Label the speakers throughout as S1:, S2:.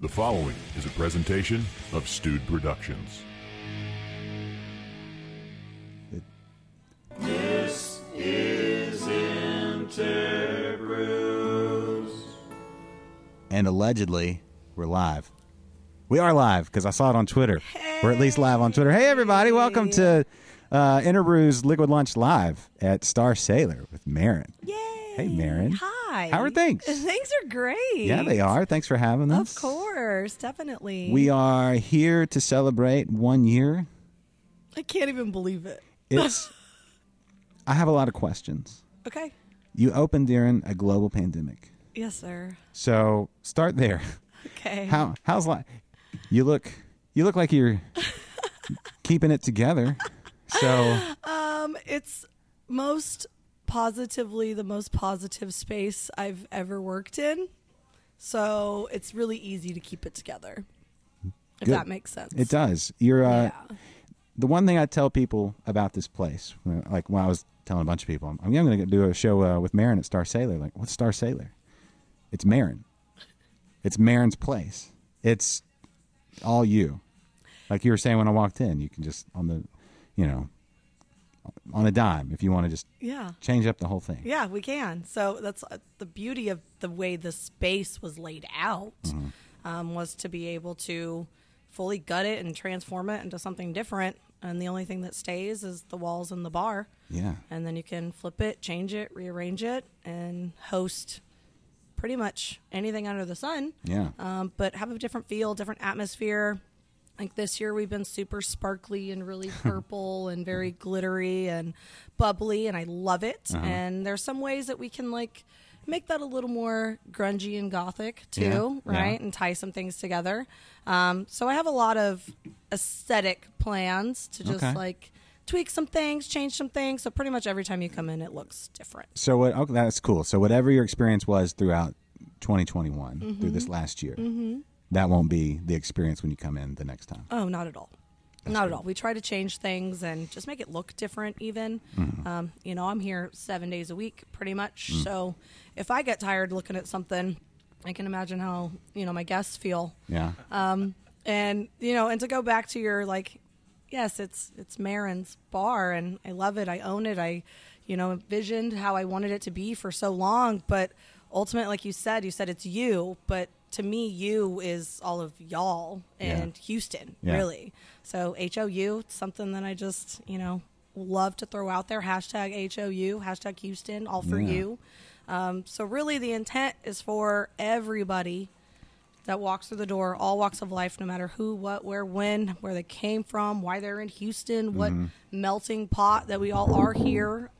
S1: The following is a presentation of Stewed Productions.
S2: and allegedly we're live. We are live because I saw it on Twitter. We're at least live on Twitter. Hey, everybody, welcome to uh, Interbrews Liquid Lunch Live at Star Sailor with Marin.
S3: Yay.
S2: Hey, Marin.
S3: Hi.
S2: How are things?
S3: Things are great.
S2: Yeah, they are. Thanks for having us.
S3: Of course, definitely.
S2: We are here to celebrate one year.
S3: I can't even believe it.
S2: It's. I have a lot of questions.
S3: Okay.
S2: You opened during a global pandemic,
S3: Yes, sir.
S2: so start there.
S3: Okay.
S2: How how's life? You look you look like you're keeping it together. So
S3: Um, it's most positively the most positive space I've ever worked in. So it's really easy to keep it together. If
S2: Good.
S3: that makes sense.
S2: It does. You're uh,
S3: Yeah.
S2: the one thing I tell people about this place. uh, Like when I was telling a bunch of people, I'm, I'm going to do a show uh, with Marin at Star Sailor. Like, what's Star Sailor? It's Marin. It's Marin's place. It's all you. Like you were saying when I walked in, you can just on the, you know, on a dime if you want to just
S3: Yeah.
S2: change up the whole thing.
S3: Yeah, we can. So that's uh, the beauty of the way the space was laid out
S2: Mm-hmm.
S3: um, was to be able to fully gut it and transform it into something different. And the only thing that stays is the walls and the bar.
S2: Yeah.
S3: And then you can flip it, change it, rearrange it, and host pretty much anything under the sun.
S2: Yeah.
S3: Um, but have a different feel, different atmosphere. Like this year, we've been super sparkly and really purple and very glittery and bubbly, and I love it.
S2: Uh-huh.
S3: And there's some ways that we can like make that a little more grungy and gothic too,
S2: Yeah, yeah.
S3: right? And tie some things together. Um, so I have a lot of aesthetic plans to just
S2: Okay.
S3: like tweak some things, change some things. So pretty much every time you come in, it looks different.
S2: So what? Okay, that's cool. So whatever your experience was throughout 2021,
S3: Mm-hmm.
S2: through this last year, that won't be the experience when you come in the next time.
S3: Oh, not at all. not at all. We try to change things and just make it look different, even.
S2: Mm.
S3: Um, you know, I'm here seven days a week pretty much. So if I get tired looking at something, I can imagine how, you know, my guests feel.
S2: Yeah.
S3: Uh, And, you know, and to go back to your like, yes, it's it's Marin's bar and I love it. I own it. I, you know, envisioned how I wanted it to be for so long. But ultimately, like you said, you said it's you, but to me, you is all of y'all
S2: Yeah.
S3: and Houston,
S2: Yeah.
S3: really. So HOU, it's something that I just, you know, love to throw out there. Hashtag HOU, hashtag Houston, all for
S2: Yeah.
S3: you. Um, so really the intent is for everybody that walks through the door, all walks of life, no matter who, what, where, when, where they came from, why they're in Houston, what melting pot that we all are here.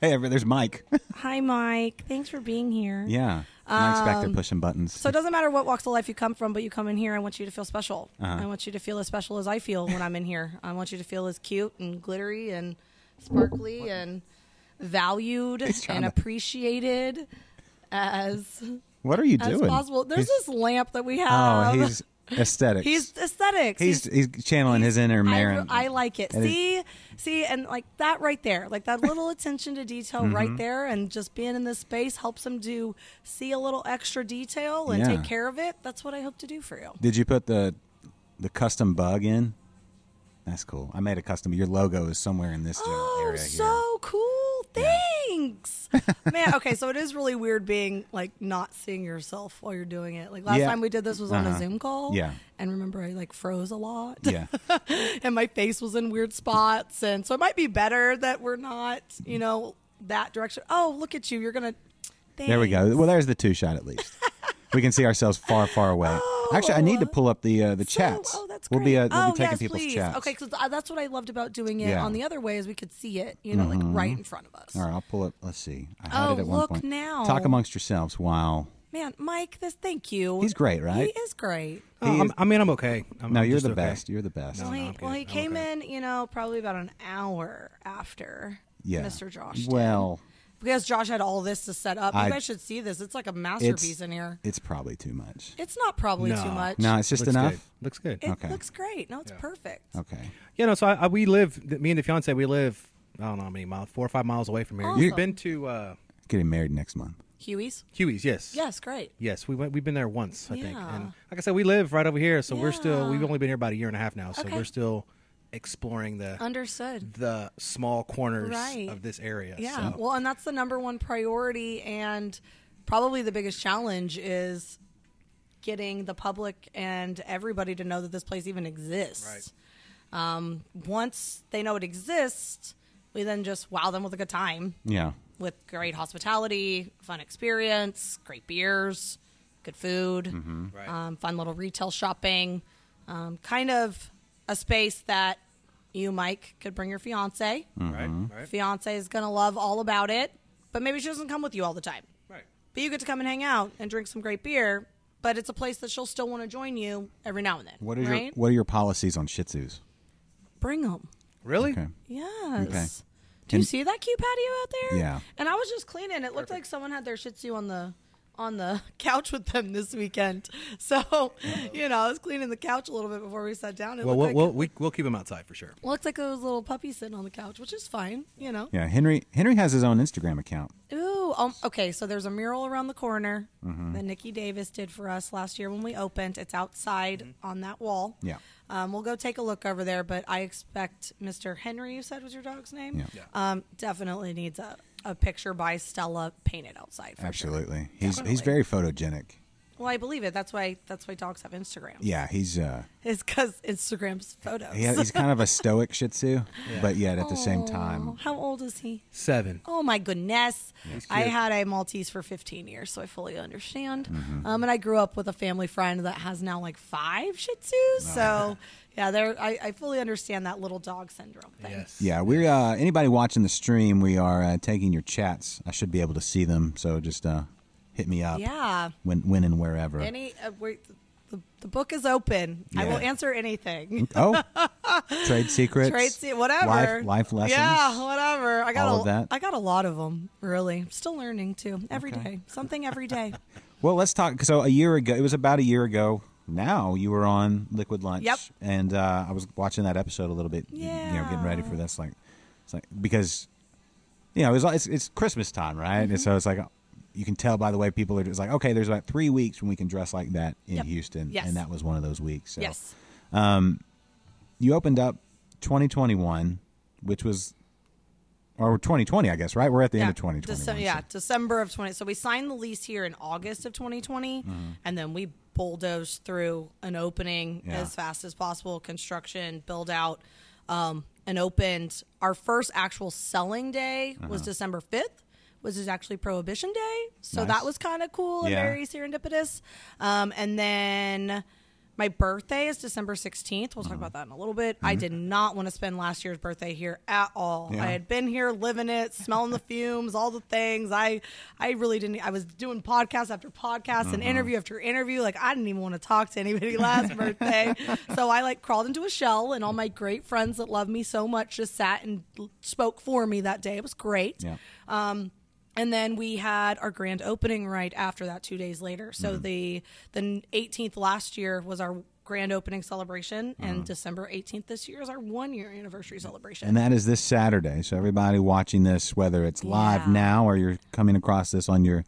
S2: hey, every- there's Mike.
S3: Hi, Mike. Thanks for being here.
S2: yeah. Mike's back there pushing buttons.
S3: Um, So it doesn't matter what walks of life you come from, but you come in here. I want you to feel special.
S2: Uh-huh.
S3: I want you to feel as special as I feel when I'm in here. I want you to feel as cute and glittery and sparkly and valued
S2: trying
S3: and
S2: to-
S3: appreciated as
S2: what are you
S3: as
S2: doing?
S3: possible. There's
S2: He's-
S3: this lamp that we
S2: oh,
S3: have.
S2: he's aesthetics.
S3: He's aesthetics.
S2: he's he's channeling his inner Marin.
S3: I, I like it.
S2: And it-
S3: see, see, and like that right there, like that little attention to detail
S2: Mm-hmm.
S3: right there, and just being in this space helps them to see a little extra detail and
S2: Yeah.
S3: take care of it. That's what I hope to do for you.
S2: Did you put the the custom bug in? That's cool. I made a custom. Your logo is somewhere in this general
S3: Oh,
S2: area here.
S3: so cool! Thanks, man. Okay, so it is really weird being like not seeing yourself while you're doing it. Like last
S2: Yeah. Uh-huh.
S3: time we did this was on a Zoom call.
S2: Yeah.
S3: and remember I like froze a lot.
S2: Yeah.
S3: and my face was in weird spots and so it might be better that we're not you know that direction oh look at you you're gonna
S2: There we go. Well, there's the two shot at least. we can see ourselves far, far away. Actually, I need to pull up the uh, the chats.
S3: oh, that's
S2: We'll
S3: great.
S2: be uh, we'll
S3: oh,
S2: be taking
S3: yes,
S2: people's
S3: please.
S2: chats.
S3: Okay, because that's what I loved about doing it
S2: Yeah. Mm-hmm.
S3: on the other way is we could see it, you know, like right in front of us.
S2: All right, I'll pull up. Let's see. I had
S3: Oh,
S2: it at one
S3: look
S2: point.
S3: now. Oh,
S2: Talk amongst yourselves. Wow.
S3: Man, Mike, this thank you.
S2: He's great, right?
S3: He is great.
S4: Oh, I'm- I mean, I'm okay. I'm,
S2: No,
S4: I'm
S2: you're
S4: just
S2: the
S4: okay.
S2: best. You're the best.
S4: No,
S3: well,
S4: no,
S3: he,
S4: I'm
S3: well,
S4: good.
S3: he
S4: I'm
S3: came
S4: okay.
S3: in, you know, probably about an hour after
S2: yeah.
S3: Mr. Josh. did.
S2: Well,
S3: because Josh had all this to set up.
S2: I-
S3: you guys should see this. It's like a masterpiece in here.
S2: it's probably too much.
S3: It's not probably
S4: No.
S3: too much.
S2: No, it's just
S4: Looks
S2: enough.
S4: Good. Looks good.
S3: It
S2: Okay. Oh.
S3: looks great. No, it's perfect.
S2: Okay.
S4: you know, so I, I, we live. th- Me and the fiance, we live. I don't know how many miles, four or five miles away from here.
S3: Awesome.
S4: We've been to. Uh,
S2: Getting married next month.
S3: Huey's?
S4: Huey's, yes.
S3: Yes, great.
S4: Yes, we went. We've been there once, I think.
S3: Yeah.
S4: And like I said, we live right over here, so we're still.
S3: Yeah.
S4: We've only been here about a year and a half now, so
S3: Okay.
S4: we're still exploring the
S3: Understood.
S4: the small corners
S3: Right.
S4: of this area.
S3: Yeah.
S4: so.
S3: Well, and that's the number one priority and probably the biggest challenge is getting the public and everybody to know that this place even exists. Um, once they know it exists, we then just wow them with a good time
S2: Yeah.
S3: with great hospitality, fun experience, great beers, good food,
S4: Right.
S3: um, fun little retail shopping, um, kind of a space that you, Mike, could bring your fiance.
S2: Mm.
S4: right, right,
S3: Fiance is going to love all about it, but maybe she doesn't come with you all the time.
S4: right.
S3: But you get to come and hang out and drink some great beer, but it's a place that she'll still want to join you every now and then.
S2: What are your
S3: right?
S2: What are your policies on Shih Tzus?
S3: Bring them.
S4: Really?
S2: Okay.
S3: Yes.
S2: Okay.
S3: Do you
S2: And-
S3: see that cute patio out there?
S2: Yeah.
S3: And I was just cleaning. It looked like someone had their Shih Tzu on the on the couch with them this weekend. So, you know, I was cleaning the couch a little bit before we sat down. It
S4: Well, we'll,
S3: looked,
S4: we'll,
S3: like,
S4: we, we'll keep him outside for sure.
S3: looked like it was a little puppy sitting on the couch, which is fine. You know.
S2: Yeah. Henry Henry has his own Instagram account.
S3: Ooh, um, okay. So there's a mural around the corner
S2: Mm-hmm.
S3: that Nikki Davis did for us last year when we opened. It's outside on that wall.
S2: Yeah.
S3: Um, we'll go take a look over there, but I expect Mr. Henry, you said was your dog's name,
S2: Yeah.
S4: Yeah.
S3: Um, definitely needs a, a picture by Stella painted outside. For sure.
S2: Absolutely. He's he's
S3: Definitely.
S2: very photogenic.
S3: Well, I believe it. That's why that's why dogs have Instagram.
S2: Yeah. He's uh.
S3: It's because Instagram's photos.
S2: He, he's kind of a stoic Shih Tzu, but yet at the same
S3: Oh,
S2: time,
S3: how old is he?
S4: Seven.
S3: Oh my goodness. I
S4: cute.
S3: had a Maltese for 15 years, so I fully understand.
S2: Mm-hmm.
S3: Um, and I grew up with a family friend that has now like five Shih Tzus. So, yeah, there I, I fully understand that little dog syndrome thing.
S4: Yes.
S2: yeah. We're uh, anybody watching the stream. We are uh, taking your chats. I should be able to see them. So just uh, hit me up.
S3: Yeah.
S2: When when and wherever.
S3: Any uh, wait, the, the book is open. I will
S2: Yeah.
S3: answer anything.
S2: oh. Trade secrets.
S3: Trade se- whatever.
S2: Life life lessons.
S3: Yeah, whatever. I got
S2: All
S3: a,
S2: of that.
S3: I got a lot of them, really. Still learning too. every day,
S2: Okay.
S3: Something every day.
S2: Well, let's talk. So a year ago, it was about a year ago. Now you were on Liquid Lunch.
S3: Yep.
S2: And uh, I was watching that episode a little bit. You know, getting ready
S3: Yeah.
S2: for this. Like, it's like because you know it was, it's it's Christmas time, right?
S3: Mm-hmm.
S2: And so it's like you can tell by the way people are just like, okay, there's about three weeks when we can dress like that in
S3: Yep.
S2: Houston,
S3: Yes.
S2: and that was one of those weeks. So
S3: Yes.
S2: you opened up 2021, which was or 2020, I guess, right? We're at the end of 2021.
S3: Dece-
S2: so-
S3: yeah, December of 20. So we signed the lease here in August of 2020,
S2: Mm-hmm.
S3: and then we bulldozed through an opening
S2: Yeah.
S3: as fast as possible, construction, build out, um, and opened. Our first actual selling day was
S2: Uh-huh.
S3: December 5th. Which is actually Prohibition Day, so
S2: Nice.
S3: that was kind of cool and
S2: Yeah.
S3: very serendipitous. Um, and then my birthday is December sixteenth. We'll talk
S2: Mm-hmm.
S3: about that in a little bit. I did not want to spend last year's birthday here at all.
S2: Yeah.
S3: I had been here living it, smelling the fumes, all the things. I I really didn't I was doing podcast after podcast and interview after interview. Like I didn't even want to talk to anybody last birthday. So I like crawled into a shell and all my great friends that love me so much just sat and l- spoke for me that day. It was great.
S2: Yeah.
S3: And then we had our grand opening right after that, two days later. So the the 18th last year was our grand opening celebration, and December 18th this year is our one year anniversary celebration.
S2: And that is this Saturday. So everybody watching this, whether it's live
S3: Yeah.
S2: now or you're coming across this on your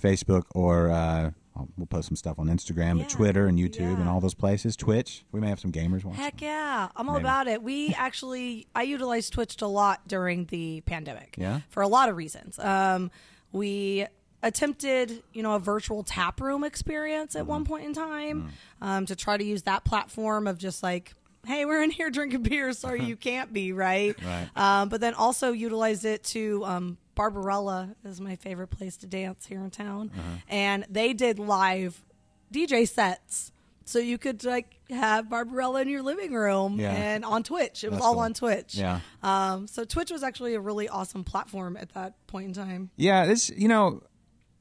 S2: Facebook or uh, we'll post some stuff on Instagram,
S3: Yeah.
S2: and Twitter, and YouTube, and
S3: Yeah.
S2: all those places. Twitch. We may have some gamers watching.
S3: Heck yeah, I'm all
S2: Maybe.
S3: about it. We actually I utilized Twitch a lot during the pandemic.
S2: Yeah?
S3: for a lot of reasons. Um, we attempted, you know, a virtual tap room experience
S2: Mm-hmm.
S3: at one point in time um, to try to use that platform of just like. Hey, we're in here drinking beer. Sorry, you can't be right.
S2: Uh-huh. Right.
S3: Um, but then also utilize it to um, Barbarella is my favorite place to dance here in town,
S2: Uh-huh.
S3: and they did live DJ sets, so you could like have Barbarella in your living room
S2: Yeah.
S3: and on Twitch. It was
S2: That's
S3: all
S2: cool.
S3: on Twitch.
S2: Yeah.
S3: Um, so Twitch was actually a really awesome platform at that point in time.
S2: Yeah, it's you know,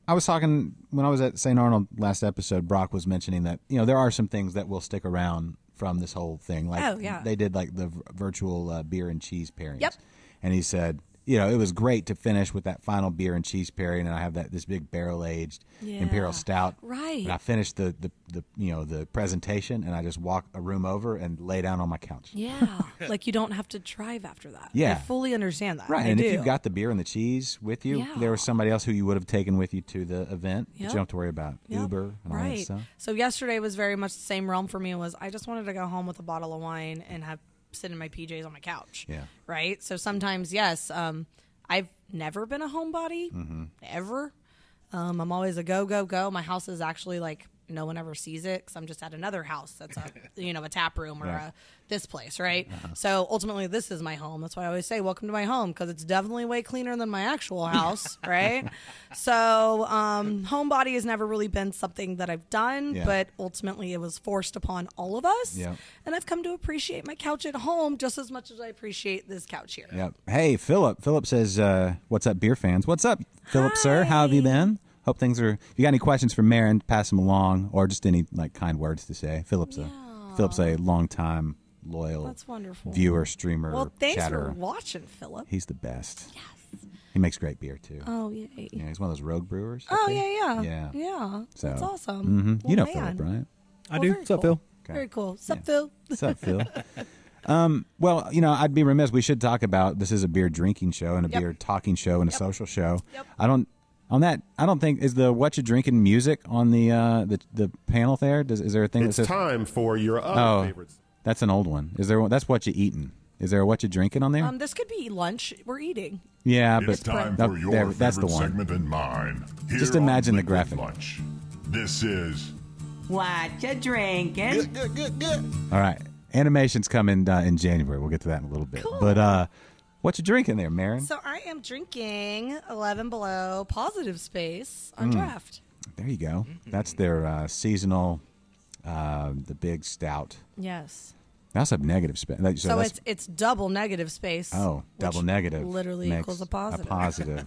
S2: I was talking when I was at St. Arnold last episode. Brock was mentioning that you know there are some things that will stick around from this whole thing. Like
S3: Oh, yeah.
S2: they did like the v- virtual uh, beer and cheese pairings.
S3: Yep.
S2: And he said you know, it was great to finish with that final beer and cheese pairing, and I have that this big barrel aged
S3: Yeah.
S2: imperial stout.
S3: Right.
S2: And I finished the, the the you know the presentation, and I just walk a room over and lay down on my couch.
S3: Yeah, like you don't have to drive after that. I
S2: Yeah.
S3: fully understand that.
S2: Right,
S3: I
S2: and
S3: do.
S2: if you've got the beer and the cheese with you,
S3: Yeah.
S2: there was somebody else who you would have taken with you to the event. But you
S3: Yep.
S2: don't have to worry about
S3: Yep.
S2: Uber and all
S3: right.
S2: that stuff.
S3: So yesterday was very much the same realm for me. Was I just wanted to go home with a bottle of wine and have sit in my PJs on my couch.
S2: Yeah.
S3: Right. So sometimes, yes, um, I've never been a homebody
S2: Mm-hmm.
S3: ever. Um, I'm always a go go go. My house is actually like no one ever sees it because I'm just at another house that's a you know a tap room or
S2: Yeah.
S3: a this place, right? So ultimately, this is my home. That's why I always say, "Welcome to my home," because it's definitely way cleaner than my actual house, right? So, um, homebody has never really been something that I've done,
S2: Yeah.
S3: but ultimately, it was forced upon all of us,
S2: Yep.
S3: and I've come to appreciate my couch at home just as much as I appreciate this couch here.
S2: Yep. Hey, Philip. Philip says, uh, "What's up, beer fans? What's up, Philip, sir? How have you been? Hope things are. If you got any questions for Marin, pass them along, or just any like kind words to say. Philip's a Philip's a long time loyal
S3: That's wonderful.
S2: viewer, streamer,
S3: Well, thanks for
S2: chatterer.
S3: watching, Philip.
S2: He's the best. He makes great beer too.
S3: Oh yay!
S2: yeah, he's one of those rogue brewers. I
S3: Oh
S2: think.
S3: yeah, yeah,
S2: Yeah.
S3: yeah.
S2: So-
S3: That's awesome.
S2: Mhm.
S3: Well,
S2: you know
S3: man.
S2: Philip, right?
S4: I
S3: Well,
S4: do.
S3: very
S4: What's
S3: cool.
S4: up, Phil?
S3: Very cool. What's up, Phil?
S2: What's up, Phil? um, well, you know, I'd be remiss. We should talk about this is a beer drinking show and a
S3: Yep.
S2: beer talking show and a social show.
S3: Yep.
S2: I don't on that. I don't think is the what you drinking music on the uh, the the panel there. Does, is there a thing
S5: It's
S2: that says
S5: time for your other
S2: Oh.
S5: favorites.
S2: that's an old one? Is there one, that's what you eating? Is there a what you drinking on there?
S3: Um, this could be lunch. We're eating.
S2: yeah,
S1: It's
S2: but
S1: time
S2: no,
S1: for your
S2: there-
S1: favorite
S2: that's the one.
S1: segment and mine. Here
S2: Just imagine
S1: on
S2: the
S1: Liquid
S2: graphic.
S1: Lunch. This is
S6: What you drinking?
S2: All right, animations come in uh, in January. We'll get to that in a little bit.
S3: Cool.
S2: But uh, what you drinking there, Marin?
S3: So I am drinking 11 Below Positive Space
S2: Mm.
S3: on draft.
S2: There you go.
S3: Mm-hmm.
S2: That's their uh, seasonal, uh, the big stout.
S3: Yes.
S2: That's a negative spin. that-
S3: So,
S2: that's-
S3: it's it's double negative space.
S2: oh
S3: which
S2: double negative.
S3: Literally
S2: makes
S3: equals a positive.
S2: A positive.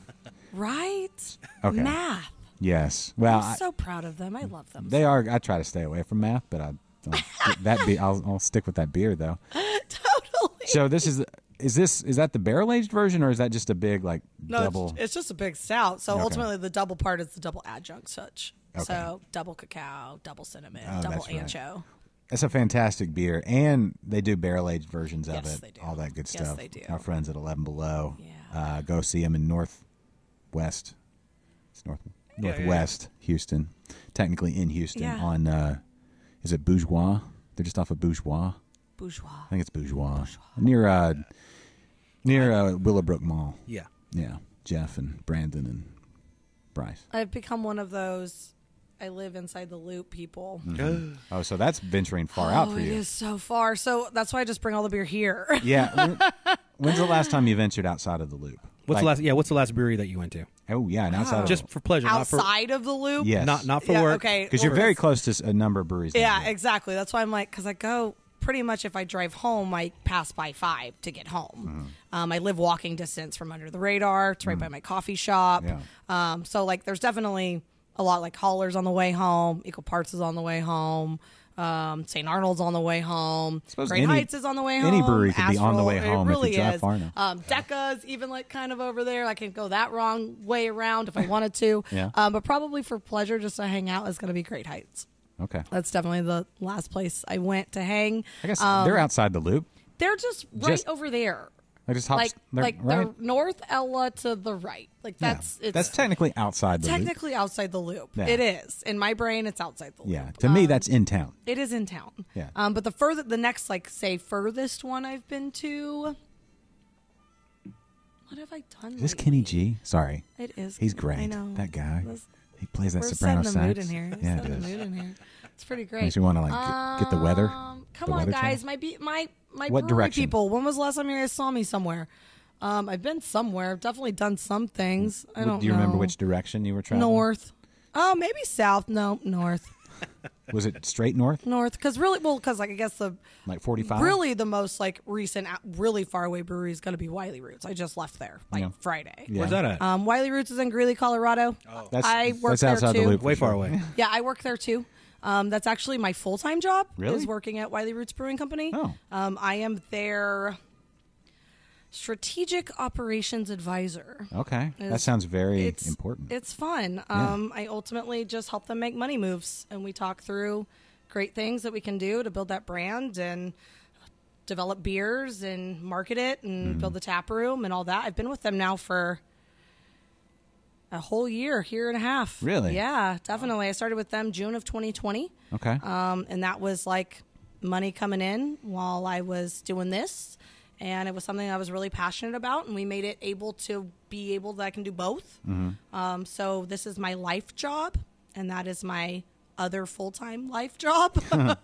S3: Right?
S2: Okay. Uh,
S3: Math.
S2: yes. Well,
S3: I'm
S2: I,
S3: so proud of them. I love them.
S2: they are. I try to stay away from math, but I don't, that be I'll, I'll stick with that beer though.
S3: totally.
S2: So this is is this is that the barrel aged version or is that just a big like
S3: No, it's-
S2: double?
S3: It's, just a big stout. So
S2: Okay.
S3: ultimately, the double part is the double adjunct such.
S2: Okay.
S3: So double cacao, double cinnamon,
S2: Oh,
S3: double
S2: that's right.
S3: ancho.
S2: It's a fantastic beer, and they do barrel aged versions of
S3: Yes,
S2: it.
S3: they do.
S2: All that good
S3: Yes,
S2: stuff.
S3: they do.
S2: Our friends at Eleven Below.
S3: Yeah.
S2: Uh, go see them in Northwest. It's North
S4: yeah,
S2: Northwest Houston, technically in Houston.
S3: Yeah.
S2: On uh, is it Bourgeois? They're just off of Bourgeois.
S3: Bourgeois.
S2: I think it's Bourgeois, near uh, near uh, Willowbrook Mall.
S4: Yeah.
S2: Yeah, Jeff and Brandon and Bryce.
S3: I've become one of those. I live inside the loop, people.
S2: Oh, so that's venturing far out
S3: oh,
S2: for you.
S3: it is so far. So that's why I just bring all the beer here.
S2: Yeah. when- when's the last time you ventured outside of the loop?
S4: What's
S2: Like-
S4: the last? Yeah. What's the last brewery that you went to?
S2: Oh yeah, and outside of
S4: Just for pleasure, not
S3: outside of the loop.
S2: yes,
S4: for not not for
S3: Yeah,
S4: work.
S3: okay.
S2: because
S3: well,
S2: you're very close to s- a number of breweries.
S3: Yeah, exactly. That's why I'm like, because I go pretty much if I drive home, I pass by five to get
S2: Mm-hmm.
S3: home. Um, I live walking distance from under the radar. It's right by my coffee shop.
S2: Mm. Yeah.
S3: Um, so like, there's definitely a lot like haulers on the way home. Equal Parts is on the way home. Um, St. Arnold's on the way home.
S2: Suppose
S3: Great
S2: any-
S3: Heights is on the way home.
S2: any brewery could be on the
S3: Astral,
S2: way
S3: it
S2: home if you
S3: really
S2: drive
S3: is.
S2: far enough.
S3: Um, Decca's even like kind of over there. I can go that wrong way around if I wanted to.
S2: Yeah.
S3: Um, but probably for pleasure, just to hang out, is going to be Great Heights.
S2: Okay.
S3: That's definitely the last place I went to hang.
S2: I guess
S3: Um,
S2: they're outside the loop.
S3: they're just right
S2: just-
S3: over there,
S2: I just hops.
S3: like
S2: they're-
S3: like
S2: right.
S3: the North Ella to the right. Like
S2: Yeah.
S3: that's it's
S2: that's technically outside the loop.
S3: technically outside the loop.
S2: Yeah.
S3: It is in my brain. It's outside the loop.
S2: Yeah. To me, that's in town.
S3: It is in town.
S2: Yeah.
S3: Um, but the further, the next, like, say, furthest one I've been to. What have I done?
S2: Is this Kenny
S3: lately?
S2: G? Sorry.
S3: It is.
S2: He's
S3: Kenny-
S2: great.
S3: um, I know
S2: That guy.
S3: This-
S2: He plays that
S3: We're
S2: soprano
S3: setting the
S2: sax.
S3: mood in here. We're
S2: Yeah, it
S3: setting the
S2: is.
S3: mood in here. It's pretty great.
S2: Makes you wanna, like, get- get the weather,
S3: Um,
S2: the
S3: come on,
S2: weather
S3: guys.
S2: channel.
S3: My be- my my
S2: What
S3: brewery
S2: direction?
S3: people. When was the last time you guys saw me somewhere? Um, I've been somewhere. I've definitely done some things. I
S2: Would-
S3: don't.
S2: Do you remember
S3: know.
S2: which direction you were traveling?
S3: north? Oh, maybe south. No, north,
S2: Was it straight north?
S3: north. Because really, well, because like I guess the
S2: Like 45?
S3: really the most like recent, out- really far away brewery is going to be Wiley Roots. I just left there like
S2: Yeah.
S3: Friday.
S2: Yeah.
S4: Where's that at?
S3: Um, Wiley Roots is in Greeley, Colorado.
S2: That's,
S3: I work
S2: that's
S3: there
S2: outside
S3: too.
S2: the loop.
S4: Way
S2: for
S4: far
S2: sure.
S4: away.
S3: Yeah, I work there too. Um, that's actually my full time job.
S2: Really?
S3: Um, Is working at Wiley Roots Brewing Company.
S2: Oh.
S3: Um, I am there. strategic operations advisor.
S2: Okay, that
S3: It's-
S2: sounds very important.
S3: It's fun.
S2: Yeah.
S3: Um, I ultimately just help them make money moves, and we talk through great things that we can do to build that brand and develop beers and market it and
S2: Mm-hmm.
S3: build the tap room and all that. I've been with them now for a whole year, year and a half.
S2: Really?
S3: Yeah, definitely. I started with them June of 2020,
S2: okay,
S3: um, and that was like money coming in while I was doing this. And it was something I was really passionate about, and we made it able to be able that I can do both. Um, so this is my life job, and that is my other full time life job.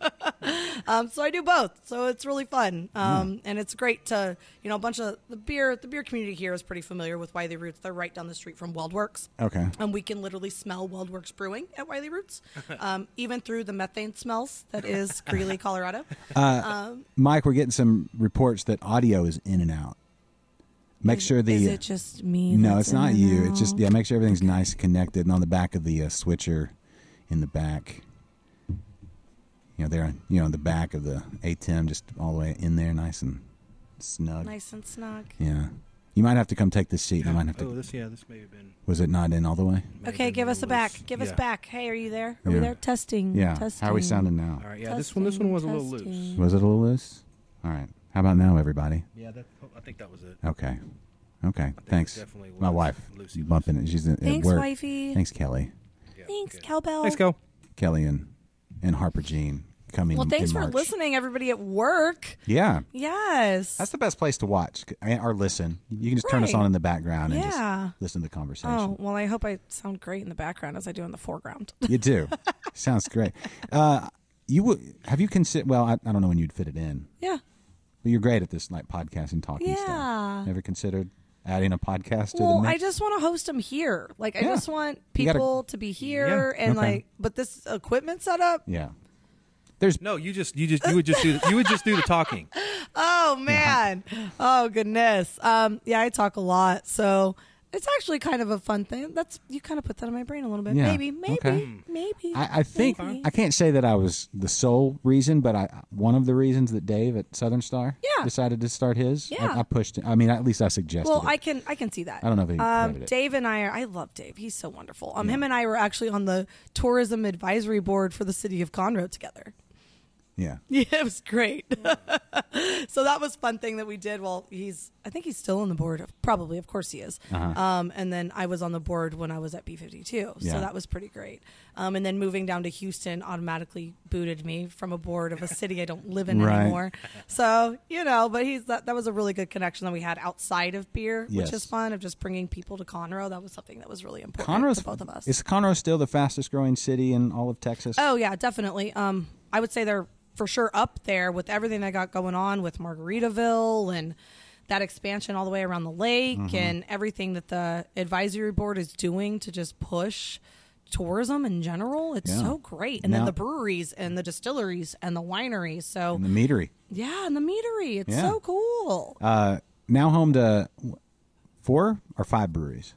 S3: um, so I do both. So it's really fun, um, and it's great to you know a bunch of the beer. The beer community here is pretty familiar with Wiley Roots. They're right down the street from Weldworks.
S2: okay.
S3: And we can literally smell Weldworks brewing at Wiley Roots, um, even through the methane smells that is Greeley, Colorado.
S2: Mike, we're getting some reports that audio is in and out. Make sure the uh,
S3: is it just me?
S2: no,
S3: that's
S2: it's not
S3: in and
S2: you. It's just
S3: out?
S2: yeah. Make sure everything's nice and connected, and on the back of the uh, switcher, in the back. You know, there, you know, in the back of the ATEM, just all the way in there, nice and snug.
S3: nice and snug.
S2: Yeah, you might have to come take this seat. I might have to.
S4: Oh, this yeah, this may have been.
S2: was it not in all the way?
S4: may have
S3: Okay,
S4: been
S3: give
S4: the
S3: us a
S4: loose.
S3: back. Give us
S4: Yeah.
S3: back. Hey, are you there? Are
S2: Yeah.
S3: we there? Testing.
S2: Yeah.
S3: Testing.
S2: How are we sounding now?
S4: All right, yeah, this one this one was a little
S3: Testing,
S4: loose.
S2: Was it a little loose? All right. How about now, everybody?
S4: Yeah, that, oh, I think that was it.
S2: Okay. Okay. Thanks.
S4: definitely
S2: My
S4: was
S2: wife
S4: loosey-goosey.
S2: bumping it. She's in,
S3: Thanks,
S2: at work.
S3: wifey.
S2: Thanks, Kelly.
S4: Yeah,
S3: Thanks,
S4: good.
S3: cowbell.
S4: Thanks, go.
S2: Kelly and and Harper Jean coming.
S3: Well,
S2: in
S3: thanks for
S2: March.
S3: listening, everybody at work.
S2: Yeah.
S3: Yes.
S2: That's the best place to watch I mean, or listen. You can just turn us
S3: Right.
S2: on in the background and
S3: Yeah.
S2: just listen to the conversation.
S3: oh, well, I hope I sound great in the background as I do in the foreground.
S2: You do. Sounds great. Uh, you would have you consider? Well, I, I don't know when you'd fit it in,
S3: yeah.
S2: but you're great at this like podcast and talking
S3: Yeah.
S2: stuff. Never considered adding a podcast to the
S3: Well,
S2: mix?
S3: I just want to host them here. Like, I
S2: Yeah.
S3: just want
S2: You gotta-
S3: people to be here and
S2: Okay.
S3: like, but this equipment setup.
S2: yeah. There's
S4: No, you just you just you would just do you would just do the talking.
S3: Oh man. Oh goodness. Um. Yeah, I talk a lot, so it's actually kind of a fun thing. That's you kind of put that in my brain a little bit.
S2: Yeah.
S3: Maybe. Maybe.
S2: Okay. Hmm.
S3: Maybe.
S2: I, I think
S3: Maybe.
S2: I can't say that I was the sole reason, but I one of the reasons that Dave at Southern Star
S3: Yeah.
S2: decided to start his. I-
S3: Yeah.
S2: I, pushed. It. I mean, at least I suggested.
S3: Well,
S2: it.
S3: I can I can see that.
S2: I don't know if he
S3: um,
S2: credit it.
S3: Dave and I are. I love Dave. He's so wonderful. Um, him and I were actually on the tourism advisory board for the city of Conroe together.
S2: yeah.
S3: Yeah, it was great. so that was fun thing that we did. Well, he's I think he's still on the board. Probably, of course he is. Um, and then I was on the board when I was at B fifty two,
S2: Uh-huh. Yeah.
S3: so that was pretty great. Um, and then moving down to Houston automatically booted me from a board of a city I don't live in
S2: Right.
S3: anymore. So you know, but he's that, that was a really good connection that we had outside of beer,
S2: Yes.
S3: which is fun of just bringing people to Conroe. That was something that was really important
S2: Conroe's
S3: to both of us.
S2: Is Conroe still the fastest growing city in all of Texas?
S3: Oh yeah, definitely. Um, I would say they're for sure up there with everything they got going on with Margaritaville and that expansion all the way around the lake
S2: Mm-hmm.
S3: and everything that the advisory board is doing to just push tourism in general. It's
S2: Yeah.
S3: so great. And
S2: Now-
S3: then the breweries and the distilleries and the wineries. So
S2: And the meatery.
S3: yeah, and the meadery. It's
S2: Yeah.
S3: so cool.
S2: Uh, now home to w- four or five breweries.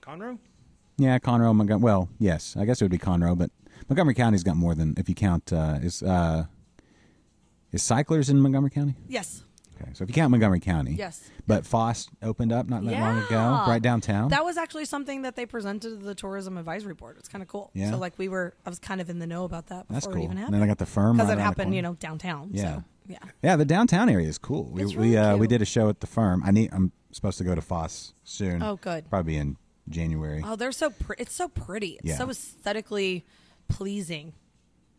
S4: Conroe?
S2: Yeah, Conroe, Montgomery. Well, yes, I guess it would be Conroe, but Montgomery County's got more than if you count. Uh, is uh, is Cyclers in Montgomery County?
S3: yes.
S2: Okay, so if you count Montgomery County,
S3: Yes.
S2: but Foss opened up not that long ago,
S3: Yeah.
S2: right downtown.
S3: That was actually something that they presented to the tourism advisory board. It's kind of cool.
S2: Yeah.
S3: So like we were, I was kind of in the know about that before
S2: That's
S3: it
S2: cool.
S3: even
S2: And
S3: happened.
S2: then I got the firm
S3: because
S2: right around
S3: it
S2: the
S3: happened, you
S2: corner.
S3: know, downtown.
S2: Yeah.
S3: So yeah,
S2: yeah, the downtown area is cool. We we
S3: It's really
S2: uh, we
S3: cute.
S2: did a show at the firm. I need. I'm supposed to go to Foss soon.
S3: Oh, good.
S2: Probably in January.
S3: oh, they're so pretty. It's so pretty. It's
S2: Yeah.
S3: so aesthetically pleasing,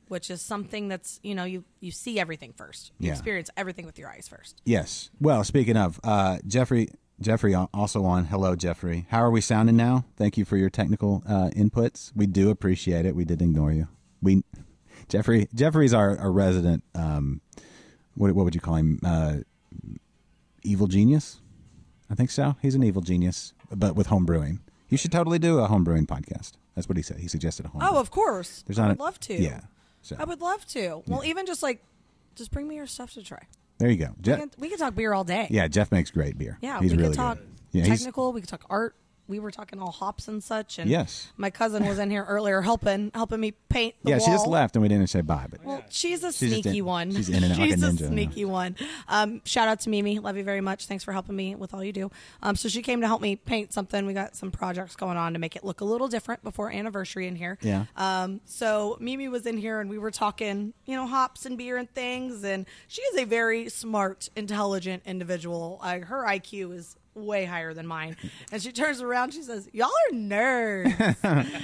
S3: which is something that's you know you you see everything first. You
S2: Yeah.
S3: experience everything with your eyes first.
S2: Yes. Well, speaking of uh, Jeffrey, Jeffrey al- also on. Hello, Jeffrey. How are we sounding now? Thank you for your technical uh, inputs. We do appreciate it. We did ignore you. We Jeffrey Jeffrey's our, our resident. Um, what what would you call him? Uh, evil genius. I think so. He's an evil genius, but with home brewing. You should totally do a home brewing podcast. That's what he said. He suggested a home.
S3: Oh, of course.
S2: There's
S3: I
S2: not
S3: would
S2: a-
S3: love to.
S2: Yeah. So
S3: I would love to. Well, even just like, just bring me your stuff to try.
S2: there you go.
S3: We
S2: Jeff,
S3: can, we can talk beer all day.
S2: yeah, Jeff makes great beer.
S3: Yeah,
S2: he's
S3: we
S2: really
S3: could talk
S2: good. Yeah, he's-
S3: technical. We could talk art. We were talking all hops and such. And
S2: Yes.
S3: my cousin was in here earlier helping helping me paint. The
S2: yeah,
S3: wall.
S2: she just left and we didn't say bye. But
S3: Well, She's a
S2: She's just
S3: sneaky
S2: in-
S3: one.
S2: she's in and out like
S3: She's
S2: a
S3: a
S2: ninja, yeah.
S3: sneaky one. Um, shout out to Mimi. Love you very much. Thanks for helping me with all you do. Um, so she came to help me paint something. We got some projects going on to make it look a little different before anniversary in here.
S2: Yeah.
S3: Um, so Mimi was in here and we were talking, you know, hops and beer and things. And she is a very smart, intelligent individual. I, her IQ is way higher than mine. And she turns around, she says, "Y'all are nerds."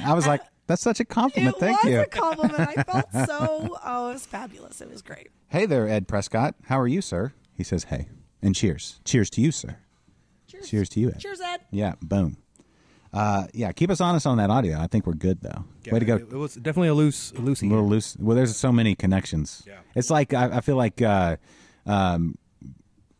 S2: I was like, that's such a compliment.
S3: it
S2: Thank
S3: was
S2: you.
S3: a compliment. I felt so. Oh, it was fabulous. It was great.
S2: hey there, Ed Prescott. How are you, sir? He says, hey. And cheers. Cheers to you, sir.
S3: Cheers.
S2: Cheers to you, Ed.
S3: Cheers, Ed.
S2: Yeah, boom. Uh, yeah, keep us honest on that audio. I think we're good, though. Way to go.
S4: It, it was definitely a loose, a loosey.
S2: a little loose. Well, there's so many connections.
S4: Yeah.
S2: It's like I, I feel like uh, um,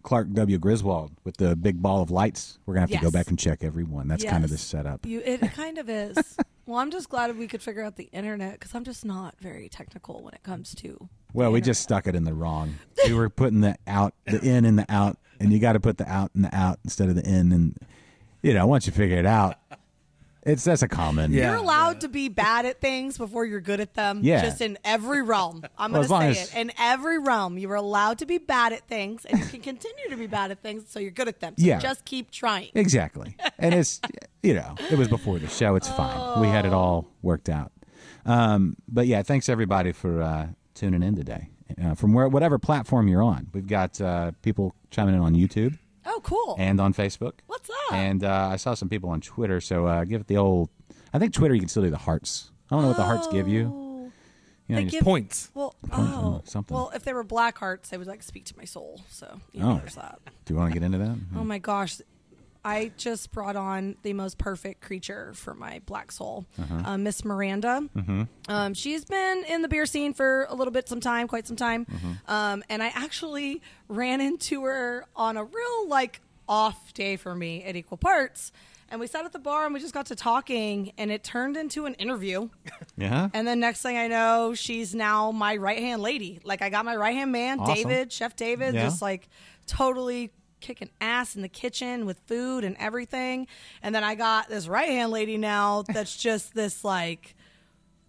S2: Clark W. Griswold with the big ball of lights. We're gonna have to go
S3: Yes.
S2: back and check every one. That's kind of
S3: Yes.
S2: the setup.
S3: You, it kind of is. well, I'm just glad we could figure out the internet because I'm just not very technical when it comes to.
S2: Well,
S3: the
S2: we
S3: internet.
S2: just stuck it in the wrong. we were putting the out, the in, and the out, and you got to put the out and the out instead of the in. And you know, once you figure it out, it's that's a common.
S4: Yeah.
S3: You're allowed to be bad at things before you're good at them.
S2: Yeah.
S3: Just in every realm. I'm
S2: Well, as long
S3: going to say
S2: as-
S3: it. In every realm, you are allowed to be bad at things and you can continue to be bad at things so you're good at them. So
S2: Yeah.
S3: just keep trying.
S2: Exactly. And it's, you know, it was before the show. It's fine. We had it all worked out. Um, but yeah, thanks everybody for uh, tuning in today. Uh, from where, whatever platform you're on, we've got uh, people chiming in on YouTube
S3: Oh, cool.
S2: and on Facebook.
S3: What's up?
S2: And uh, I saw some people on Twitter. So uh, give it the old, I think Twitter, you can still do the hearts. I don't know what the hearts give you.
S3: Oh.
S2: you know,
S3: They
S2: you just-
S3: give-
S4: points.
S3: Well, oh,
S2: something.
S3: Well, if they were black hearts, they would like speak to my soul. So, you
S2: Oh.
S3: know, there's that.
S2: do you want to get into that?
S3: Oh my gosh. I just brought on the most perfect creature for my black soul, uh, Miss Miranda. Um, she's been in the beer scene for a little bit, some time, quite some time. Um, and I actually ran into her on a real like off day for me at Equal Parts. And we sat at the bar and we just got to talking, and it turned into an interview.
S2: Yeah.
S3: And then next thing I know, she's now my right hand lady. Like I got my right hand man,
S2: Awesome.
S3: David, Chef David,
S2: Yeah.
S3: just like totally kicking ass in the kitchen with food and everything. And then I got this right hand lady now that's just this like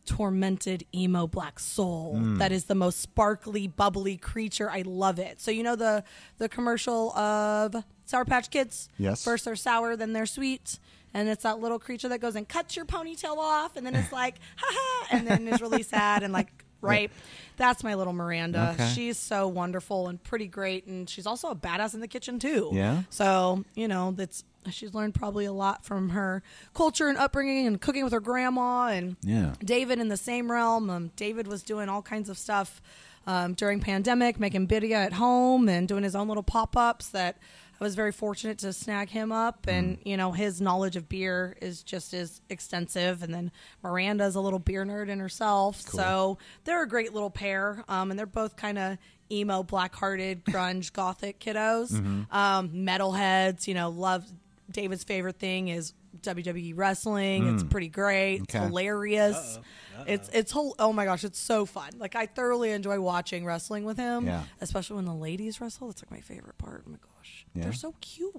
S3: tormented emo black soul
S2: Hmm.
S3: that is the most sparkly bubbly creature i love it so you know the the commercial of sour patch kids
S2: Yes.
S3: first they're sour then they're sweet and it's that little creature that goes and cuts your ponytail off and then it's like ha ha and then is really sad and like right that's my little miranda
S2: Okay.
S3: she's so wonderful and pretty great and she's also a badass in the kitchen too
S2: Yeah.
S3: so you know that's she's learned probably a lot from her culture and upbringing and cooking with her grandma and
S2: Yeah.
S3: David in the same realm. Um, David was doing all kinds of stuff um, during pandemic, making Bidia at home and doing his own little pop ups. That I was very fortunate to snag him up, and you know his knowledge of beer is just as extensive. And then Miranda's a little beer nerd in herself, so they're a great little pair, um, and they're both kind of emo, black hearted, grunge, gothic kiddos, um, metalheads. You know, love David's favorite thing is. WWE wrestling, it's pretty great. It's
S2: Okay.
S3: hilarious. It's it's whole. Oh my gosh, it's so fun. Like I thoroughly enjoy watching wrestling with him.
S2: Yeah.
S3: Especially when the ladies wrestle. That's like my favorite part. Oh my gosh,
S2: Yeah.
S3: they're so cute.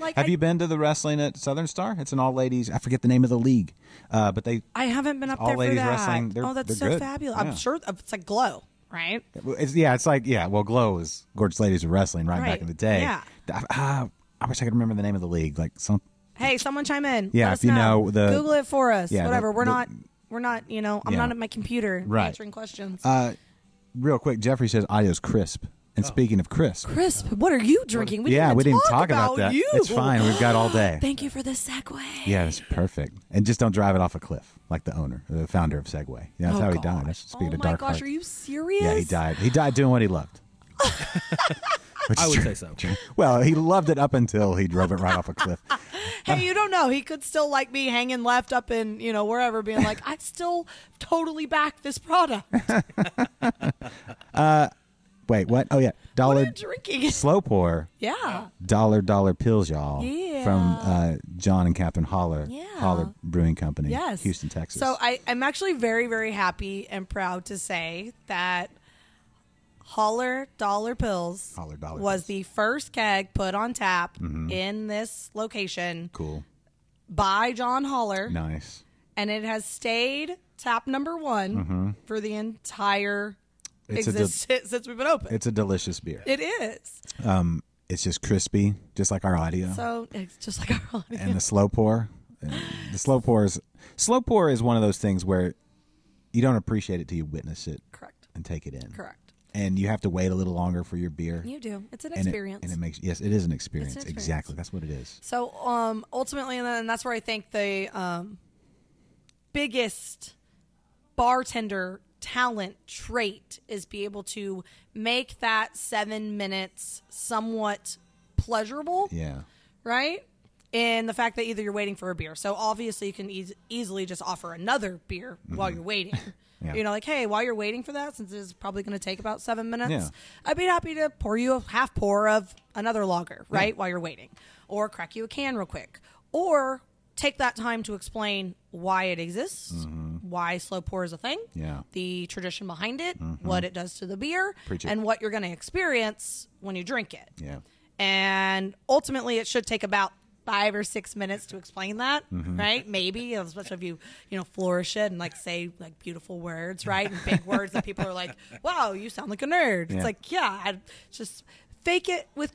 S3: like
S2: Have
S3: I,
S2: you been to the wrestling at Southern Star? It's an all ladies. I forget the name of the league, uh, but they
S3: I haven't been up
S2: all
S3: there
S2: ladies
S3: for that.
S2: wrestling, they're-
S3: oh, that's
S2: they're
S3: so
S2: good.
S3: fabulous.
S2: Yeah.
S3: I'm sure it's like glow, right?
S2: It's, yeah, it's like yeah. Well, Glow is Gorgeous Ladies of Wrestling right, back
S3: Right,
S2: in the day.
S3: yeah.
S2: I, ah, I wish I could remember the name of the league. Like some.
S3: Hey, someone chime in.
S2: Yeah,
S3: Let
S2: if
S3: us
S2: you know the-
S3: Google it for us.
S2: Yeah, the-
S3: Whatever. We're
S2: the-
S3: not. We're not. You know, I'm
S2: Yeah.
S3: not at my computer
S2: Right.
S3: answering questions.
S2: Uh, real quick, Jeffrey says audio's crisp. And speaking of crisp,
S3: Crisp, what are you drinking? We
S2: yeah,
S3: didn't
S2: we
S3: even
S2: didn't
S3: talk,
S2: about that.
S3: You.
S2: It's fine. We've got all day.
S3: Thank you for the segue.
S2: yeah, it's perfect. And just don't drive it off a cliff, like the owner, the founder of Segway. Yeah, that's
S3: Oh,
S2: how he
S3: gosh.
S2: died. That's speaking
S3: oh
S2: of
S3: my
S2: dark
S3: gosh,
S2: Heart.
S3: are you serious?
S2: Yeah, he died. He died doing what he loved. Which is
S4: I would
S2: true.
S4: say so.
S2: Well, he loved it up until he drove it right off a cliff.
S3: Hey, you don't know. He could still like be hanging left up in you know wherever, being like, I still totally back this product.
S2: Wait, what? Oh yeah,
S3: What
S2: dollar
S3: are you drinking?
S2: slow pour.
S3: yeah.
S2: dollar dollar pills, y'all.
S3: Yeah.
S2: From uh, John and Catherine Holler.
S3: Yeah.
S2: Holler Brewing Company.
S3: Yes.
S2: Houston, Texas.
S3: So I, I'm actually very, very happy and proud to say that Holler Dollar Pills
S2: Holler Dollar Pills.
S3: was
S2: Mm-hmm.
S3: the first keg put on tap in this location
S2: cool.
S3: by John Holler.
S2: Nice.
S3: and it has stayed top number one for the entire
S2: Mm-hmm. It's a de-
S3: existed since we've been open.
S2: It's a delicious beer.
S3: it is.
S2: It's just crispy, just like our audio.
S3: So it's just like our audience.
S2: and the slow pour. And The slow pour is slow pour is one of those things where you don't appreciate it till you witness it
S3: Correct.
S2: and take it in.
S3: Correct.
S2: And you have to wait a little longer for your beer.
S3: You do. It's an
S2: and it-
S3: experience.
S2: and it makes yes, it is an experience.
S3: experience.
S2: Exactly. That's what it is.
S3: So um, ultimately, and then that's where I think the um, biggest bartender talent trait is be able to make that seven minutes somewhat pleasurable,
S2: Yeah.
S3: right? In the fact that either you're waiting for a beer, so obviously you can eas easily just offer another beer while you're waiting.
S2: Mm-hmm. Yeah.
S3: You know, like hey, while you're waiting for that, since it's probably going to take about seven minutes,
S2: Yeah.
S3: I'd be happy to pour you a half pour of another lager, right, while you're waiting, or crack you a can real quick, or take that time to explain why it exists, why slow pour is a thing,
S2: Mm-hmm. Yeah. Mm-hmm.
S3: the tradition behind it, what it does to the beer,
S2: Preach it.
S3: and what you're going to experience when you drink it.
S2: Yeah.
S3: And ultimately, it should take about five or six minutes to explain that,
S2: Mm-hmm.
S3: right? Maybe, especially if you, you know, flourish it and like say like beautiful words, right? And big words that people are like, wow, you sound like a nerd.
S2: Yeah.
S3: It's like, yeah, I'd just fake it with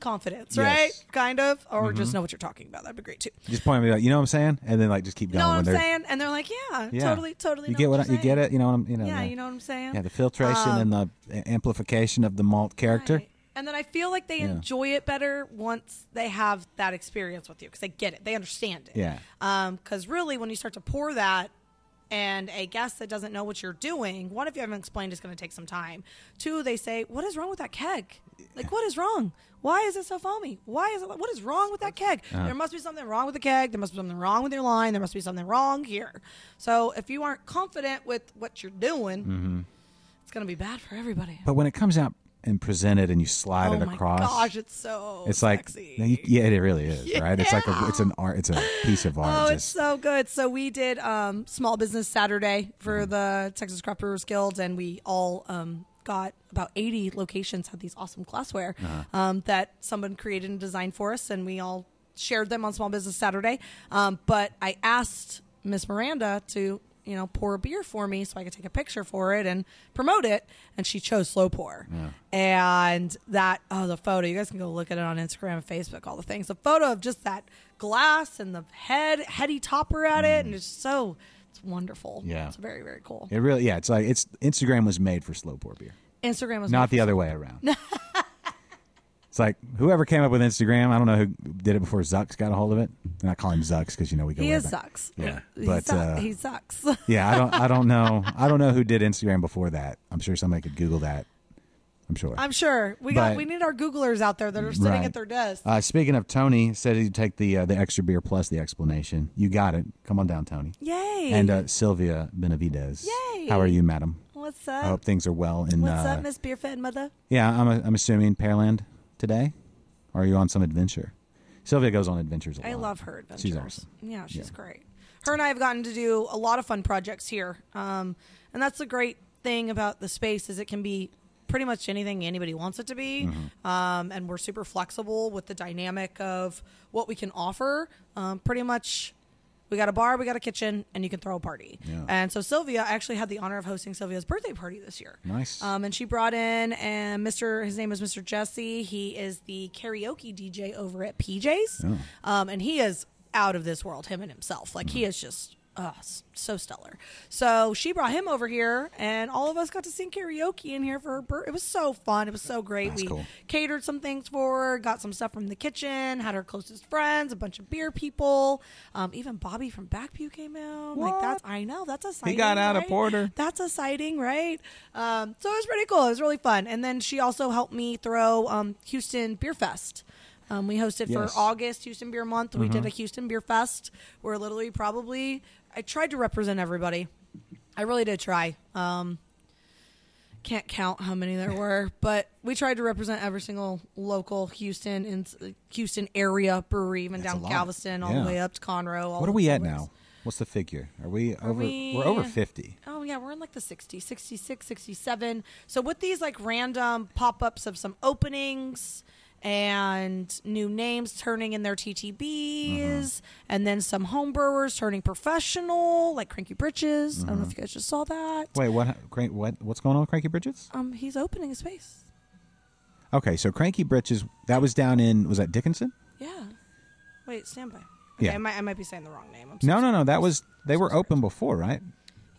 S2: Yes.
S3: confidence,
S2: Mm-hmm.
S3: right? Kind of. Or just know what you're talking about. That'd be great too.
S2: Just point at me like, you know what I'm saying? And then like just keep
S3: You
S2: going.
S3: know what I'm
S2: when they're-
S3: saying? And they're like, yeah,
S2: Yeah.
S3: totally, totally.
S2: You
S3: know
S2: get
S3: what
S2: what I,
S3: you're
S2: you get
S3: saying.
S2: it? You know what I'm you know.
S3: Yeah,
S2: the-
S3: you know what I'm saying? Um,
S2: Yeah, the filtration and the uh, amplification of the malt character.
S3: Right. And then I feel like they
S2: Yeah.
S3: enjoy it better once they have that experience with you because they get it, they understand it.
S2: Yeah.
S3: Because really, when you start to pour that, and a guest that doesn't know what you're doing, one, if you haven't explained, it's going to take some time. Two, they say, "What is wrong with that keg? Like, what is wrong? Why is it so foamy? Why is it? What is wrong with that keg?
S2: Uh-huh.
S3: There must be something wrong with the keg. There must be something wrong with your line. There must be something wrong here. So if you aren't confident with what you're doing,
S2: Mm-hmm.
S3: it's going to be bad for everybody.
S2: But when it comes out and presented and you slide
S3: Oh
S2: it
S3: my
S2: across.
S3: gosh, it's so
S2: it's like
S3: sexy.
S2: no, you- yeah, it really is, right? It's like a, it's an art, it's a piece of art.
S3: Oh, it's
S2: just-
S3: so good. So we did um, Small Business Saturday for
S2: Mm-hmm.
S3: the Texas Craft Brewers Guild, and we all um, got about 80 locations had these awesome glassware
S2: Uh-huh.
S3: um, that someone created and designed for us, and we all shared them on Small Business Saturday. Um, but I asked Miss Miranda to. You know, pour a beer for me so I could take a picture for it and promote it. And she chose slow pour, and that oh the photo you guys can go look at it on Instagram and Facebook, all the things. The photo of just that glass and the head heady topper at it, and it's so it's wonderful.
S2: Yeah.
S3: it's very very cool.
S2: it really, yeah, it's like it's Instagram was made for slow pour beer,
S3: Instagram was
S2: not the other way around. it's like whoever came up with Instagram, I don't know who did it before Zucks got a hold of it. And I call him Zucks because you know we go.
S3: he
S2: way
S3: is
S2: back.
S3: sucks.
S2: Yeah,
S3: he,
S2: but,
S3: suck-
S2: uh,
S3: he sucks.
S2: Yeah, I don't, I don't know, I don't know who did Instagram before that. I'm sure somebody could Google that. I'm sure.
S3: I'm sure we got
S2: but-
S3: we need our Googlers out there that are sitting
S2: Right.
S3: at their desk.
S2: Uh, speaking of Tony, said he'd take the uh, the extra beer plus the explanation. You got it. Come on down, Tony.
S3: Yay!
S2: And uh, Sylvia Benavides.
S3: Yay.
S2: How are you, madam?
S3: what's
S2: I hope
S3: up?
S2: things are well. In
S3: What's
S2: uh,
S3: up, Miss Beerfed Mother?
S2: yeah, I'm I'm assuming Pearland today. Or are you on some adventure? Sylvia goes on adventures. a
S3: I
S2: lot.
S3: love her adventures.
S2: She's awesome.
S3: Yeah, she's great. Her and I have gotten to do a lot of fun projects here, um, and that's the great thing about the space is it can be pretty much anything anybody wants it to be,
S2: Mm-hmm.
S3: um, and we're super flexible with the dynamic of what we can offer. Um, pretty much. We got a bar, we got a kitchen, and you can throw a party.
S2: Yeah.
S3: And so Sylvia I actually had the honor of hosting Sylvia's birthday party this year.
S2: Nice.
S3: Um, and she brought in and Mr. His name is Mr. Jesse. He is the karaoke DJ over at PJ's.
S2: Oh.
S3: Um, and he is out of this world, him and himself. Like
S2: Mm-hmm.
S3: he is just uh, s- so stellar. So she brought him over here, and all of us got to sing karaoke in here for her. Bir- it was so fun. It was so great.
S2: That's
S3: we
S2: cool.
S3: catered some things for her, got some stuff from the kitchen, had her closest friends, a bunch of beer people. Um, even Bobby from Backpew came out. Like
S2: What?
S3: that's I know that's a sighting.
S2: got out a
S3: right?
S2: porter.
S3: That's a sighting, right? Um, so it was pretty cool. It was really fun. And then she also helped me throw um, Houston Beer Fest. Um, we hosted
S2: Yes. Mm-hmm.
S3: for August Houston Beer Month. We did a Houston Beer Fest where literally probably I tried to represent everybody. I really did try. Um, can't count how many there were, but we tried to represent every single local Houston and Houston area brewery, even
S2: That's a
S3: down
S2: lot.
S3: Galveston, all
S2: Yeah.
S3: the way up to Conroe. all
S2: What are
S3: the
S2: we at
S3: ways.
S2: now? What's the figure? Are we over?
S3: we-
S2: are over fifty.
S3: Oh yeah, we're in like the 60, 66, 67. So with these like random pop-ups of some openings and new names turning in their TTBs,
S2: Uh-huh.
S3: and then some home brewers turning professional, like Cranky Britches. I don't know if you guys just saw that.
S2: Mm-hmm. Wait, what? Crank, what? What's going on with Cranky Bridges?
S3: Um, he's opening a space.
S2: Okay, so Cranky Britches. That was down in. Was that Dickinson?
S3: Yeah. Wait, stand by. Okay,
S2: Yeah.
S3: I might I might be saying the wrong name. I'm so
S2: No, no,
S3: sorry.
S2: no. That was. They were open before, right?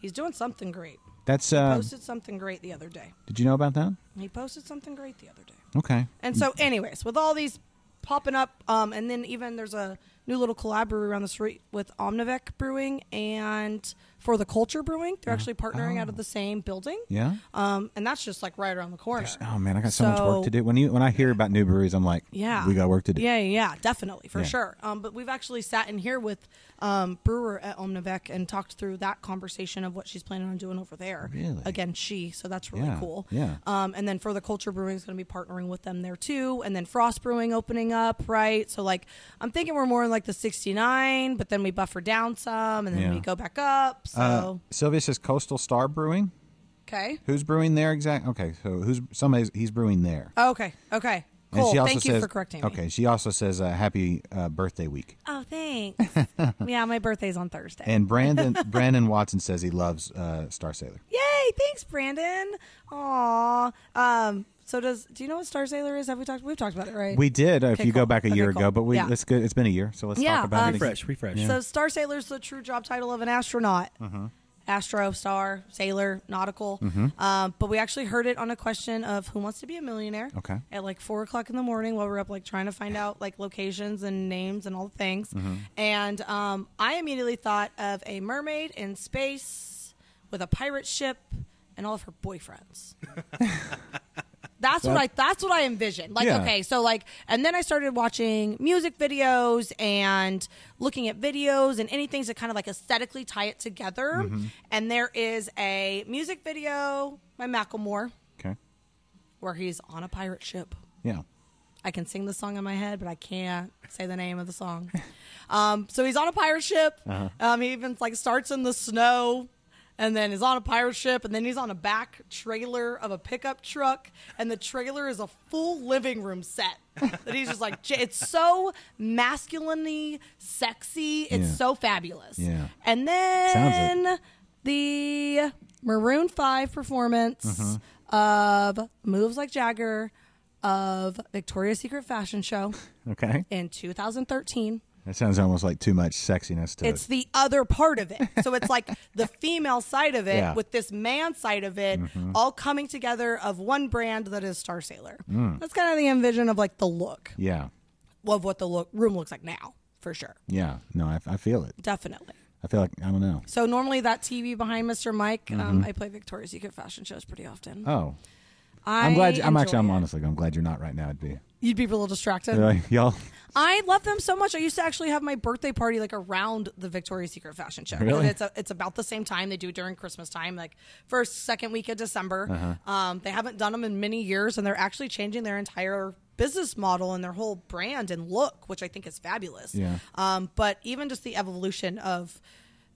S3: He's doing something great.
S2: That's. Uh,
S3: Posted something great the other day.
S2: did you know about that?
S3: He posted something great the other day.
S2: Okay.
S3: And so, anyways, with all these popping up, um, and then even there's a new little collab brewery around the street with Omnivec Brewing and For the Culture Brewing. They're actually partnering out of the same building.
S2: Uh, oh. Yeah.
S3: Um, and that's just like right around the corner.
S2: Oh man, I got so, much work to
S3: So-
S2: do. When you when I hear about new breweries, I'm like,
S3: Yeah.
S2: we got work to do.
S3: Yeah, yeah, yeah, definitely, for
S2: Yeah.
S3: sure. Um, but we've actually sat in here with um, Brewer at Omnivec and talked through that conversation of what she's planning on doing over there.
S2: Really?
S3: Again, she, so that's really
S2: Yeah,
S3: cool.
S2: yeah.
S3: Um, and then For the Culture Brewing is going to be partnering with them there too. And then Frost Brewing opening up, right? So, like, I'm thinking we're more in like the 69, but then we buffer down some and then
S2: Yeah.
S3: we go back up. So,
S2: Uh, Sylvia says Coastal Star Brewing.
S3: okay.
S2: Who's brewing there exactly? Okay, so who's somebody's he's brewing there.
S3: Okay. Okay. Oh, Cool.
S2: also
S3: Thank you
S2: says,
S3: for correcting me.
S2: Okay, she also says uh, happy uh, birthday week.
S3: Oh, thanks. yeah, my birthday's on Thursday.
S2: And Brandon Brandon Watson says he loves uh, Star Sailor.
S3: Yay! Thanks, Brandon. Aw. Um. So does do you know what Star Sailor is? Have we talked? We've talked about it, right?
S2: We did uh, if
S3: Okay,
S2: you go
S3: cool.
S2: back a
S3: Okay,
S2: year
S3: cool.
S2: ago, but we
S3: Yeah.
S2: it's good. It's been a year, so let's
S3: Yeah,
S2: talk about
S3: uh,
S2: it.
S4: Refresh, refresh.
S3: So Star Sailor's the true job title of an astronaut.
S2: Mm-hmm.
S3: Astro, star, sailor, nautical. Um, but we actually heard it on a question of Who Wants to Be a Millionaire?
S2: Okay.
S3: At like four o'clock in the morning while we're up, like trying to find out like locations and names and all the things.
S2: Mm-hmm.
S3: And um, I immediately thought of a mermaid in space with a pirate ship and all of her boyfriends. That's what I. That's what I envisioned. Like,
S2: Yeah.
S3: okay, so like, and then I started watching music videos and looking at videos and anything to kind of like aesthetically tie it together. And there is a music video by Macklemore
S2: Okay.
S3: where he's on a pirate ship.
S2: Yeah.
S3: I can sing the song in my head, but I can't say the name of the song. Um, so he's on a pirate ship.
S2: Uh-huh.
S3: Um, he even like starts in the snow, and then is on a pirate ship, and then he's on a back trailer of a pickup truck, and the trailer is a full living room set. that he's just like, j- it's so masculinely sexy. It's
S2: Yeah.
S3: so fabulous.
S2: Yeah.
S3: And then the Maroon Five performance of "Moves Like Jagger" of Victoria's Secret fashion show
S2: Okay.
S3: in 2013.
S2: That sounds almost like too much sexiness to
S3: It's
S2: it.
S3: the other part of it. So it's like the female side of it
S2: Yeah.
S3: with this man side of it all coming together of one brand that is Star Sailor. That's kind of the envision of like the look
S2: Yeah.
S3: of what the look room looks like now, for sure.
S2: Yeah. No, I, I feel it.
S3: Definitely.
S2: I feel like I don't know.
S3: So normally that TV behind Mr. Mike, um, I play Victoria's Secret fashion shows pretty often.
S2: Oh,
S3: I
S2: I'm glad. I'm actually.
S3: enjoy
S2: I'm
S3: it.
S2: honestly. I'm glad you're not right now. It'd be
S3: You'd be a little distracted.
S2: They're like, y'all.
S3: I love them so much. I used to actually have my birthday party like around the Victoria's Secret fashion show. 'Cause
S2: Really?
S3: It's a, it's about the same time they do it during Christmas time, like first second week of December.
S2: Uh-huh.
S3: Um, they haven't done them in many years, and they're actually changing their entire business model and their whole brand and look, which I think is fabulous.
S2: Yeah.
S3: Um, but even just the evolution of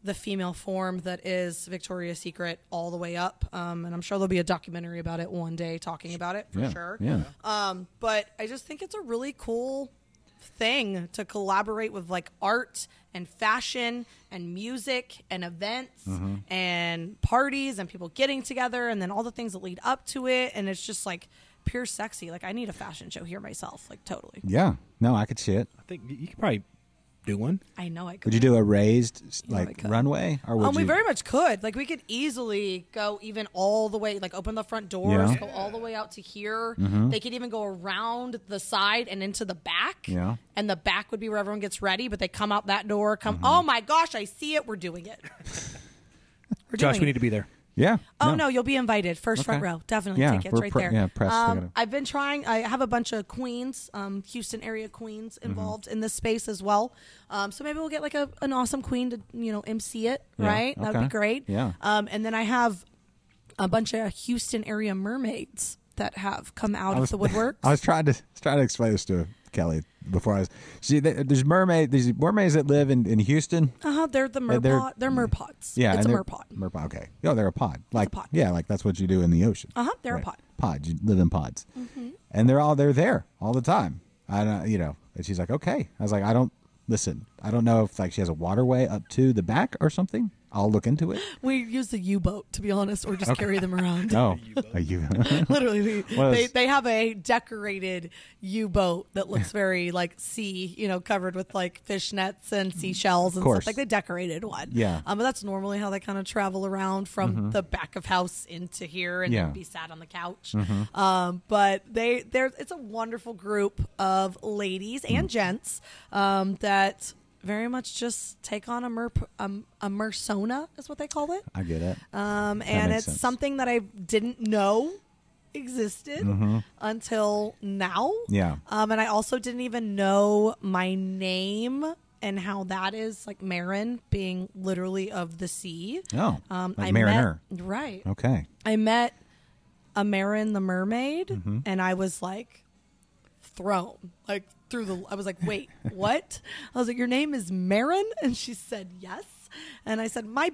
S3: the female form that is Victoria's Secret all the way up, um, and I'm sure there'll be a documentary about it one day talking about it for
S2: yeah,
S3: sure.
S2: Yeah.
S3: Um, but I just think it's a really cool thing to collaborate with like art and fashion and music and events
S2: Mm-hmm.
S3: and parties and people getting together and then all the things that lead up to it. And it's just like pure sexy. Like I need a fashion show here myself. Like totally.
S2: Yeah. No, I could see it.
S4: I think you- you could probably do one.
S3: I know I could.
S2: Would you do a raised s-
S3: know I
S2: like
S3: could.
S2: runway, or would
S3: um,
S2: you?
S3: we very much could. Like, we could easily go even all the way, like, open the front doors,
S2: Yeah. Mm-hmm.
S3: go all the way out to here. They could even go around the side and into the back.
S2: Yeah.
S3: And the back would be where everyone gets ready, but they come out that door, come,
S2: Mm-hmm.
S3: oh my gosh, I see it. We're doing it. We're
S4: Josh,
S3: doing it.
S4: we need to be there.
S2: yeah.
S3: Oh no, you'll be invited. First front
S2: Okay.
S3: row, definitely
S2: Yeah,
S3: tickets
S2: we're
S3: right
S2: pre-
S3: there.
S2: yeah, press, they gotta-
S3: um, I've been trying. I have a bunch of Queens, um, Houston area Queens
S2: Mm-hmm.
S3: involved in this space as well. Um, so maybe we'll get like a, an awesome Queen to you know MC it.
S2: Yeah,
S3: Right, that would
S2: okay.
S3: be great.
S2: Yeah.
S3: Um, and then I have a bunch of Houston area mermaids that have come out
S2: I was,
S3: of the woodworks.
S2: I was trying to trying to explain this to Kelly before I was. See, th- there's mermaid. These mermaids that live in, in Houston.
S3: uh-huh, they're the
S2: Uh,
S3: merpod.
S2: they're-
S3: They're, merpods.
S2: Yeah, and
S3: it's a
S2: they're-
S3: merpod.
S2: Merpod. Okay. Oh, they're a pod. Like
S3: pod.
S2: yeah, like that's what you do in the ocean.
S3: Uh huh. They're
S2: Right.
S3: a pod. Mm-hmm.
S2: pods. You live in pods, and they're all they're there all the time. I don't, you know. And she's like, okay. I was like, I don't listen. I don't know if like she has a waterway up to the back or something. I'll look into it.
S3: We use the U boat, to be honest, or just carry them around.
S2: Oh, are you?
S3: Literally, we,
S2: What
S3: they,
S2: is-
S3: they have a decorated U boat that looks very like sea, you know, covered with like fish nets and seashells and
S2: course.
S3: stuff. Like the decorated one.
S2: Yeah. Mm-hmm.
S3: Um, but that's normally how they kind of travel around from the back of house into here and
S2: Yeah. Mm-hmm.
S3: be sat on the couch. Um, but they there it's a wonderful group of ladies
S2: Mm.
S3: and gents um, that very much just take on a mer um, a mersona is what they call it.
S2: I get it.
S3: Um, and
S2: makes
S3: it's
S2: sense.
S3: something that I didn't know existed until now.
S2: Mm-hmm. Yeah.
S3: Um, and I also didn't even know my name and how that is like Marin being literally of the sea.
S2: Oh,
S3: Um,
S2: like
S3: I
S2: mariner.
S3: Met, right.
S2: Okay.
S3: I met a Marin the mermaid and I was like thrown like through the I was like, "Wait, what?" I was like, "Your name is Marin?" And she said, "Yes." And I said, "My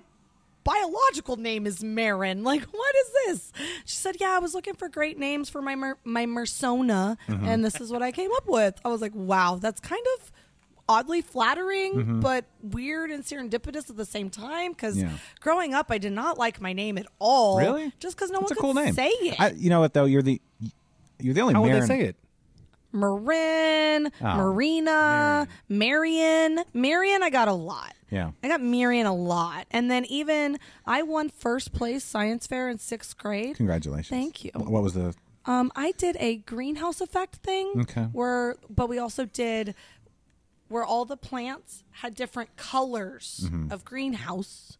S3: biological name is Marin. Like, what is this?" She said, "Yeah, I was looking for great names for my mer- my Mersona and this is what I came up with." I was like, "Wow, that's kind of oddly flattering but weird and serendipitous at the same time cuz
S2: Yeah.
S3: growing up I did not like my name at all
S2: Really?
S3: just cuz no
S2: It's a
S3: one could
S2: cool name.
S3: say it
S2: I, you know what though? You're the you're the only.
S4: How would
S2: Marin.
S4: they say it?
S3: Marin,
S2: Oh.
S3: Marina, Marion. Marion, I got a lot.
S2: Yeah.
S3: I got Marion a lot. And then even I won first place science fair in sixth grade.
S2: Congratulations.
S3: Thank you.
S2: Wh- What was the?
S3: Um, I did a greenhouse effect thing
S2: Okay.
S3: where, but we also did where all the plants had different colors
S2: Mm-hmm.
S3: of greenhouse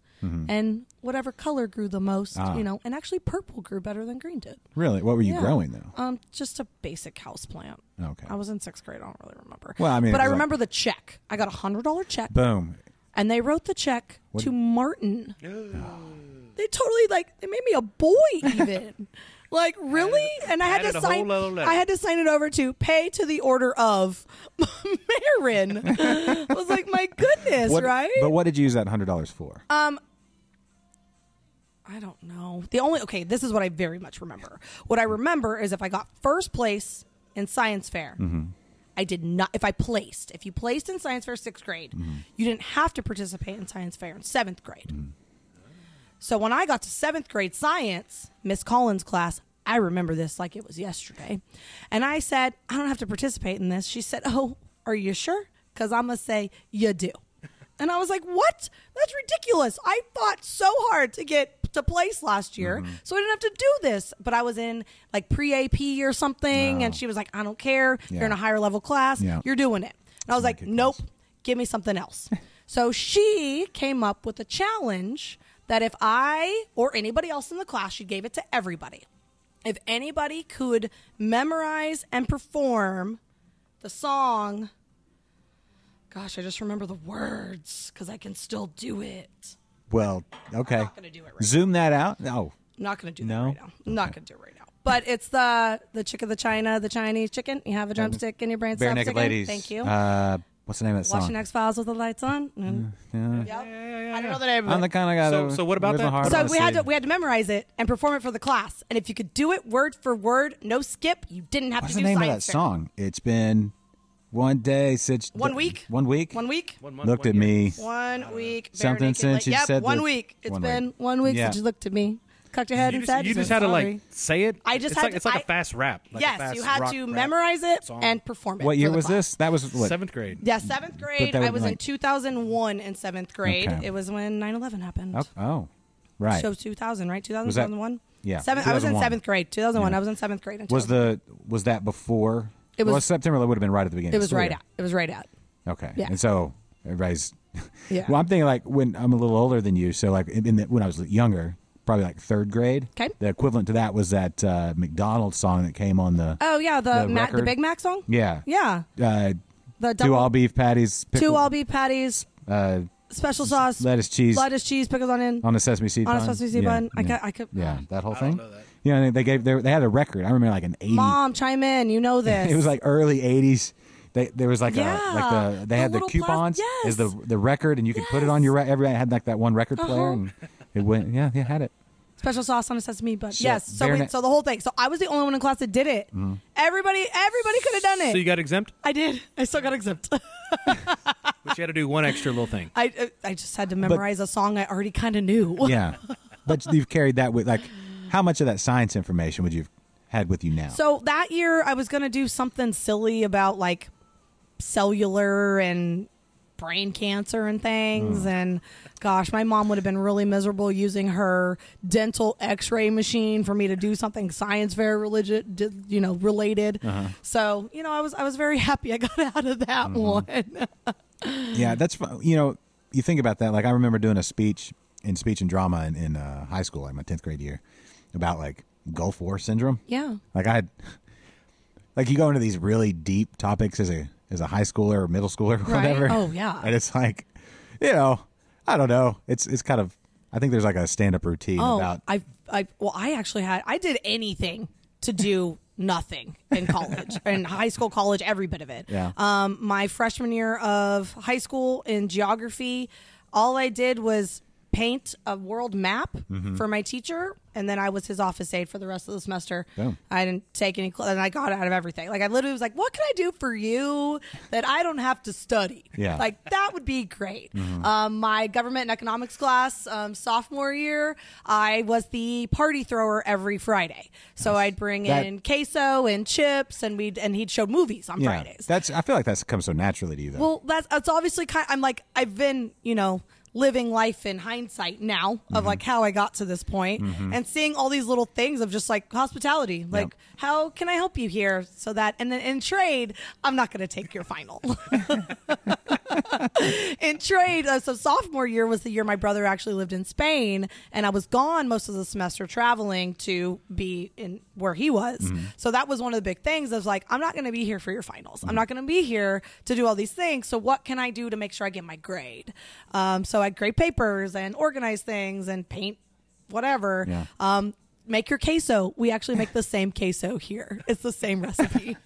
S3: and whatever color grew the most,
S2: Ah.
S3: you know, and actually purple grew better than green did.
S2: Really? What were you
S3: Yeah.
S2: growing though?
S3: Um, just a basic house plant.
S2: Okay.
S3: I was in sixth grade. I don't really remember.
S2: Well, I mean,
S3: but
S2: it
S3: I
S2: was like-
S3: remember the check. I got a hundred dollar check,
S2: Boom.
S3: and they wrote the check to Martin. They totally like they made me a boy even. like really, and I had
S4: added
S3: to
S4: a whole
S3: sign.
S4: other letter.
S3: I had to sign it over to pay to the order of Marin. I was like, my goodness,
S2: What-
S3: right?
S2: But what did you use that hundred dollars for?
S3: I don't know. The only okay, this is what I very much remember. What I remember is if I got first place in science fair,
S2: Mm-hmm.
S3: I did not. If I placed, if you placed in science fair sixth grade, you didn't have to participate in science fair in seventh grade. So when I got to seventh grade science, Miss Collins' class, I remember this like it was yesterday. And I said, I don't have to participate in this. She said, Oh, are you sure? Because I'm going to say, You do. And I was like, What? That's ridiculous. I fought so hard to get to place last year. So I didn't have to do this. But I was in like pre AP or something. And she was like, I don't care. You're in a
S2: Yeah.
S3: higher level class.
S2: Yeah.
S3: You're doing it. And I was like,
S2: it
S3: Nope give me something else. so she came up with a challenge that if I or anybody else in the class, she gave it to everybody. If anybody could memorize and perform the song, gosh, I just remember the words because I can still do it.
S2: Well, okay.
S3: not gonna do it right
S2: Zoom that out. Oh, No.
S3: I'm not going to do
S2: No?
S3: that right now. I'm not going to do it right now. But it's the the chick of the China, the Chinese chicken. You have a drumstick in your brain.
S2: Bare
S3: stop
S2: naked
S3: sticking.
S2: ladies.
S3: Thank you.
S2: Uh, what's the name of that
S3: Watching
S2: song?
S3: X Files with the lights on. Mm. Yep. I don't know the name of it.
S2: I'm the kind of guy.
S4: So-
S2: that,
S4: so what about
S2: with a
S4: that?
S2: heart
S4: What
S3: So
S2: on
S4: about
S2: a
S3: we had to
S2: sleeve.
S3: we had to memorize it and perform it for the class. And if you could do it word for word, no skip, you didn't have
S2: What's
S3: to
S2: the
S3: do
S2: name of that
S3: science fair.
S2: song? It's been one day since
S3: One week?
S2: One week.
S3: One week.
S4: One Uh, month,
S2: Looked
S4: one
S2: at
S4: year.
S2: me.
S3: One week. bare
S2: Something
S3: naked,
S2: since
S3: like-
S2: you
S3: yep,
S2: said
S3: One
S2: the-
S3: week. It's
S2: one week.
S3: been one week
S2: Yeah.
S3: since you looked at me, cocked your head,
S4: You
S3: and
S4: just,
S3: said,
S4: you just had to
S3: sorry.
S4: like say it.
S3: I just
S4: it's
S3: had
S4: like,
S3: to-
S4: it's like a
S3: I-
S4: fast rap. Like a
S3: yes,
S4: fast
S3: you had
S4: rock
S3: to
S4: rap
S3: memorize it
S4: song.
S3: and perform it.
S2: What
S3: for
S2: year
S3: the
S2: was
S3: class.
S2: this? That was what?
S4: Seventh grade.
S3: Yeah, seventh grade.
S2: that
S3: I
S2: would've
S3: was
S2: been
S3: in
S2: like-
S3: 2001 in seventh grade.
S2: Okay.
S3: It was when 9/11 happened.
S2: Oh, oh, right.
S3: So 2000, right? 2000,
S2: Was that-
S3: 2001?
S2: yeah,
S3: Seventh- I was in
S2: 2001.
S3: seventh grade. 2001.
S2: Yeah.
S3: I was in seventh grade. in
S2: was
S3: 2000.
S2: the was that before?
S3: It
S2: well,
S3: was-
S2: September. That would have been right at the beginning.
S3: It
S2: of
S3: was
S2: school
S3: right
S2: year.
S3: at. It was right at.
S2: Okay.
S3: Yeah.
S2: And so everybody's.
S3: Yeah.
S2: Well, I'm thinking like when I'm a little older than you, so like in the, when I was younger, probably like third grade.
S3: 'Kay.
S2: The equivalent to that was that uh, McDonald's song that came on the.
S3: Oh yeah, the
S2: The
S3: Mac, the
S2: record?
S3: Big Mac song.
S2: Yeah.
S3: Yeah,
S2: Uh,
S3: the
S2: two
S3: double-
S2: all beef patties.
S3: two
S2: pickle-
S3: all beef patties,
S2: Uh,
S3: special sauce,
S2: lettuce cheese
S3: lettuce cheese, pickles on in.
S2: on a sesame seed.
S3: On a
S2: bun.
S3: sesame seed
S2: yeah,
S3: bun. I
S2: yeah,
S3: ca- I could-
S2: Yeah, that whole
S4: I
S2: thing.
S4: don't know that.
S2: Yeah, and they gave they, they had a record. I remember like an eighty.
S3: Mom, chime in. You know this.
S2: It was like early '80s. They, there was like
S3: Yeah,
S2: a like the they
S3: the
S2: had the
S3: little plas-
S2: coupons as the
S3: yes.
S2: the record, and you could put it on
S3: Yes.
S2: your re- every. I had like that one record player,
S3: Uh-huh.
S2: and it went. Yeah, yeah, had it. It's
S3: special sauce on a sesame bun.
S2: So, Mm-hmm.
S3: yes. So
S2: very
S3: we,
S2: ni-
S3: so the whole thing. So I was the only one in class that did it. Everybody everybody could have done it.
S4: So you got exempt,
S3: I did. I still got exempt.
S4: but you had to do one extra little thing.
S3: I I just had to memorize a song I already kind of knew.
S2: yeah, but you've carried that with like, how much of that science information would you have had with you now?
S3: So that year I was going to do something silly about like cellular and brain cancer and things and gosh my mom would have been really miserable using her dental x-ray machine for me to do something science fair religious you know related so you know i was i was very happy i got out of that one Mm-hmm.
S2: yeah, that's fu- you know, you think about that. Like I remember doing a speech in speech and drama in, in uh, high school, like my tenth grade year, about like Gulf War syndrome.
S3: yeah
S2: Like I had, like you go into these really deep topics as a as a high schooler or middle schooler or
S3: Right.
S2: whatever.
S3: Oh, yeah.
S2: and it's like, you know, I don't know. It's it's kind of. I think there's like a stand up routine
S3: Oh,
S2: about.
S3: I, I, well, I actually had, I did anything to do nothing in college, in high school, college, every bit of it.
S2: Yeah.
S3: Um, my freshman year of high school in geography, all I did was paint a world map
S2: Mm-hmm.
S3: for my teacher, and then I was his office aide for the rest of the semester.
S2: Boom.
S3: I didn't take any, cl- and I got out of everything. Like I literally was like, "What can I do for you that I don't have to study?"
S2: Yeah.
S3: Like that would be great.
S2: Mm-hmm.
S3: Um, my government and economics class um, sophomore year, I was the party thrower every Friday. So I'd bring
S2: That-
S3: in queso and chips, and we'd and he'd show movies on
S2: yeah,
S3: Fridays.
S2: that's. I feel like that's come so naturally to you, though.
S3: Well, that's that's obviously kind. I'm like I've been, you know, living life in hindsight now
S2: Mm-hmm.
S3: of like how I got to this point and seeing all these little things of just like hospitality, like how can I help you here so that and then in trade, I'm not going to take your final. in trade, uh, so sophomore year was the year my brother actually lived in Spain, and I was gone most of the semester traveling to be in where he was. So that was one of the big things. I was like, I'm not going to be here for your finals. I'm not going to be here to do all these things. So what can I do to make sure I get my grade? Um, so I grade papers and organize things and paint whatever.
S2: Yeah.
S3: Um, make your queso. We actually make the same queso here. It's the same recipe.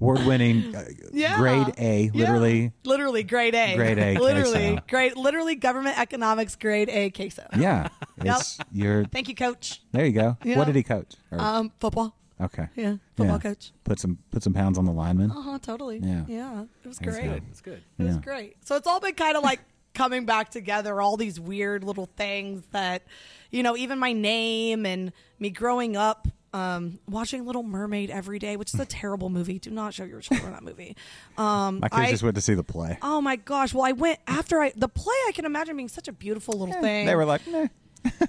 S2: Award winning, uh,
S3: Yeah.
S2: grade A, literally.
S3: Yeah. Literally grade A.
S2: Grade A
S3: Literally
S2: queso.
S3: grade literally government economics grade A queso.
S2: Yeah. It's your
S3: Thank you, coach.
S2: there you go.
S3: Yeah.
S2: What did he coach? Or-
S3: Um football.
S2: okay.
S3: yeah, football coach.
S2: Put some put some pounds on the lineman.
S3: Uh huh, totally.
S2: Yeah.
S3: It
S2: That's
S3: was great.
S2: good.
S4: That's good.
S3: It was
S2: Yeah.
S3: great. So it's all been kind of like coming back together, all these weird little things that, you know, even my name and me growing up, um, watching Little Mermaid every day, which is a terrible movie. Do not show your children that movie. Um,
S2: My kids
S3: I-
S2: just went to see the play.
S3: Oh my gosh! Well, I went after I the play. I can imagine being such a beautiful little thing.
S2: They were like, "Nah."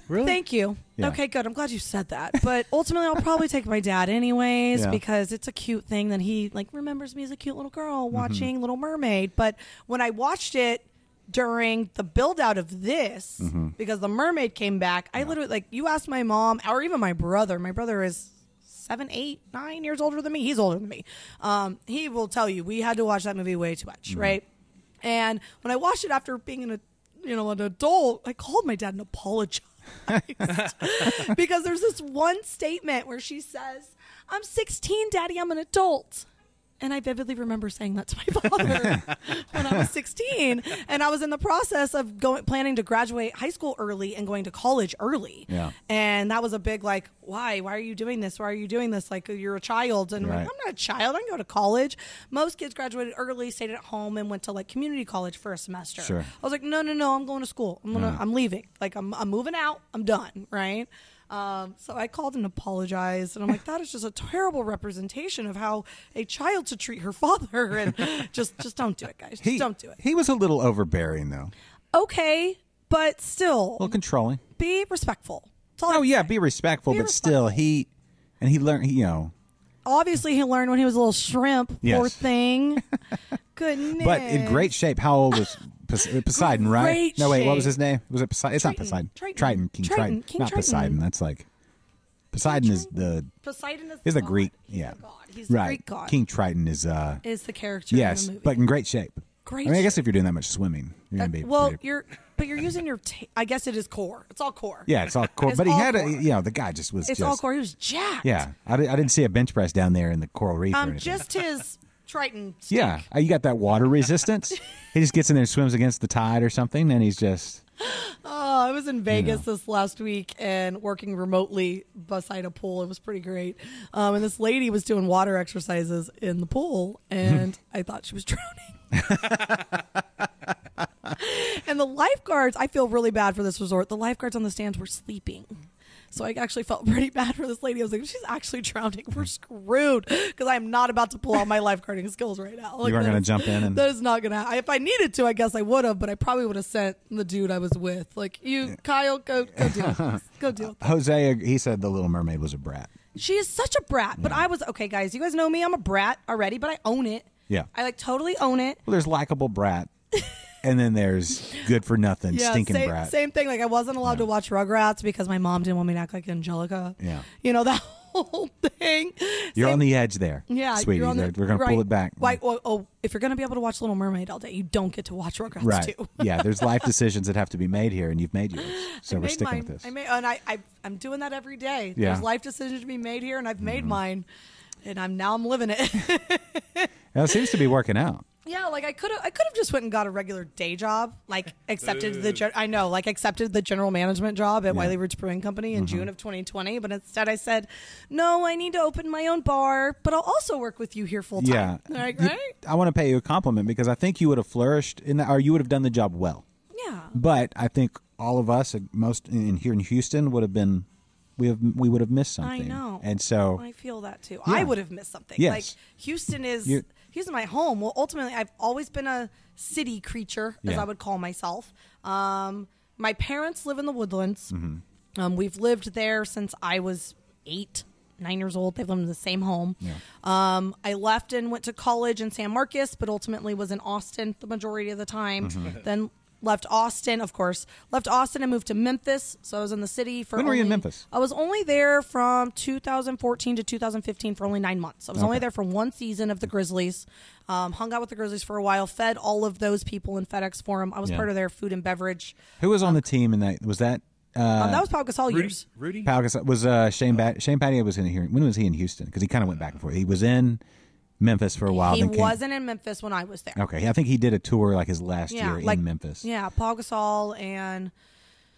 S4: Really?
S3: Thank you.
S2: Yeah.
S3: Okay, good. I'm glad you said that. But ultimately, I'll probably take my dad anyways
S2: Yeah.
S3: because it's a cute thing that he like remembers me as a cute little girl
S2: Mm-hmm.
S3: watching Little Mermaid. But when I watched it during the build out of this,
S2: Mm-hmm.
S3: because the mermaid came back, I literally like you asked my mom or even my brother. My brother is seven, eight, nine years older than me. He's older than me. Um, he will tell you we had to watch that movie way too much,
S2: Mm-hmm.
S3: right? And when I watched it after being an, a- you know, an adult, I called my dad and apologized because there's this one statement where she says, "I'm 16, Daddy. I'm an adult." And I vividly remember saying that to my father when I was 16, and I was in the process of going planning to graduate high school early and going to college early.
S2: Yeah.
S3: And that was a big like, why? Why are you doing this? Why are you doing this? Like you're a child, and I'm
S2: Right.
S3: like, I'm not a child. I can go to college. Most kids graduated early, stayed at home, and went to like community college for a semester.
S2: Sure. Mm.
S3: I was like, no, no, no. I'm going to school. I'm gonna. I'm leaving. Like I'm. I'm moving out. I'm done. Right. Um, so I called and apologized, and I'm like, that is just a terrible representation of how a child should treat her father, and just just don't do it, guys. Just
S2: He
S3: don't do it.
S2: He was a little overbearing though.
S3: Okay, but still,
S2: A little controlling.
S3: be respectful. That's all I
S2: Oh
S3: can
S2: yeah,
S3: say.
S2: be respectful,
S3: Be
S2: but still he and he learned he, you know
S3: obviously he learned when he was a little shrimp.
S2: Yes.
S3: Poor thing. Goodness.
S2: but in great shape. How old was Pos- uh, Poseidon, right?
S3: Great
S2: no wait, what was
S3: shape.
S2: his name? Was it Poseidon? It's
S3: Triton.
S2: not Poseidon.
S3: Triton.
S2: Triton, King
S3: Triton.
S2: Triton.
S3: King
S2: not
S3: Triton.
S2: Poseidon, that's like Poseidon is the
S3: Poseidon is,
S2: is the
S3: god.
S2: Greek,
S3: He's
S2: yeah.
S3: the Oh god. He's the
S2: right.
S3: Greek god.
S2: King Triton is uh
S3: is the character.
S2: yes,
S3: in the movie.
S2: but in great shape.
S3: Great
S2: I mean, I guess
S3: shape.
S2: if you're doing that much swimming, you're
S3: Uh,
S2: gonna be
S3: well,
S2: pretty-
S3: you're but you're using your. ta I guess it is core. It's all core.
S2: yeah, it's all core.
S3: It's
S2: but he
S3: all
S2: had a,
S3: core.
S2: you know, the guy just was
S3: It's
S2: just
S3: all core. He was jacked.
S2: Yeah, I, di- I didn't see a bench press down there in the coral reef. or
S3: Um,
S2: anything.
S3: just his Triton. stick.
S2: yeah, Uh, you got that water resistance. he just gets in there, and swims against the tide or something, and he's just
S3: Oh, I was in Vegas this last week and working remotely beside a pool. It was pretty great. Um, and this lady was doing water exercises in the pool, and I thought she was drowning. and the lifeguards, I feel really bad for this resort. The lifeguards on the stands were sleeping. So I actually felt pretty bad for this lady. I was like, she's actually drowning. We're screwed because I'm not about to pull out my lifeguarding skills right now. Like,
S2: You weren't
S3: that
S2: gonna
S3: is-
S2: jump in and-
S3: that is not gonna. ha- If I needed to, I guess I would have, but I probably would have sent the dude I was with. Like you, Kyle, go go deal, with this. go deal. with this."
S2: Jose, he said the Little Mermaid was a brat.
S3: She is such a brat, but I was okay, guys. You guys know me. I'm a brat already, but I own it.
S2: Yeah.
S3: I like totally own it.
S2: Well, there's likable brat, and then there's good for nothing stinking
S3: same,
S2: brat.
S3: Same thing. Like I wasn't allowed to watch Rugrats because my mom didn't want me to act like Angelica.
S2: Yeah.
S3: you know that whole thing.
S2: You're
S3: Same-
S2: on the edge there,
S3: Yeah,
S2: sweetie.
S3: you're on the-
S2: We're gonna
S3: right.
S2: pull it back.
S3: Why, oh, oh, if you're gonna be able to watch Little Mermaid all day, you don't get to watch Rugrats
S2: right?
S3: too.
S2: yeah, there's life decisions that have to be made here, and you've made yours, so
S3: I
S2: we're
S3: made
S2: sticking
S3: mine.
S2: with this.
S3: I made, and I, I, I'm doing that every day.
S2: Yeah. Mm-hmm.
S3: There's life decisions to be made here, and I've made mine, and I'm now I'm living it.
S2: Now, it seems to be working out.
S3: yeah, like I could have, I could have just went and got a regular day job, like accepted the, gen- I know, like accepted the general management job at Wiley Ridge Brewing Company in June of 2020, but instead I said, no, I need to open my own bar, but I'll also work with you here full
S2: Yeah,
S3: time. Like,
S2: You-
S3: right?
S2: I want to pay you a compliment because I think you would have flourished in that, or you would have done the job well.
S3: Yeah.
S2: But I think all of us, uh, most in here in Houston, would have been we have we would have missed
S3: I
S2: something.
S3: know.
S2: and so
S3: I feel that too.
S2: Yeah.
S3: I would have missed something.
S2: Yes.
S3: Like Houston is
S2: You're-
S3: Houston my home. Well, ultimately I've always been a city creature as
S2: Yeah.
S3: I would call myself. Um my parents live in the woodlands.
S2: Mm-hmm.
S3: Um we've lived there since I was 8, 9 years old. They've lived in the same home. Um I left and went to college in San Marcos, but ultimately was in Austin the majority of the time.
S2: Mm-hmm.
S3: Then Left Austin, of course. Left Austin and moved to Memphis. So I was in the city for.
S2: When were you in
S3: only-
S2: Memphis?
S3: I was only there from 2014 to 2015 for only nine months. I was only there for one season of the Grizzlies. Um, hung out with the Grizzlies for a while. Fed all of those people in FedEx Forum. I was
S2: Yeah.
S3: part of their food and beverage.
S2: who was on the team in that? Was that uh,
S3: Um, that was Pau Gasol
S4: Rudy?
S3: years.
S4: Rudy?
S2: Pau Gasol- Was uh, Shane ba- Shane Battier was in here? When was he in Houston? Because he kind of went back and forth. He was in Memphis for a while.
S3: He
S2: then came-
S3: wasn't in Memphis when I was there.
S2: Okay, I think he did a tour like his last
S3: Yeah,
S2: year
S3: like
S2: in Memphis.
S3: Yeah, Pau Gasol and uh,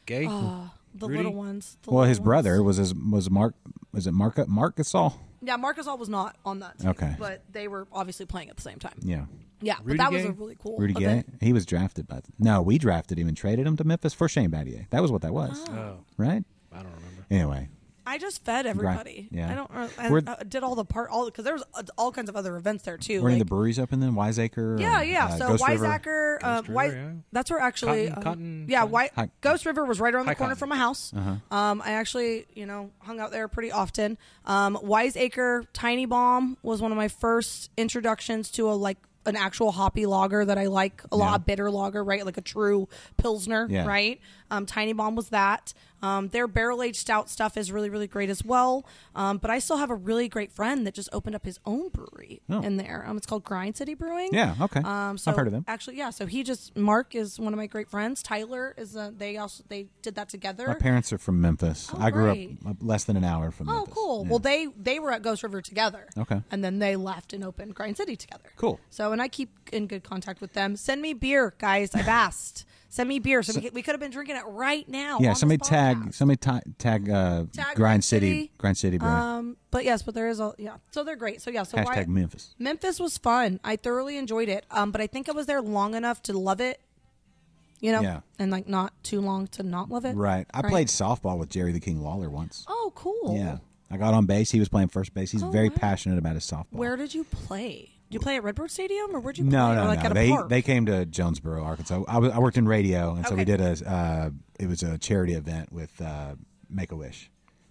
S4: Gay?
S3: the
S4: Rudy?
S3: little ones. the
S2: Well,
S3: little
S2: his
S3: ones.
S2: brother was his was Mark was it Mark Mark Gasol?
S3: Yeah, Marc Gasol was not on that. Team,
S2: Okay.
S3: but they were obviously playing at the same time.
S2: Yeah,
S3: Yeah,
S4: Rudy
S3: but that was
S4: Gay?
S3: a really cool.
S2: Rudy
S3: event.
S2: Gay. He was drafted by. no, we drafted him and traded him to Memphis for Shane Battier. That was what that was,
S3: Ah.
S4: Oh,
S2: right?
S4: I don't remember.
S2: Anyway,
S3: I just fed everybody.
S2: yeah.
S3: I don't. I,
S2: We're-
S3: I did all the part all because there was uh, all kinds of other events there too.
S2: Were any of
S3: like-
S2: the breweries open then? Wiseacre?
S3: yeah,
S2: and,
S3: yeah.
S2: uh,
S3: so
S2: Ghost River?
S3: Wiseacre, um,
S4: River,
S3: Wise,
S4: yeah.
S3: that's where actually,
S4: Cotton-
S3: um,
S4: Cotton-
S3: yeah,
S4: Cotton-
S3: White,
S2: Hi- Uh-huh.
S3: Ghost River was right around the
S4: Hi,
S3: corner
S4: Cotton.
S3: from my house. Um, I actually, you know, hung out there pretty often. Um, Wiseacre Tiny Bomb was one of my first introductions to a like an actual hoppy lager that I like a lot,
S2: Yeah.
S3: a bitter lager, right? Like a true pilsner,
S2: Yeah.
S3: right? Um, Tiny Bomb was that. Um, their barrel aged stout stuff is really, really great as well. Um, but I still have a really great friend that just opened up his own brewery
S2: Oh.
S3: in there. Um, it's called Grind City Brewing.
S2: Yeah, okay.
S3: Um,
S2: I've
S3: so
S2: heard of them.
S3: Actually, yeah. So he just Mark is one of my great friends. Tyler is uh they also they did that together.
S2: My parents are from Memphis.
S3: Oh,
S2: I grew up
S3: great.
S2: up less than an hour from
S3: oh,
S2: Memphis.
S3: cool.
S2: Yeah.
S3: Well, they they were at Ghost River together.
S2: Okay.
S3: And then they left and opened Grind City together.
S2: Cool.
S3: So and I keep in good contact with them. Send me beer, guys. I've asked. Send me beer. So, we, could- we could have been drinking it right now. on
S2: yeah,
S3: this
S2: somebody tag
S3: podcast.
S2: somebody ta- tag uh,
S3: Tag
S2: Grind City,
S3: City.
S2: Grind City Brewing.
S3: Um, but yes, but there is a yeah. So they're great. So yeah. So
S2: Hashtag
S3: why,
S2: Memphis.
S3: Memphis was fun. I thoroughly enjoyed it. Um, but I think I was there long enough to love it. You know,
S2: Yeah.
S3: and like not too long to not love it.
S2: Right. I played softball with Jerry the King Lawler once.
S3: Oh, cool.
S2: Yeah. I got on base. He was playing first base. He's
S3: Oh,
S2: very
S3: wow.
S2: passionate about his softball.
S3: Where did you play? Did you play at Redbird Stadium, or where'd you
S2: No,
S3: play?
S2: no,
S3: or like
S2: no.
S3: At a
S2: They
S3: park?
S2: they came to Jonesboro, Arkansas. I, was, I worked in radio, and so we
S3: Okay.
S2: did a uh, it was a charity event with uh, Make a Wish,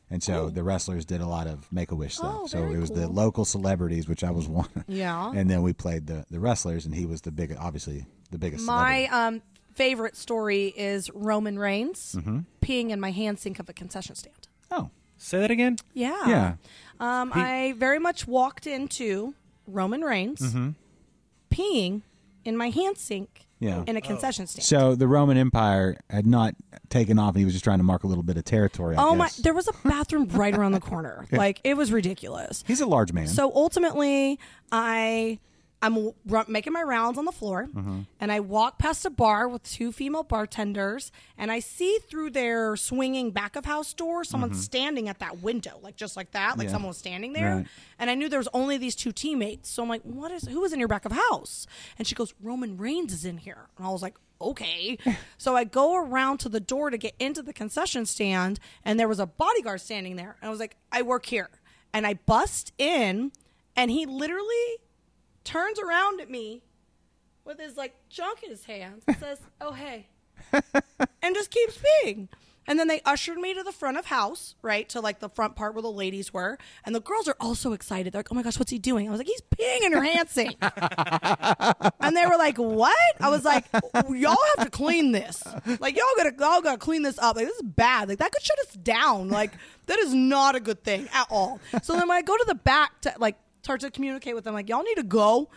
S2: and so the wrestlers did a lot of Make a Wish stuff.
S3: Oh,
S2: so
S3: very
S2: it was the
S3: cool.
S2: local celebrities, which I was one.
S3: Yeah.
S2: and then we played the the wrestlers, and he was the big, obviously the biggest.
S3: My
S2: celebrity.
S3: um, favorite story is Roman Reigns
S2: Mm-hmm.
S3: peeing in my hand sink of a concession stand.
S2: oh
S4: Say that again?
S3: Yeah.
S2: yeah,
S3: Um, I very much walked into Roman Reigns
S2: Mm-hmm.
S3: peeing in my hand sink
S2: Yeah.
S3: in a concession stand.
S2: so the Roman Empire had not taken off, and he was just trying to mark a little bit of territory. I
S3: oh
S2: guess.
S3: my! There was a bathroom right around the corner. Like it was ridiculous.
S2: He's a large man.
S3: So ultimately, I I'm w- ru- making my rounds on the floor, and I walk past a bar with two female bartenders, and I see through their swinging back of house door someone standing at that window, like just like that, like
S2: Yeah.
S3: someone was standing there.
S2: Right.
S3: And I knew there was only these two teammates, so I'm like, "What is? Who is in your back of house?" And she goes, "Roman Reigns is in here," and I was like. Okay. So I go around to the door to get into the concession stand, and there was a bodyguard standing there. And I was like, I work here. And I bust in, and he literally turns around at me with his like junk in his hand and says, "Oh hey," and just keeps peeing. And then they ushered me to the front of house, right to like the front part where the ladies were, and the girls are also excited. They're like, "Oh my gosh, what's he doing?" I was like, "He's peeing in her hand sink," and they were like, "What?" I was like, "Y'all have to clean this. Like, y'all gotta, y'all gotta clean this up. Like, this is bad. Like, that could shut us down. Like, that is not a good thing at all." So then when I go to the back to like start to communicate with them, like, "Y'all need to go."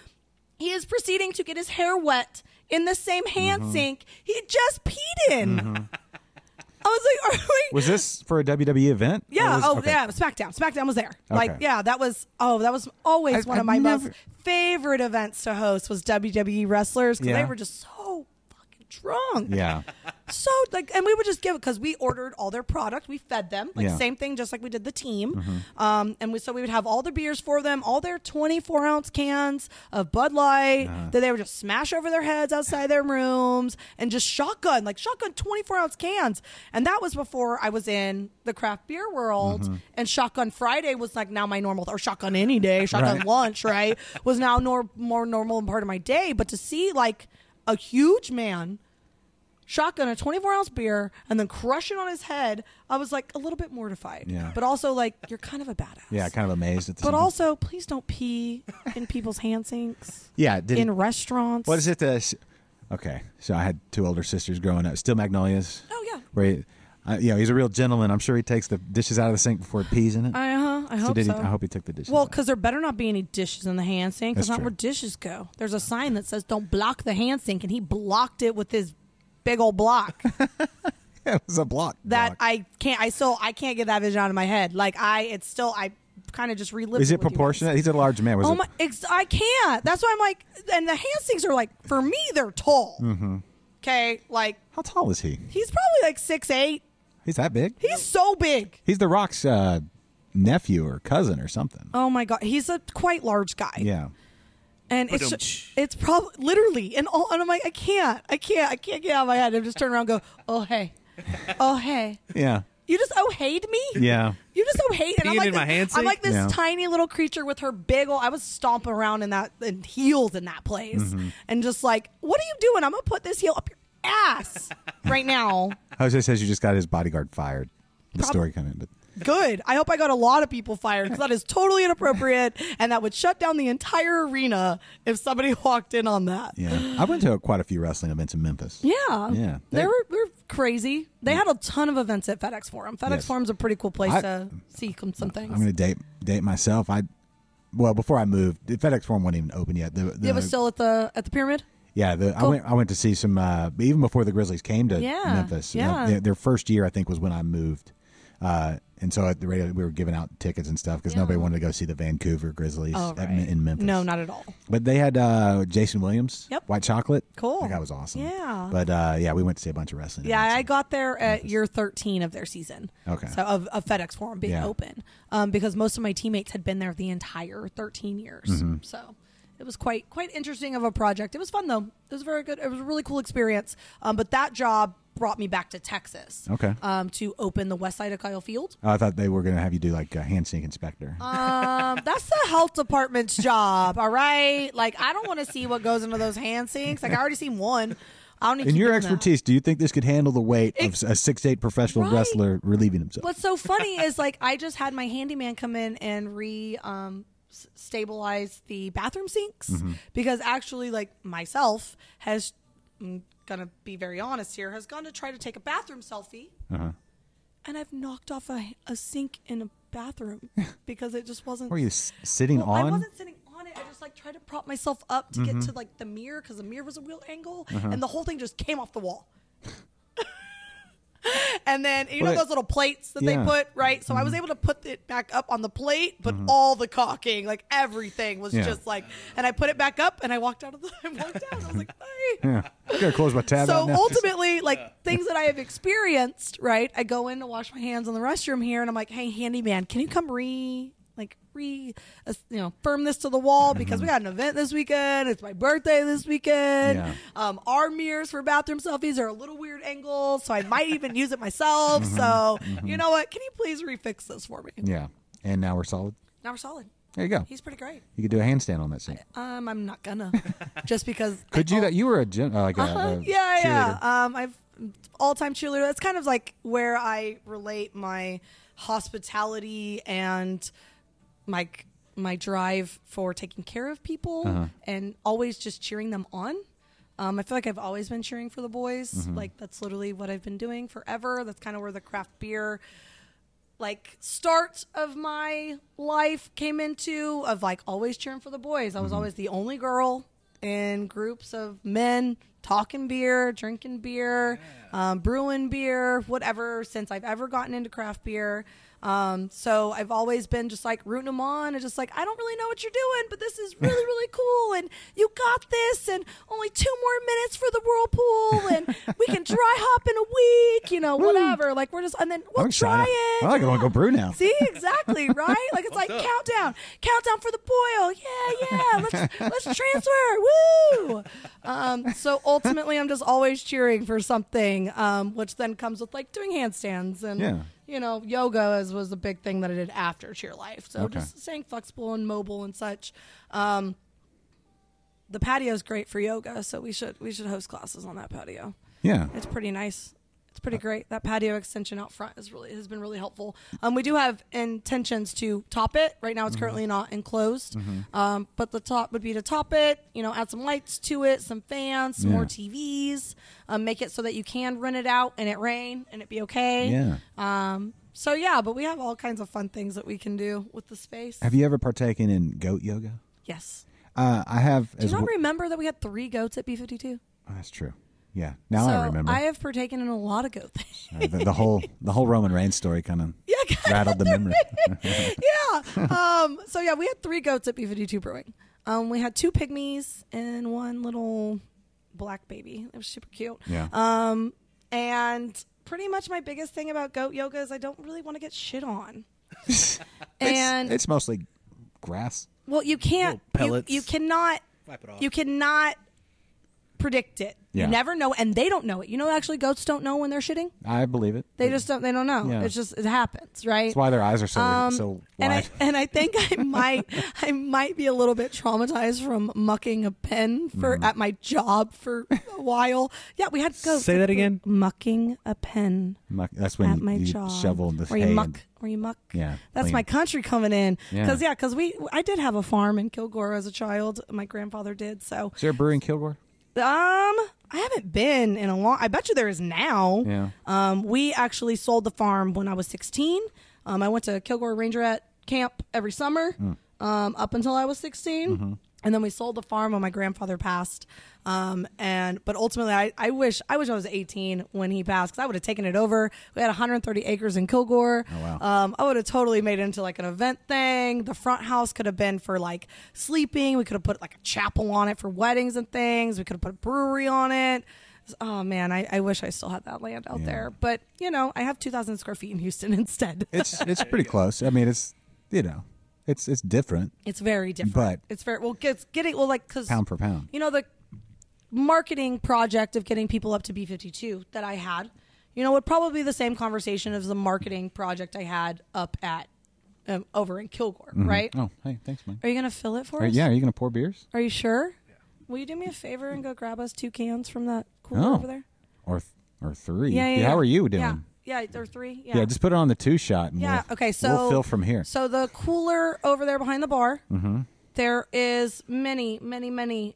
S3: He is proceeding to get his hair wet in the same hand sink he just peed in. I was like, are we?
S2: Was this for a WWE event?
S3: yeah.
S2: Or was-
S3: oh,
S2: okay.
S3: yeah. SmackDown. SmackDown was there. Like,
S2: Okay.
S3: yeah, that was. Oh, that was always
S2: I've-
S3: one of
S2: I've
S3: my
S2: never-
S3: most favorite events to host was WWE wrestlers because
S2: Yeah.
S3: they were just so fucking drunk.
S2: Yeah.
S3: So like, and we would just give it because we ordered all their product. We fed them like
S2: Yeah. Mm-hmm.
S3: same thing, just like we did the team. Um, and we, so we would have all the beers for them, all their 24 ounce cans of Bud Light that they would just smash over their heads outside their rooms and just shotgun like shotgun 24 ounce cans. And that was before I was in the craft beer world.
S2: Mm-hmm.
S3: And shotgun Friday was like now my normal or shotgun any day, shotgun
S2: Right.
S3: lunch, right? Was now nor- more normal and part of my day. But to see like a huge man shotgun a 24 ounce beer and then crush it on his head, I was like a little bit mortified.
S2: Yeah.
S3: But also like you're kind of a badass.
S2: Yeah. Kind of amazed at this.
S3: But also, please don't pee in people's hand sinks
S2: Yeah. Did
S3: in restaurants.
S2: What is it? The okay. So I had two older sisters growing up. Still magnolias.
S3: Oh, yeah.
S2: Where, he, I, you know, he's a real gentleman. I'm sure he takes the dishes out of the sink before he pees in it.
S3: I, uh, I
S2: so
S3: hope
S2: did
S3: so.
S2: He, I hope he took the dishes.
S3: well,
S2: out.
S3: because there better not be any dishes in the hand sink. Because
S2: That's
S3: not where
S2: true.
S3: dishes go. There's a sign that says "Don't block the hand sink," and he blocked it with his big old block.
S2: it was a block.
S3: that
S2: block.
S3: I can't. I still I can't get that vision out of my head. Like I, it's still I kind of just relived.
S2: Is it
S3: with you guys.
S2: proportionate? He's a large man. Was
S3: Oh
S2: it?
S3: my! Ex- I can't. That's why I'm like, and the hand sinks are like for me they're tall.
S2: Mm-hmm.
S3: Okay, like
S2: How tall is he?
S3: he's probably like six eight.
S2: He's that big.
S3: He's so big.
S2: He's The Rock's uh, nephew or cousin or something.
S3: Oh my god, he's a quite large guy.
S2: Yeah.
S3: and it's
S4: Ba-dum-tsh.
S3: it's probably literally and all. And I'm like, I can't, I can't, I can't get out of my head. I'm just turning around, and go, oh hey, oh hey.
S2: Yeah.
S3: You just oh hate me.
S2: Yeah.
S3: You just so hate, and I'm
S4: Peeing
S3: like,
S4: in my
S3: this-
S4: hand
S3: I'm like this
S4: sink?
S2: Yeah.
S3: tiny little creature with her big old. I was stomping around in that in heels in that place,
S2: Mm-hmm.
S3: and just like, what are you doing? I'm gonna put this heel up your ass right now.
S2: Jose says you just got his bodyguard fired. The story kind of ended.
S3: Good. I hope I got a lot of people fired because that is totally inappropriate, and that would shut down the entire arena if somebody walked in on that.
S2: Yeah. I went to quite a few wrestling events in Memphis.
S3: Yeah.
S2: Yeah.
S3: They
S2: They-
S3: were, they were crazy. They had a ton of events at FedEx Forum. FedEx
S2: Yes.
S3: Forum's a pretty cool place
S2: I-
S3: to see com- some things.
S2: I'm going to date date myself. I well before I moved, the FedEx Forum wasn't even open yet. The, the,
S3: it was still at the at the pyramid.
S2: yeah. The, I
S3: Cool.
S2: went I went to see some uh, even before the Grizzlies came to
S3: Yeah,
S2: Memphis. Uh,
S3: yeah.
S2: their, their first year I think was when I moved, uh, and so at the radio we were giving out tickets and stuff because
S3: Yeah.
S2: nobody wanted to go see the Vancouver Grizzlies
S3: Oh,
S2: at-
S3: right.
S2: in Memphis.
S3: No, not at all.
S2: But they had uh, Jason Williams,
S3: Yep.
S2: White Chocolate.
S3: Cool.
S2: That guy was awesome.
S3: Yeah.
S2: But uh, yeah, we went to see a bunch of wrestling.
S3: Yeah, I
S2: events.
S3: got there at year 13 of their season.
S2: Okay.
S3: So of, of FedEx Forum being
S2: Yeah.
S3: open um, because most of my teammates had been there the entire 13 years.
S2: Mm-hmm.
S3: So it was quite quite interesting of a project. It was fun though. It was very good. It was a really cool experience. Um, but that job brought me back to Texas.
S2: Okay.
S3: Um, to open the west side of Kyle Field.
S2: Oh, I thought they were going to have you do like a hand sink inspector.
S3: Um, that's the health department's job. All right. Like I don't want to see what goes into those hand sinks. Like I already seen one. I don't need to
S2: In
S3: keep
S2: your
S3: doing that.
S2: expertise, do you think this could handle the weight
S3: Ex-
S2: of a six eight professional
S3: Right.
S2: wrestler relieving himself?
S3: What's so funny is like I just had my handyman come in and re um, s- stabilize the bathroom sinks
S2: Mm-hmm.
S3: because actually like myself has I'm gonna be very honest here has gone to try to take a bathroom selfie
S2: Uh-huh.
S3: and I've knocked off a, a sink in a bathroom because it just wasn't.
S2: Were you s- sitting
S3: Well, I
S2: on? Mm-hmm.
S3: wasn't sitting on it. I just like tried to prop myself up to get to like the mirror because the mirror was a real angle, and the whole thing just came off the wall. and then you
S2: Well,
S3: know
S2: that-
S3: those little plates that
S2: yeah. Mm-hmm.
S3: they put right. So I was able to put it back up on the plate, but all the caulking, like everything, was
S2: Yeah.
S3: just like. And I put it back up, and I walked out of the. I walked out. I was like, bye
S2: Yeah. Gotta close my tab out
S3: so
S2: now.
S3: ultimately, like things that I have experienced, right? I go in to wash my hands in the restroom here, and I'm like, "Hey, handyman, can you come re like re uh, you know firm this to the wall because we got an event this weekend. It's my birthday this weekend.
S2: Mm-hmm. Yeah.
S3: Um, our mirrors for bathroom selfies are a little weird angles, so I might even use it myself. So you know what? Can you please refix this for me?
S2: Mm-hmm. yeah. And now we're solid.
S3: Now we're solid.
S2: There you go.
S3: He's pretty great.
S2: you could do a handstand on that sink.
S3: Um, I'm not gonna just because.
S2: Could you? That you were a gym, uh, like a,
S3: oh. Uh-huh.
S2: a
S3: yeah,
S2: cheerleader.
S3: yeah. Um, I've all-time cheerleader. That's kind of like where I relate my hospitality and my my drive for taking care of people and always just cheering them on. Um, I feel like I've always been cheering for the boys. Like that's literally what I've been doing forever. That's kind of where the craft beer like start of my life came into of like always cheering for the boys. I was always the only girl in groups of men talking beer, drinking beer, um, brewing beer, whatever. Since I've ever gotten into craft beer, um, so I've always been just like rooting them on and just like I don't really know what you're doing, but this is really really cool and you got this and only two more minutes for the whirlpool and we can dry hop in a week, you know, whatever. Like we're just and then we'll
S2: I'm
S3: try
S2: excited.
S3: it.
S2: I like it. I wanna go brew now.
S3: See, exactly, right? Like it's like countdown, countdown for the boil. Yeah, yeah. Let's let's transfer. Woo! Um, so ultimately, I'm just always cheering for something, um, which then comes with like doing handstands and
S2: Yeah.
S3: you know yoga is, was a big thing that I did after cheer life. So
S2: Okay.
S3: just staying flexible and mobile and such. Um, the patio's great for yoga, so we should we should host classes on that patio.
S2: Yeah.
S3: It's pretty nice. It's
S2: Uh,
S3: pretty great. That patio extension out front is really has been really helpful. Um, we do have intentions to top it. Right
S2: Mm-hmm.
S3: now, it's currently not enclosed. Um, but the top would be to top it. You know, add some lights to it, some fans, some more
S2: Yeah.
S3: TVs. Um, make it so that you can rent it out and it rain and it be okay.
S2: Yeah.
S3: Um. So yeah, but we have all kinds of fun things that we can do with the space.
S2: Have you ever partaken in goat yoga?
S3: yes.
S2: Uh, I have.
S3: Do you
S2: as
S3: not
S2: w-
S3: remember that we had three goats at B fifty two?
S2: Oh, that's true. Yeah. Now I remember.
S3: I have partaken in a lot of goat things.
S2: Uh, the, the whole the whole Roman Reigns story kind of rattled the memory.
S3: yeah. Um, so yeah, we had three goats at B fifty two Brewing. Um, we had two pygmies and one little black baby. It was super cute.
S2: yeah.
S3: Um, and pretty much my biggest thing about goat yoga is I don't really want to get shit on. and
S2: it's mostly grass.
S3: well, you can't.
S4: Little
S3: You,
S4: pellets.
S3: you cannot.
S4: Wipe it off.
S3: You cannot predict it.
S2: Yeah.
S3: You never know, and they don't know it. You know, actually, goats don't know when they're shitting.
S2: I believe it.
S3: They just don't. They don't know.
S2: Yeah.
S3: It's just it happens, right?
S2: That's why their eyes are so so
S3: Um, and I
S2: wide.
S3: and I think I might I might be a little bit traumatized from mucking a pen
S2: Mm.
S3: for at my job for a while. Yeah, we had to go
S4: Say that again.
S3: Mucking a pen
S2: Muck- that's when
S3: at my
S2: you, you
S3: job.
S2: shovel the
S3: where you
S2: hay
S3: muck,
S2: and-
S3: where you muck.
S2: Yeah,
S3: that's
S2: clean.
S3: my country coming in.
S2: Yeah.
S3: Because yeah, because we I did have a farm in Kilgore as a child. My grandfather did. So
S2: Is there a brewery in Kilgore?
S3: um, I haven't been in a long. I bet you there is now.
S2: Yeah.
S3: Um, we actually sold the farm when I was 16. Um, I went to Kilgore Rangerette camp every summer
S2: Hmm.
S3: um, up until I was 16.
S2: Mm-hmm.
S3: And then we sold the farm when my grandfather passed. Um, and but ultimately, I, I wish I wish I was 18 when he passed because I would have taken it over. We had 130 acres in Kilgore.
S2: Oh, wow.
S3: Um, I would have totally made it into like an event thing. The front house could have been for like sleeping. We could have put like a chapel on it for weddings and things. We could have put a brewery on it. Oh man, I, I wish I still had that land out
S2: Yeah.
S3: there. But you know, I have two thousand square feet in Houston instead.
S2: It's it's pretty close. I mean, it's you know, it's it's different
S3: It's very different.
S2: But-
S3: it's very well. It's getting well, like because
S2: pound for pound.
S3: you know the marketing project of getting people up to B52 that I had, you know, would probably be the same conversation as the marketing project I had up at um, over in Kilgore, right?
S2: Oh, hey, thanks, man.
S3: Are you gonna fill it for
S2: Are-
S3: us?
S2: Uh, yeah, are you gonna pour beers
S3: Are you sure? Will you do me a favor and go grab us two cans from that cooler
S2: Oh.
S3: over there?
S2: or th- or three?
S3: Yeah, yeah.
S2: How
S3: yeah.
S2: are you doing?
S3: Yeah, yeah, or three.
S2: Yeah, just put it on the two shot. And
S3: Yeah.
S2: we'll-
S3: okay. So
S2: we'll fill from here. Mm-hmm.
S3: So the cooler over there behind the bar. there is many, many, many,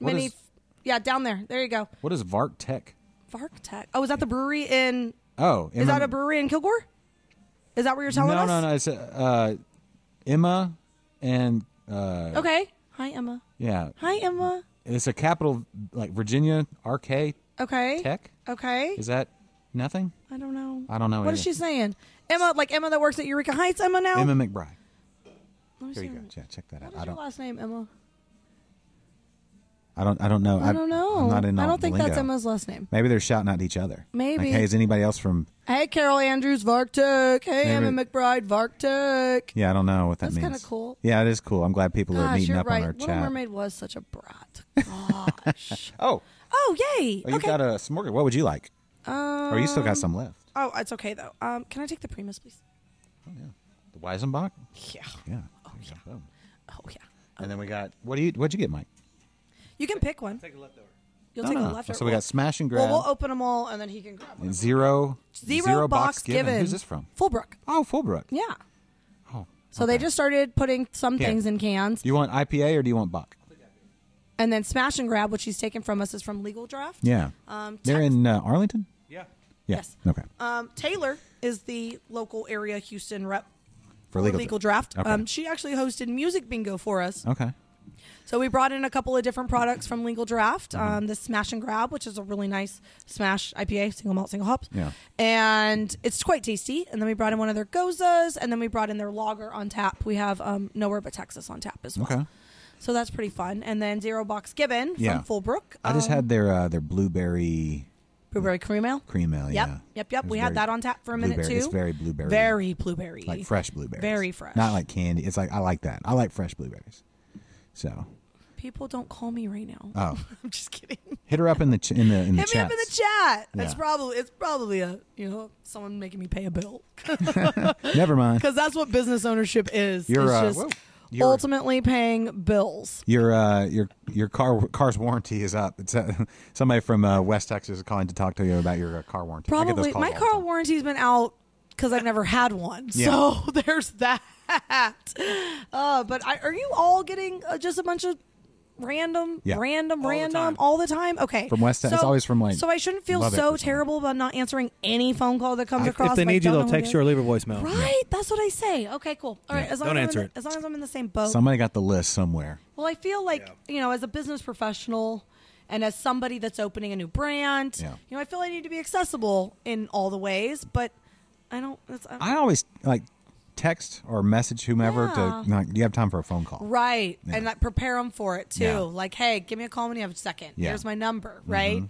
S2: What
S3: many.
S2: is-
S3: yeah, down there. There you go.
S2: what is Vark Tech?
S3: Varktech. Oh, is that the brewery in?
S2: Oh,
S3: Is that a brewery in Kilgore? Is that what you're telling
S2: No,
S3: us?
S2: no, no. It's uh, uh, Emma and uh,
S3: Okay. Hi Emma.
S2: yeah,
S3: Hi Emma.
S2: it's a capital like Virginia RK
S3: Okay.
S2: Tech.
S3: Okay.
S2: Is that Nothing.
S3: I don't know.
S2: I don't know
S3: What is
S2: either.
S3: she saying? Emma, like Emma that works at Eureka Heights. Emma now.
S2: Emma McBride.
S3: Let me
S2: There you
S3: see.
S2: go. Yeah, check that out. I
S3: What is your
S2: don't.
S3: last name, Emma?
S2: I don't. I don't know.
S3: I don't know.
S2: I'm not in
S3: I
S2: all
S3: don't
S2: the
S3: think that's
S2: lingo.
S3: Emma's last name.
S2: Maybe they're shouting at each other.
S3: Maybe.
S2: Like, hey, is anybody else from?
S3: Hey, Carol Andrews, Varktuk. Hey,
S2: Maybe-
S3: Emma McBride, Varktuk.
S2: Yeah, I don't know what that
S3: That's
S2: means.
S3: kinda cool.
S2: Yeah, it is cool. I'm glad people are
S3: Gosh,
S2: meeting
S3: you're
S2: up
S3: right.
S2: on our
S3: Little
S2: chat.
S3: Mermaid was such a brat. Gosh.
S2: Oh,
S3: oh, yay.
S2: oh, you
S3: okay.
S2: got a smorgasbord. What would you like?
S3: um,
S2: or you still got some left?
S3: Oh, it's okay though. Um, can I take the Primus, please?
S2: The Weisenbach.
S3: Yeah.
S2: Yeah.
S3: Oh,
S2: There you go.
S3: yeah.
S2: Boom.
S3: Oh yeah.
S2: And then we got. What do you? What'd you get, Mike?
S3: You can pick one.
S4: Take a leftover.
S3: You'll
S2: No,
S3: take
S2: no,
S3: the
S2: no.
S3: left.
S2: So we got smash and grab.
S3: Well, we'll open them all, and then he can grab one.
S2: zero.
S3: Zero,
S2: zero
S3: box, given.
S2: Who's this from?
S3: Fullbrook.
S2: Oh, Fullbrook.
S3: Yeah.
S2: Oh.
S3: So they
S2: okay.
S3: just started putting some
S2: Can.
S3: things in cans,
S2: Do you want IPA or do you want Buck?
S3: and then Smash and Grab, which he's taken from us, is from Legal Draft.
S2: Yeah.
S3: Um,
S2: They're
S3: Tex-
S2: in uh, Arlington.
S4: Yeah.
S2: Yeah.
S3: Yes.
S2: Okay.
S3: Um, Taylor is the local area Houston rep
S2: For legal,
S3: draft.
S2: Okay. Oh.
S3: Um, she actually hosted music bingo for us.
S2: Okay.
S3: So we brought in a couple of different products from Legal Draft.
S2: Mm-hmm.
S3: Um, the Smash and Grab, which is a really nice smash IPA, single malt, single hops.
S2: Yeah.
S3: And it's quite tasty. And then we brought in one of their Gozas, and then we brought in their Lager on tap. We have um, Nowhere But Texas on tap as well.
S2: Okay.
S3: So that's pretty fun. And then Zero Box Gibbon
S2: Yeah.
S3: from Fullbrook.
S2: I just
S3: um,
S2: had their uh, their blueberry
S3: Blueberry Cream Ale.
S2: cream ale.
S3: Yep,
S2: yeah.
S3: yep, yep.
S2: It's
S3: We
S2: very
S3: had that on tap for a minute
S2: blueberry-
S3: too.
S2: It's very blueberry.
S3: Very blueberry.
S2: Like fresh blueberries.
S3: Very fresh.
S2: Not like candy. It's like I like that. I like fresh blueberries. So
S3: People don't call me right now.
S2: Oh.
S3: I'm just kidding.
S2: hit her up in the ch- in the in the
S3: Hit me up in the
S2: chats.
S3: chat.
S2: Yeah.
S3: It's probably it's probably a you know someone making me pay a bill
S2: Never mind.
S3: because that's what business ownership is.
S2: You're,
S3: it's
S2: uh,
S3: just
S2: whoa. You're-
S3: ultimately paying bills.
S2: Your uh your your car car's warranty is up. It's uh, somebody from uh, West Texas is calling to talk to you about your uh, car warranty. I get those
S3: Probably
S2: calls
S3: my
S2: all the
S3: car
S2: time.
S3: warranty's been out because I've never had one.
S2: Yeah.
S3: So there's that. Uh, but I, are you all getting uh, just a bunch of random,
S2: Yeah.
S3: random, random
S4: time.
S3: all the time? Okay,
S2: From West-
S3: so,
S2: it's always from, like,
S3: So I shouldn't feel
S2: Lubbock or
S3: so
S2: something.
S3: terrible about not answering any phone call that comes
S4: If,
S3: across.
S4: they
S3: like,
S4: need you,
S3: don't
S4: they'll
S3: know what
S4: text
S3: it
S4: you or
S3: is.
S4: leave a voicemail.
S3: Right, that's what I say. Okay, cool. All right, as long
S4: Don't
S3: as
S4: answer
S3: I'm in,
S4: it.
S3: the- as long as I'm in the same boat.
S2: Somebody got the list somewhere.
S3: Well, I feel like you know, as a business professional and as somebody that's opening a new brand,
S2: Yeah.
S3: you know, I feel I need to be accessible in all the ways. But I don't. That's, I don't
S2: I always like text or message whomever
S3: Yeah.
S2: to like, do you have time for a phone call?
S3: right, and like prepare them for it too.
S2: Yeah.
S3: Like, hey, give me a call when you have a second.
S2: Yeah. Mm-hmm.
S3: Here's my number. Right.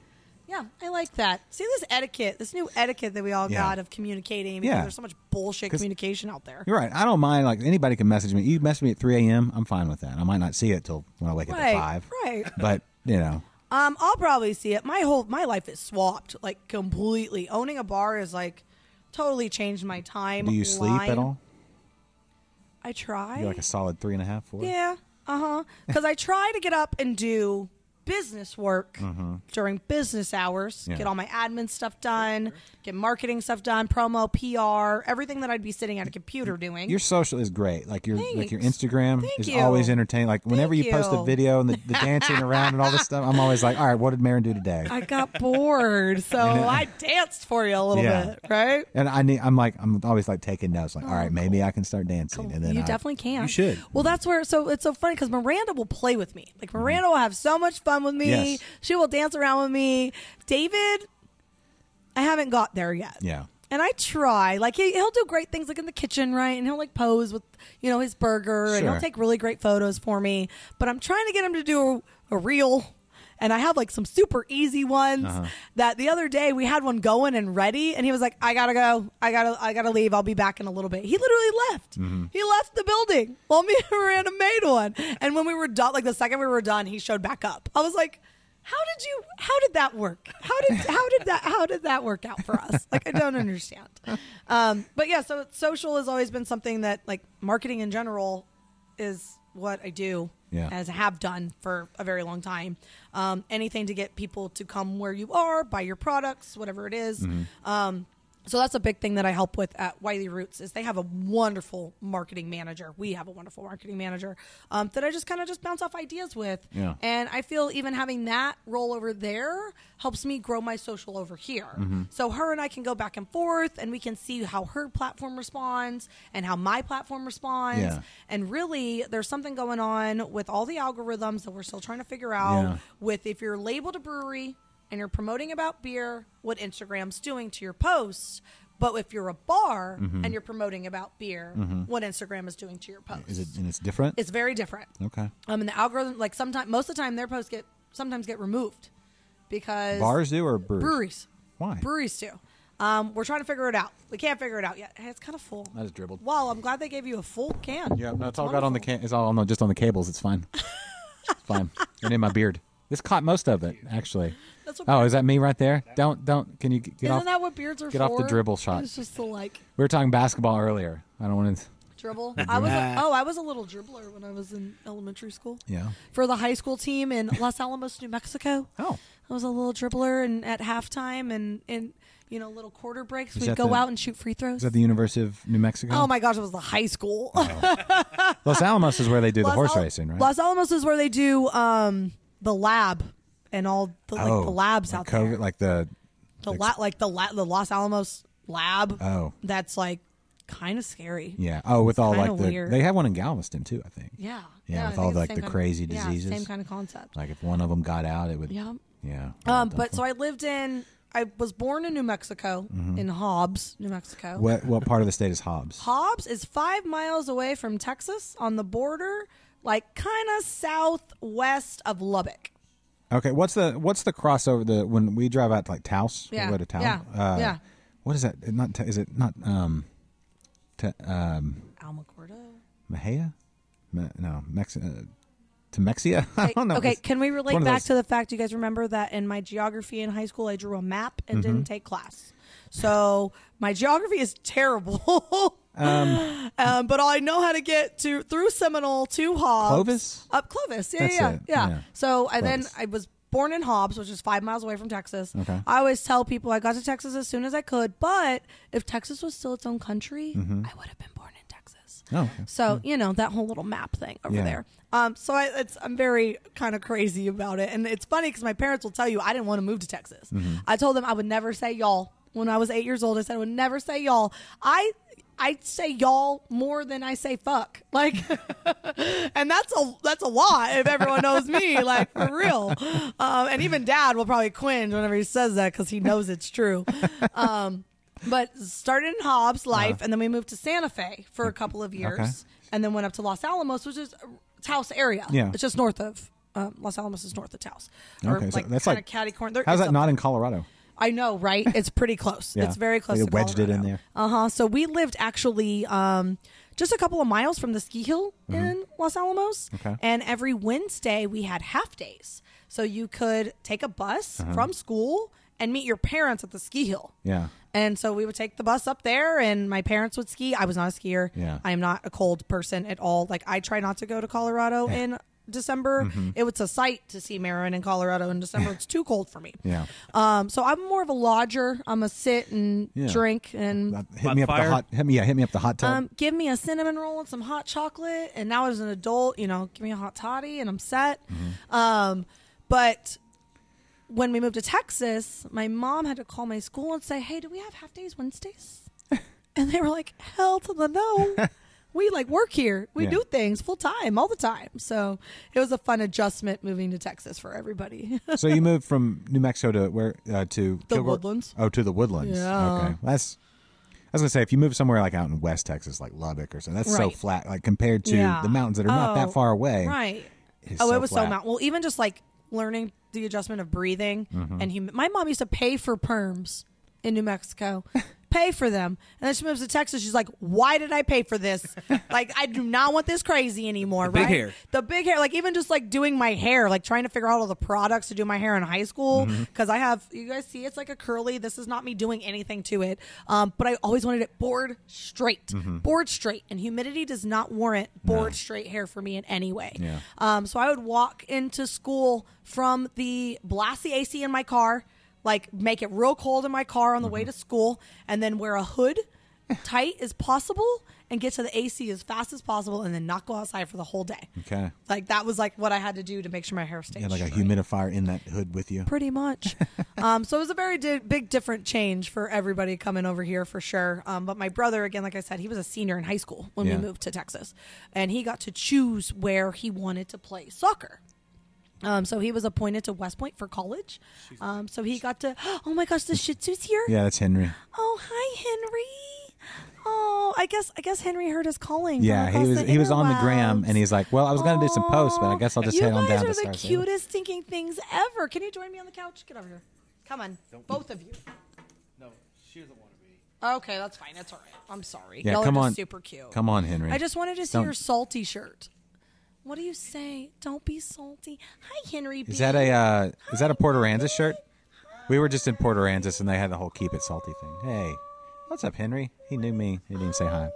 S3: Yeah, I like that. See this etiquette, this new etiquette that we all
S2: Yeah.
S3: got of communicating. Because
S2: Yeah.
S3: There's so much bullshit
S2: 'Cause-
S3: communication out there.
S2: You're right. I don't mind. Like anybody can message me. You message me at 3 a.m. I'm fine with that. I might not see it till when I wake up at
S3: Right,
S2: five.
S3: right.
S2: But you know,
S3: Um, I'll probably see it. My whole my life is swapped, like completely. Owning a bar is like totally changed my time.
S2: do you sleep
S3: line.
S2: at all?
S3: I try.
S2: You're like a solid three and a half, four.
S3: yeah, uh huh. Because I try to get up and do business work during business hours.
S2: Mm-hmm. Yeah.
S3: Get all my admin stuff done. Get marketing stuff done. Promo, PR, everything that I'd be sitting at a computer doing.
S2: Your social is great. Like your like your
S3: Thanks.
S2: Instagram
S3: Thank
S2: is
S3: you.
S2: always entertaining. Like whenever you,
S3: Thank
S2: post a
S3: you.
S2: video and the, the dancing around and all this stuff, I'm always like, all right, what did Marin do today?
S3: I got bored, so I danced for you a little
S2: Yeah.
S3: bit, right?
S2: and I need. I'm like, I'm always like taking notes. Like, all right, maybe I can start dancing. And then
S3: Oh, you
S2: I-
S3: definitely can.
S4: You should.
S3: Well, that's where. So it's so funny because Miranda will play with me. Like Miranda will have so much fun with me.
S2: Mm-hmm. Yes.
S3: She will dance around with me. David, I haven't got there yet.
S2: Yeah.
S3: And I try. Like he, he'll do great things, like in the kitchen, right? And he'll like pose with you know his burger, and
S2: Sure.
S3: he'll take really great photos for me. But I'm trying to get him to do a, a reel. And I have like some super easy ones that the other day we had one going and ready and he was like I got to go. I got to I got to leave. I'll be back in a little bit. He literally left. He left the building while me and Miranda made one. And when we were done like the second we were done, he showed back up. I was like how did you how did that work how did how did that how did that work out for us like i don't understand um but yeah so social has always been something that like marketing in general is what i do
S2: Yeah.
S3: as i have done for a very long time um anything to get people to come where you are buy your products whatever it is.
S2: Mm-hmm.
S3: um so that's a big thing that I help with at Wiley Roots is they have a wonderful marketing manager. We have a wonderful marketing manager um, that I just kind of just bounce off ideas with.
S2: Yeah.
S3: And I feel even having that role over there helps me grow my social over here.
S2: Mm-hmm.
S3: So her and I can go back and forth and we can see how her platform responds and how my platform responds.
S2: Yeah.
S3: And really, there's something going on with all the algorithms that we're still trying to figure out
S2: Yeah.
S3: with if you're labeled a brewery and you're promoting about beer, what Instagram's doing to your posts. But if you're a bar
S2: Mm-hmm.
S3: and you're promoting about beer, what Instagram is doing to your posts,
S2: Is it and it's different?
S3: it's very different.
S2: okay.
S3: Um, and the algorithm, like sometimes, most of the time, their posts get sometimes get removed because
S2: Bars do or breweries?
S3: breweries,
S2: Why?
S3: breweries do. Um, we're trying to figure it out. We can't figure it out yet. Hey, it's kind of full.
S2: That is dribbled.
S3: Well, I'm glad they gave you a full can.
S2: Yeah, no, it's all got on the can. It's all on the, just on the cables. It's fine. it's fine. And in my beard. This caught most of it actually.
S3: That's what
S2: Oh, is that me right there? Don't don't. Can you g- get
S3: Isn't
S2: off?
S3: that what beards are
S2: get
S3: for?
S2: off the dribble shot.
S3: It's just the like
S2: we were talking basketball earlier. I don't want to.
S3: dribble. I was a, oh, I was a little dribbler when I was in elementary school.
S2: Yeah.
S3: For the high school team in Los Alamos, New Mexico.
S2: Oh.
S3: I was a little dribbler, and at halftime and and you know little quarter breaks,
S2: Is
S3: we'd
S2: that
S3: go
S2: the-
S3: out and shoot free throws.
S2: Is that the University of New Mexico?
S3: Oh my gosh, it was the high school.
S2: Los Alamos is where they do the
S3: Los
S2: horse
S3: Al-
S2: racing, right?
S3: Los Alamos is where they do um, the lab and all the like
S2: oh,
S3: the labs
S2: like
S3: out
S2: COVID,
S3: there.
S2: Like the
S3: the la- like the la- the Los Alamos lab.
S2: Oh.
S3: that's like kind of scary.
S2: yeah. Oh, with all
S3: Kinda
S2: like the
S3: weird.
S2: they have one in Galveston too, I think.
S3: Yeah.
S2: Yeah,
S3: I
S2: with
S3: think
S2: all
S3: it's
S2: the, like,
S3: same
S2: the
S3: kind of-
S2: crazy
S3: yeah,
S2: diseases.
S3: same kind of concept.
S2: Like if one of them got out, it would.
S3: Yeah.
S2: Yeah.
S3: Um, but so I lived in. I was born in New Mexico,
S2: Mm-hmm.
S3: in Hobbs, New Mexico.
S2: what what part of the state is Hobbs?
S3: Hobbs is five miles away from Texas on the border, like kind of southwest of Lubbock.
S2: Okay, what's the what's the crossover? The when we drive out to like Taos,
S3: Yeah,
S2: we go to Taos.
S3: yeah,
S2: Uh,
S3: yeah.
S2: What is that? Not Ta- is it not um, ta, um,
S3: Alamogordo.
S2: Mejia? Me, no, Mex- uh, Temexia. I
S3: Okay,
S2: don't know.
S3: okay,
S2: It's
S3: can we relate
S2: one of
S3: back
S2: those-
S3: to the fact you guys remember that in my geography in high school I drew a map and
S2: Mm-hmm.
S3: didn't take class. So my geography is terrible. um, but all I know how to get to through Seminole to Hobbs.
S2: Clovis?
S3: Up Clovis. Yeah,
S2: That's
S3: yeah,
S2: it,
S3: yeah,
S2: yeah.
S3: So I then
S2: Clovis.
S3: I was born in Hobbs, which is five miles away from Texas.
S2: Okay.
S3: I always tell people I got to Texas as soon as I could, but if Texas was still its own country, I would have been born in Texas.
S2: Mm-hmm. Oh, okay.
S3: So you know that whole little map thing over
S2: Yeah.
S3: there. Um, so I, it's I'm very kind of crazy about it, and it's funny because my parents will tell you I didn't want to move to Texas.
S2: Mm-hmm.
S3: I told them I would never say y'all when I was eight years old. I said I would never say y'all. I I say y'all more than I say fuck. Like, and that's a that's a lot if everyone knows me. Like for real. Um, and even Dad will probably cringe whenever he says that because he knows it's true. Um, but started in Hobbs life, and then we moved to Santa Fe for a couple of years,
S2: Uh-huh. Okay.
S3: and then went up to Los Alamos, which is uh, Taos area.
S2: Yeah.
S3: it's just north of um, Los Alamos is north of Taos.
S2: Okay, so that's
S3: kinda
S2: like-
S3: catty corner. There
S2: How's
S3: is
S2: that not in Colorado?
S3: I know, right? It's pretty close.
S2: Yeah.
S3: It's very close.
S2: They
S3: to
S2: wedged it in
S3: Colorado.
S2: there.
S3: Uh huh. So we lived actually um, just a couple of miles from the ski hill in Los Alamos.
S2: Mm-hmm. Okay.
S3: And every Wednesday we had half days, so you could take a bus from school and meet your parents at the ski hill.
S2: Uh-huh. Yeah.
S3: And so we would take the bus up there, and my parents would ski. I was not a skier.
S2: Yeah.
S3: I am not a cold person at all. Like I try not to go to Colorado in December.
S2: Mm-hmm.
S3: It was a sight to see Marin in Colorado in December. it's too cold for me.
S2: Yeah.
S3: Um. So I'm more of a lodger. I'm a sit and
S2: Yeah.
S3: drink and.
S2: That- hit
S4: Hot
S2: me up
S4: fire?
S2: the hot. Hit me, yeah, hit me up the hot tub.
S3: um, give me a cinnamon roll and some hot chocolate, and now as an adult, you know, give me a hot toddy, and I'm set.
S2: Mm-hmm.
S3: Um, but when we moved to Texas, my mom had to call my school and say, "Hey, do we have half days Wednesdays?" and they were like, "Hell to the no." We like work here. We
S2: Yeah.
S3: do things full time, all the time. So it was a fun adjustment moving to Texas for everybody.
S2: so you moved from New Mexico to where uh, to
S3: The Woodlands.
S2: Oh, to the Woodlands.
S3: Yeah.
S2: Okay, that's. I was gonna say if you move somewhere like out in West Texas, like Lubbock or something, that's so
S3: Right.
S2: flat. Like compared to
S3: Yeah.
S2: the mountains that are not
S3: Oh,
S2: that far away,
S3: right?
S2: it's
S3: Oh,
S2: so
S3: it was so
S2: flat.
S3: mount. Well, even just like learning the adjustment of breathing
S2: Mm-hmm.
S3: and hum- my mom used to pay for perms in New Mexico. pay for them. And then she moves to Texas. She's like, "Why did I pay for this? like I do not want this crazy anymore,
S4: big
S3: right?"
S4: hair.
S3: The big hair, like even just like doing my hair, like trying to figure out all the products to do my hair in high school
S2: Mm-hmm.
S3: because I have you guys see it's like a curly. This is not me doing anything to it. Um, but I always wanted it board straight.
S2: Mm-hmm.
S3: Board straight. And humidity does not warrant board straight hair for me in any way.
S2: Yeah.
S3: Um, so I would walk into school from the blast the AC in my car, like make it real cold in my car on the
S2: Mm-hmm.
S3: way to school, and then wear a hood tight as possible and get to the AC as fast as possible, and then not go outside for the whole day.
S2: Okay.
S3: Like that was like what I had to do to make sure my hair stayed.
S2: You had like a
S3: straight.
S2: humidifier in that hood with you.
S3: Pretty much. um, so it was a very di- big, different change for everybody coming over here for sure. Um, but my brother, again, like I said, he was a senior in high school when
S2: Yeah.
S3: we moved to Texas, and he got to choose where he wanted to play soccer. Um, so he was appointed to West Point for college. Um, so he got to. Oh my gosh, the Shih Tzu's here.
S2: Yeah, that's Henry.
S3: Oh hi Henry. Oh, I guess I guess Henry heard us calling. from
S2: Yeah, he
S3: across
S2: was
S3: the
S2: he was on the gram
S3: interwebs.
S2: and he's like, "Well, I was gonna do some posts, but I guess I'll just
S3: you
S2: head on
S3: guys
S2: down
S3: are
S2: to
S3: the
S2: Star City."
S3: cutest thinking things ever. Can you join me on the couch? Get over here. Come on, both of you.
S4: No, she doesn't want to be.
S3: Okay, that's fine. That's all right. I'm sorry.
S2: Yeah,
S3: Y'all
S2: come
S3: are just
S2: on.
S3: super cute.
S2: Come on, Henry.
S3: I just wanted to see
S2: Don't-
S3: your salty shirt. What do you say? Don't be salty. Hi, Henry.
S2: Is that a uh, is that a Port Aransas shirt? We were just in Port Aransas and they had the whole keep it salty thing. Hey, what's up, Henry? He knew me. He didn't say hi.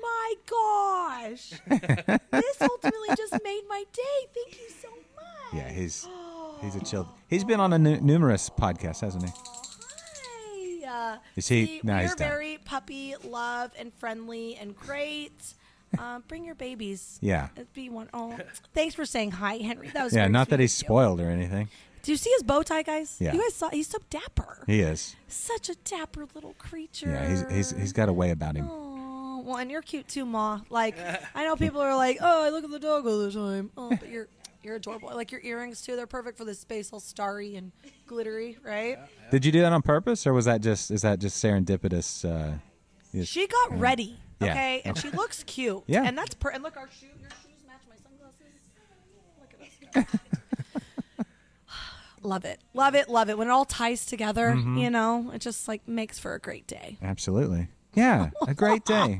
S3: My gosh. this ultimately just made my day. Thank you so much.
S2: Yeah, he's he's a chill. He's been on a nu- numerous podcasts, hasn't he?
S3: Hi. Uh,
S2: Is he-
S3: see,
S2: no,
S3: we
S2: he's
S3: are
S2: done.
S3: very puppy love and friendly and great. um, bring your babies.
S2: Yeah.
S3: It'd be one. Oh, thanks for saying hi, Henry. That was
S2: Yeah,
S3: very
S2: not that
S3: sweet
S2: he's
S3: of you.
S2: spoiled or anything.
S3: Do you see his bow tie, guys?
S2: Yeah.
S3: You guys saw. He's so dapper.
S2: He is.
S3: Such a dapper little creature.
S2: Yeah, he's he's he's got a way about him.
S3: Oh. Aw, Well, and you're cute too, Ma. Like, I know people are like, "Oh, I look at the dog all the time." Oh, but you're you're adorable. Like your earrings too; they're perfect for this space, all starry and glittery, right?
S2: Did you do that on purpose, or was that just is that just serendipitous? Uh, yes.
S3: She got ready,
S2: Yeah.
S3: okay, and she looks cute.
S2: Yeah.
S3: and that's per- and look, our shoe, your shoes match my sunglasses. Look at us. go. love it, love it, love it. When it all ties together,
S2: Mm-hmm.
S3: you know, it just like makes for a great day.
S2: Absolutely. Yeah, a great day.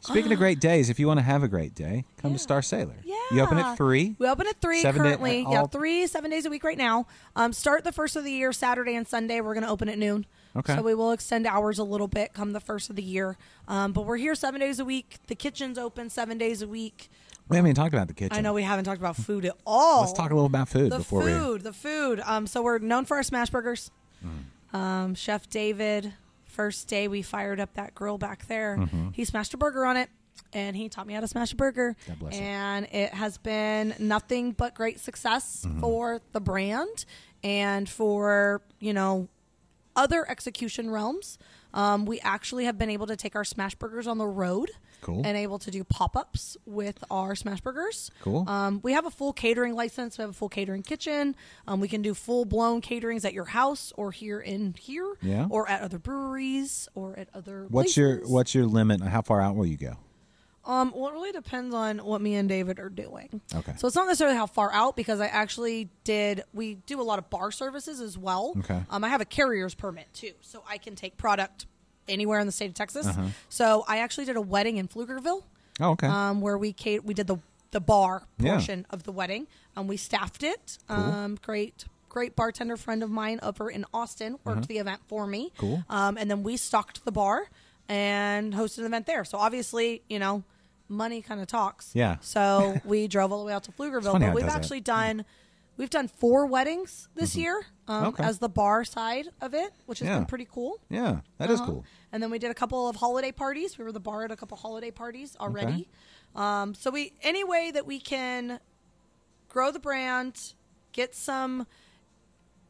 S2: Speaking of great days, if you want to have a great day, come to Star Sailor.
S3: Yeah.
S2: You open at three.
S3: We open at three
S2: Seven day-
S3: currently.
S2: all-
S3: yeah, three seven days a week right now. Um, start the first of the year Saturday and Sunday. We're going to open at noon.
S2: Okay.
S3: So we will extend hours a little bit come the first of the year. Um, but we're here seven days a week. The kitchen's open seven days a week.
S2: We haven't even talked about the kitchen.
S3: I know we haven't talked about food at all.
S2: Let's talk a little about food
S3: the
S2: before we.
S3: food, the food. Um, so we're known for our smash burgers.
S2: Mm.
S3: Um, Chef David, first day we fired up that grill back there,
S2: Mm-hmm.
S3: he smashed a burger on it, and he taught me how to smash a burger.
S2: God bless him.
S3: and it has been nothing but great success
S2: Mm-hmm.
S3: for the brand and for you know other execution realms. Um, we actually have been able to take our smash burgers on the road
S2: Cool.
S3: and able to do pop-ups with our smash burgers.
S2: Cool.
S3: Um, we have a full catering license. We have a full catering kitchen. Um, we can do full-blown caterings at your house or here in here
S2: Yeah.
S3: or at other breweries or at other
S2: What's your
S3: places.
S2: What's your limit? How far out will you go?
S3: Um, well, it really depends on what me and David are doing.
S2: Okay.
S3: So it's not necessarily how far out because I actually did. We do a lot of bar services as well.
S2: Okay.
S3: Um, I have a carrier's permit too, so I can take product anywhere in the state of Texas.
S2: Uh-huh.
S3: So I actually did a wedding in Pflugerville,
S2: Oh, okay.
S3: um, where we ca- we did the the bar
S2: Yeah.
S3: portion of the wedding. Um, we staffed it. Um, great. Great bartender friend of mine over in Austin worked the event for me.
S2: Mm-hmm. Cool.
S3: Um, and then we stocked the bar and hosted an event there. So obviously, you know, money kind of talks.
S2: Yeah.
S3: So we drove all the way out to Pflugerville,
S2: funny how it
S3: but we've
S2: does that. Mm-hmm.
S3: actually done we've done four weddings this year um,
S2: Okay.
S3: as the bar side of it, which has
S2: Yeah.
S3: been pretty cool.
S2: yeah, that is
S3: Uh-huh.
S2: cool.
S3: And then we did a couple of holiday parties. We were the bar at a couple holiday parties already. Um, so we any way that we can grow the brand, get some,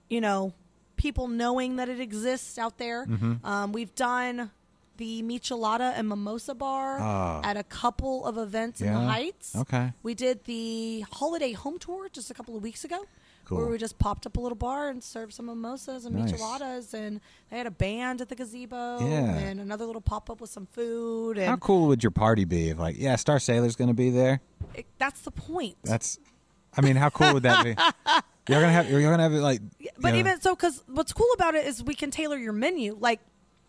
S3: you know, people knowing that it exists out there.
S2: Mm-hmm.
S3: Um, we've done the Michelada and Mimosa Bar at a couple of events in the
S2: Ah. Yeah.
S3: Heights.
S2: Okay.
S3: We did the holiday home tour just a couple of weeks ago. Where
S2: Cool.
S3: we just popped up a little bar and served some mimosas and
S2: Nice.
S3: micheladas, and they had a band at the gazebo,
S2: Yeah.
S3: and another little pop up with some food, and
S2: How cool would your party be if, like, yeah, Star Sailor's going to be there?
S3: it- that's the point.
S2: That's, I mean, how cool would that be? You're gonna have, you're gonna have it like,
S3: but
S2: you know-
S3: even so because what's cool about it is we can tailor your menu like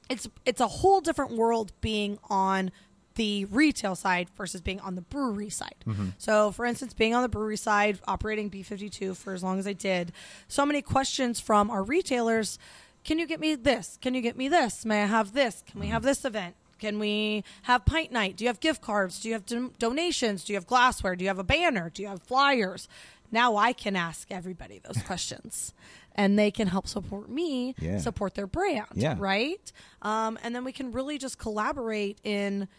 S3: it's it's a whole different world being on the retail side versus being on the brewery side.
S2: Mm-hmm.
S3: So, for instance, being on the brewery side, operating B52 for as long as I did, so many questions from our retailers can you get me this? Can you get me this? May I have this? Can we
S2: Mm-hmm.
S3: have this event? Can we have pint night? Do you have gift cards? Do you have don- donations? Do you have glassware? Do you have a banner? Do you have flyers? Now I can ask everybody those questions and they can help support me,
S2: Yeah.
S3: support their brand,
S2: Yeah.
S3: right? Um, and then we can really just collaborate in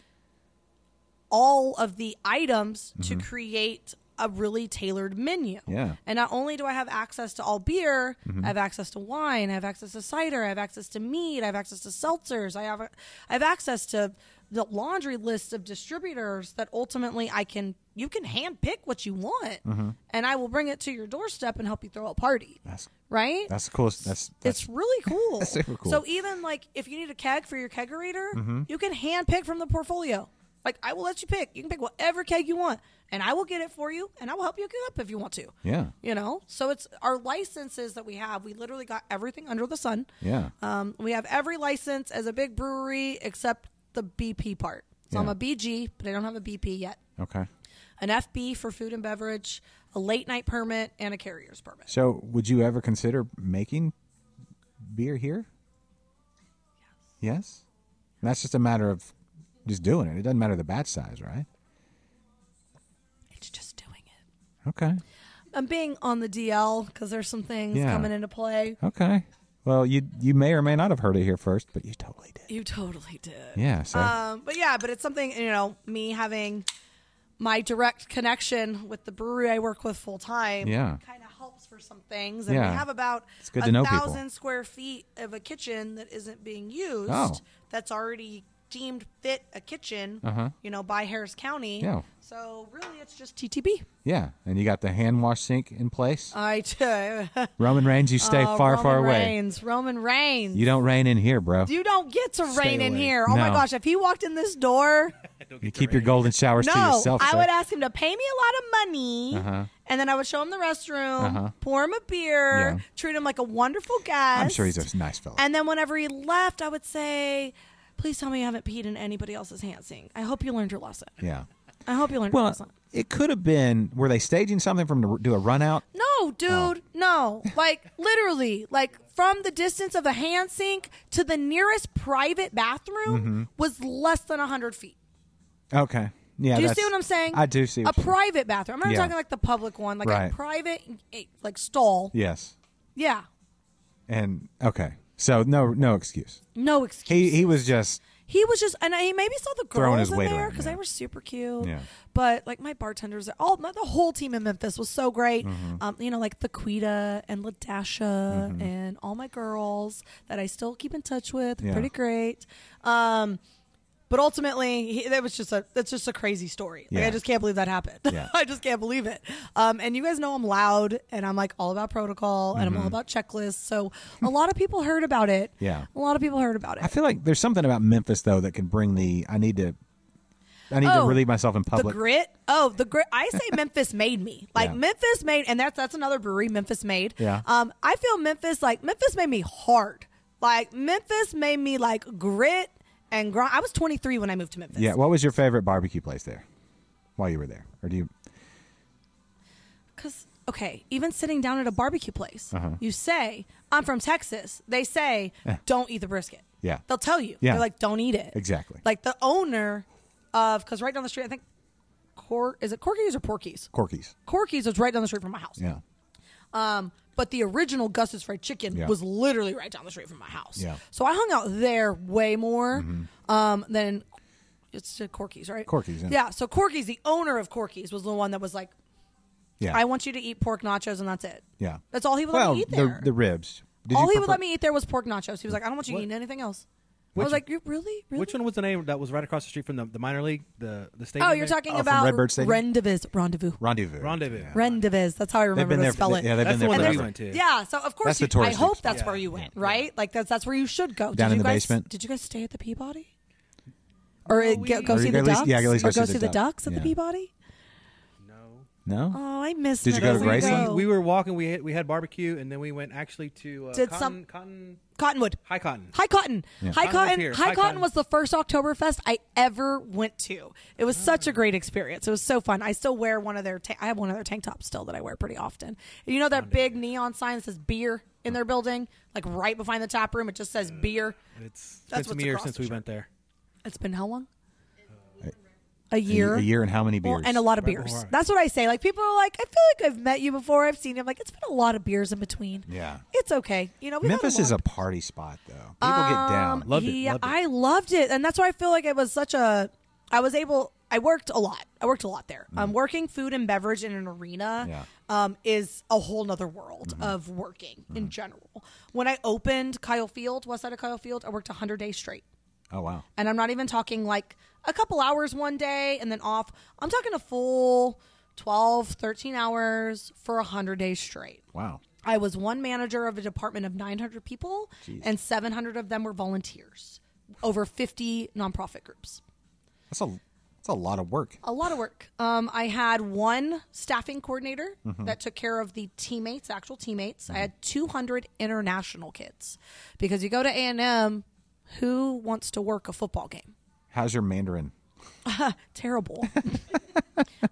S3: all of the items to create a really tailored menu.
S2: Mm-hmm. Yeah. Mm-hmm.
S3: And not only do I have access to all beer, I have access to wine, I have access to cider, I have access to meat, I have access to seltzers, I have I have access to the laundry list of distributors that ultimately I can you can handpick what you want, and I will bring it to your doorstep and help you throw a party.
S2: Mm-hmm. That's-
S3: right.
S2: That's the coolest. That's, that's
S3: it's really cool.
S2: That's super cool. Mm-hmm.
S3: So even like if you need a keg for your kegerator, you can hand pick from the portfolio. Like I will let you pick. You can pick whatever keg you want, and I will get it for you, and I will help you get up if you want to.
S2: yeah,
S3: You know, so it's our licenses that we have. We literally got everything under the sun.
S2: yeah.
S3: Um, we have every license as a big brewery except the BP part. So I'm
S2: Yeah.
S3: a BG, but I don't have a BP yet.
S2: okay.
S3: An FB for food and beverage, a late night permit, and a carrier's permit.
S2: So, would you ever consider making beer here? Yes. Yes. And that's just a matter of just doing it. It doesn't matter the batch size, right?
S3: It's just doing it.
S2: Okay.
S3: I'm being on the DL because there's some things
S2: Yeah.
S3: coming into play.
S2: Okay. Well, you you may or may not have heard it here first, but you totally did.
S3: You totally did.
S2: Yeah. So
S3: Um, but yeah, but it's something you know me having my direct connection with the brewery I work with full time.
S2: Yeah.
S3: kind of helps for some things. And
S2: Yeah.
S3: we have about
S2: It's good
S3: a
S2: to know people.
S3: thousand square feet of a kitchen that isn't being used.
S2: Oh.
S3: that's already deemed fit a kitchen. You know, by Harris County.
S2: Uh-huh. Yeah.
S3: So really, it's just TTB.
S2: yeah, and you got the hand wash sink in place.
S3: I do.
S2: Roman Reigns, you stay
S3: Oh,
S2: far,
S3: Uh, Roman
S2: far away.
S3: Reigns. Roman Reigns.
S2: You don't reign in here, bro. You,
S3: You don't get to
S2: Stay
S3: reign in
S2: away.
S3: here. Oh my
S2: No.
S3: gosh! If he walked in this door.
S2: keep your golden showers to
S3: No,
S2: yourself. Uh-huh.
S3: I
S2: sir.
S3: would ask him to pay me a lot of money, and then I would show him the restroom, pour him a beer,
S2: Uh-huh. Yeah.
S3: treat him like a wonderful guest.
S2: I'm sure he's a nice fella.
S3: And then whenever he left, I would say, "Please tell me you haven't peed in anybody else's hand sink. I hope you learned your lesson.
S2: yeah.
S3: I hope you learned your
S2: Well,
S3: lesson."
S2: it could have been. Were they staging something for him to do a run out?
S3: No, dude, no. Like literally, like from the distance of the hand sink to the nearest private bathroom
S2: Mm-hmm.
S3: was less than hundred feet.
S2: Okay. Yeah.
S3: Do you see
S2: that's-
S3: what I'm saying?
S2: I do see.
S3: a
S2: What you mean.
S3: private bathroom. I'm not
S2: Yeah.
S3: talking like the public one, like
S2: Right.
S3: a private eh, like stall.
S2: Yes.
S3: Yeah,
S2: And okay. So no, no excuse.
S3: no excuse.
S2: He he was just
S3: He was just, and he maybe saw the
S2: Throwing his
S3: girls in
S2: weight
S3: there
S2: around,
S3: because
S2: yeah.
S3: they were super cute.
S2: Yeah.
S3: But like my bartenders, all my, the whole team in Memphis was so great.
S2: Mm-hmm.
S3: Um, you know, like Laquita and Ladasha and all my girls that I still keep in touch with.
S2: Yeah.
S3: Pretty great. Um, but ultimately, he, that was just a that's just a crazy story. Like
S2: Yeah.
S3: I just can't believe that happened.
S2: Yeah.
S3: I just can't believe it. Um, and you guys know I'm loud, and I'm like all about protocol, and I'm all about checklists. So a lot of people heard about it.
S2: Mm-hmm. Yeah.
S3: a lot of people heard about it.
S2: I feel like there's something about Memphis though that can bring the I need to I need to
S3: Oh,
S2: relieve myself in
S3: The
S2: public.
S3: grit. Oh, the grit. I say Memphis made me. Like
S2: Yeah.
S3: Memphis made, and that's that's another brewery. Memphis made.
S2: Yeah.
S3: Um, I feel Memphis like Memphis made me hard. Like Memphis made me like grit and grind. I was 23 when I moved to Memphis.
S2: yeah. What was your favorite barbecue place there while you were there, or do you?
S3: Because okay, even sitting down at a barbecue place,
S2: Uh-huh.
S3: you say I'm from Texas. They say don't eat the brisket.
S2: Yeah.
S3: They'll tell you.
S2: Yeah.
S3: They're like don't eat it.
S2: Exactly.
S3: Like the owner of because right down the street, I think. Cor- is it Corky's or Porky's?
S2: Corky's.
S3: Corky's is right down the street from my house.
S2: Yeah.
S3: But the original Gus's Fried Chicken
S2: Yeah.
S3: was literally right down the street from my house.
S2: Yeah.
S3: So I hung out there way more um, than it's uh, Corky's, right?
S2: Corky's, yeah.
S3: yeah. So Corky's, the owner of Corky's, was the one that was like,
S2: Yeah.
S3: "I want you to eat pork nachos and that's it."
S2: Yeah.
S3: That's all he would
S2: well,
S3: let me eat
S2: the
S3: there.
S2: the ribs. Did
S3: all
S2: you
S3: he would
S2: prefer-
S3: let me eat there was pork nachos. He was like, "I don't want you
S4: What-
S3: eating anything else." I
S2: Which-
S3: was like, "You really, really?"
S4: Which one was the name that was right across the street from the, the minor league? The the stadium.
S3: Oh, you're
S4: there?
S3: talking
S2: Oh, from
S3: about
S2: Redbird Stadium?
S3: rendezvous, rendezvous,
S2: Rendezvous.
S4: Rendezvous.
S2: Yeah.
S3: rendezvous. That's how I
S2: They've
S3: remember
S2: been
S3: to
S2: there.
S3: spell
S2: for,
S3: it.
S2: Yeah, they've
S4: That's
S2: been there
S4: the one that we
S2: forever.
S4: went to.
S3: Yeah, so of course
S2: That's
S3: you,
S2: the
S3: I
S2: touristy
S3: hope
S2: spot.
S3: that's
S4: Yeah,
S3: where you went,
S4: yeah.
S3: right? Like that's that's where you should go.
S2: Down
S3: did
S2: in
S3: you
S2: the
S3: guys,
S2: basement.
S3: Did you guys stay at the Peabody? Or uh,
S4: we-
S3: get, go
S2: Or
S3: see
S2: you
S3: the
S2: at least-
S3: ducks?
S2: yeah, at least go
S3: or
S2: see
S3: go
S2: the
S3: see the
S2: ducks.
S3: ducks at the
S2: Yeah.
S3: Peabody?
S4: No.
S2: No.
S3: Oh, I miss.
S2: Did you go to
S3: Meadows
S4: we,
S2: Graceland?
S3: Meadow.
S4: we were walking. We had, we had barbecue, and then we went actually to uh,
S3: Did
S4: cotton,
S3: some-
S4: cotton
S3: Cottonwood.
S4: high cotton.
S3: High Cotton. High
S4: Cottonwood
S3: Cotton.
S4: Pier.
S3: High,
S4: High
S3: Cotton,
S4: Cotton.
S3: was the first Oktoberfest I ever went to. It was such
S4: Mm.
S3: a great experience. It was so fun. I still wear one of their. Ta- I have one of their tank tops still that I wear pretty often. You know that big neon sign that says beer in their building, like right behind the tap room. It just says beer.
S4: It's
S3: That's
S4: been some
S3: what's
S4: years
S3: across
S4: since
S3: the
S4: we
S3: street.
S4: went there.
S3: It's been how long? A year.
S2: A year and how many beers?
S3: Well, and a lot of
S4: Right
S3: beers.
S4: before.
S3: That's what I say. Like people are like, I feel like I've met you before. I've seen you. I'm like, it's been a lot of beers in between.
S2: Yeah.
S3: It's okay. You know, we've had
S2: Memphis
S3: a
S2: is
S3: lot
S2: a
S3: of-
S2: party spot though. People get down.
S4: Loved it,
S3: Um, yeah,
S4: loved it.
S3: I loved it, and that's why I feel like it was such a. I was able. I worked a lot. I worked a lot there.
S4: Mm.
S3: Um, working food and beverage in an arena
S2: Yeah.
S3: um, is a whole nother world
S4: Mm-hmm.
S3: of working in general. When I opened Kyle Field, west side of Kyle Field, I worked 100 days straight.
S2: Oh wow.
S3: And I'm not even talking like a couple hours one day and then off. I'm talking a full 12, 13 hours for 100 days straight.
S2: Wow.
S3: I was one manager of a department of 900 people, and 700 of them were volunteers, over 50 nonprofit groups.
S2: That's a that's a lot of work.
S3: A lot of work. Um, I had one staffing coordinator that took care of the teammates, actual teammates. I had 200 international kids because you go to A and M, who wants to work a football game?
S2: How's your Mandarin?
S3: terrible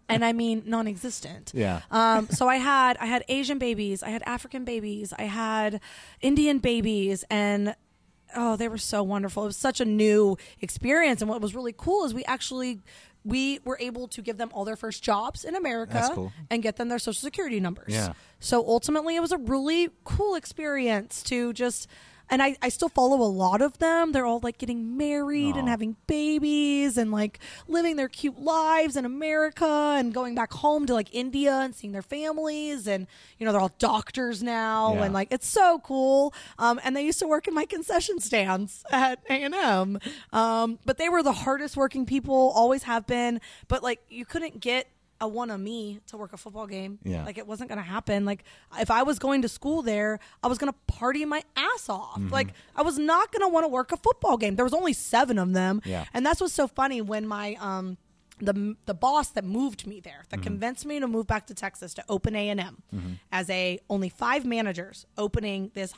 S3: and i mean non-existent
S2: Yeah.
S3: um so i had i had asian babies i had african babies i had indian babies and oh they were so wonderful it was such a new experience and what was really cool is we actually we were able to give them all their first jobs in america
S2: That's cool.
S3: and get them their social security numbers
S2: Yeah.
S3: so ultimately it was a really cool experience to just and I, I still follow a lot of them. They're all like getting married and
S2: Aw.
S3: having babies and like living their cute lives in America and going back home to like India and seeing their families. And, you know, they're all doctors now.
S2: Yeah.
S3: And like, it's so cool. Um, and they used to work in my concession stands at A&M. Um, but they were the hardest working people, always have been. But like, you couldn't get a one of me to work a football game.
S2: Yeah.
S3: Like, it wasn't going to happen. Like, if I was going to school there, I was going to party my ass off. Like, I was not going to want to work a football game. There was only seven of them.
S2: Yeah.
S3: And that's what's so funny when my, um, the, the boss that moved me there that convinced me to move back to texas to open a&m as a only five managers opening this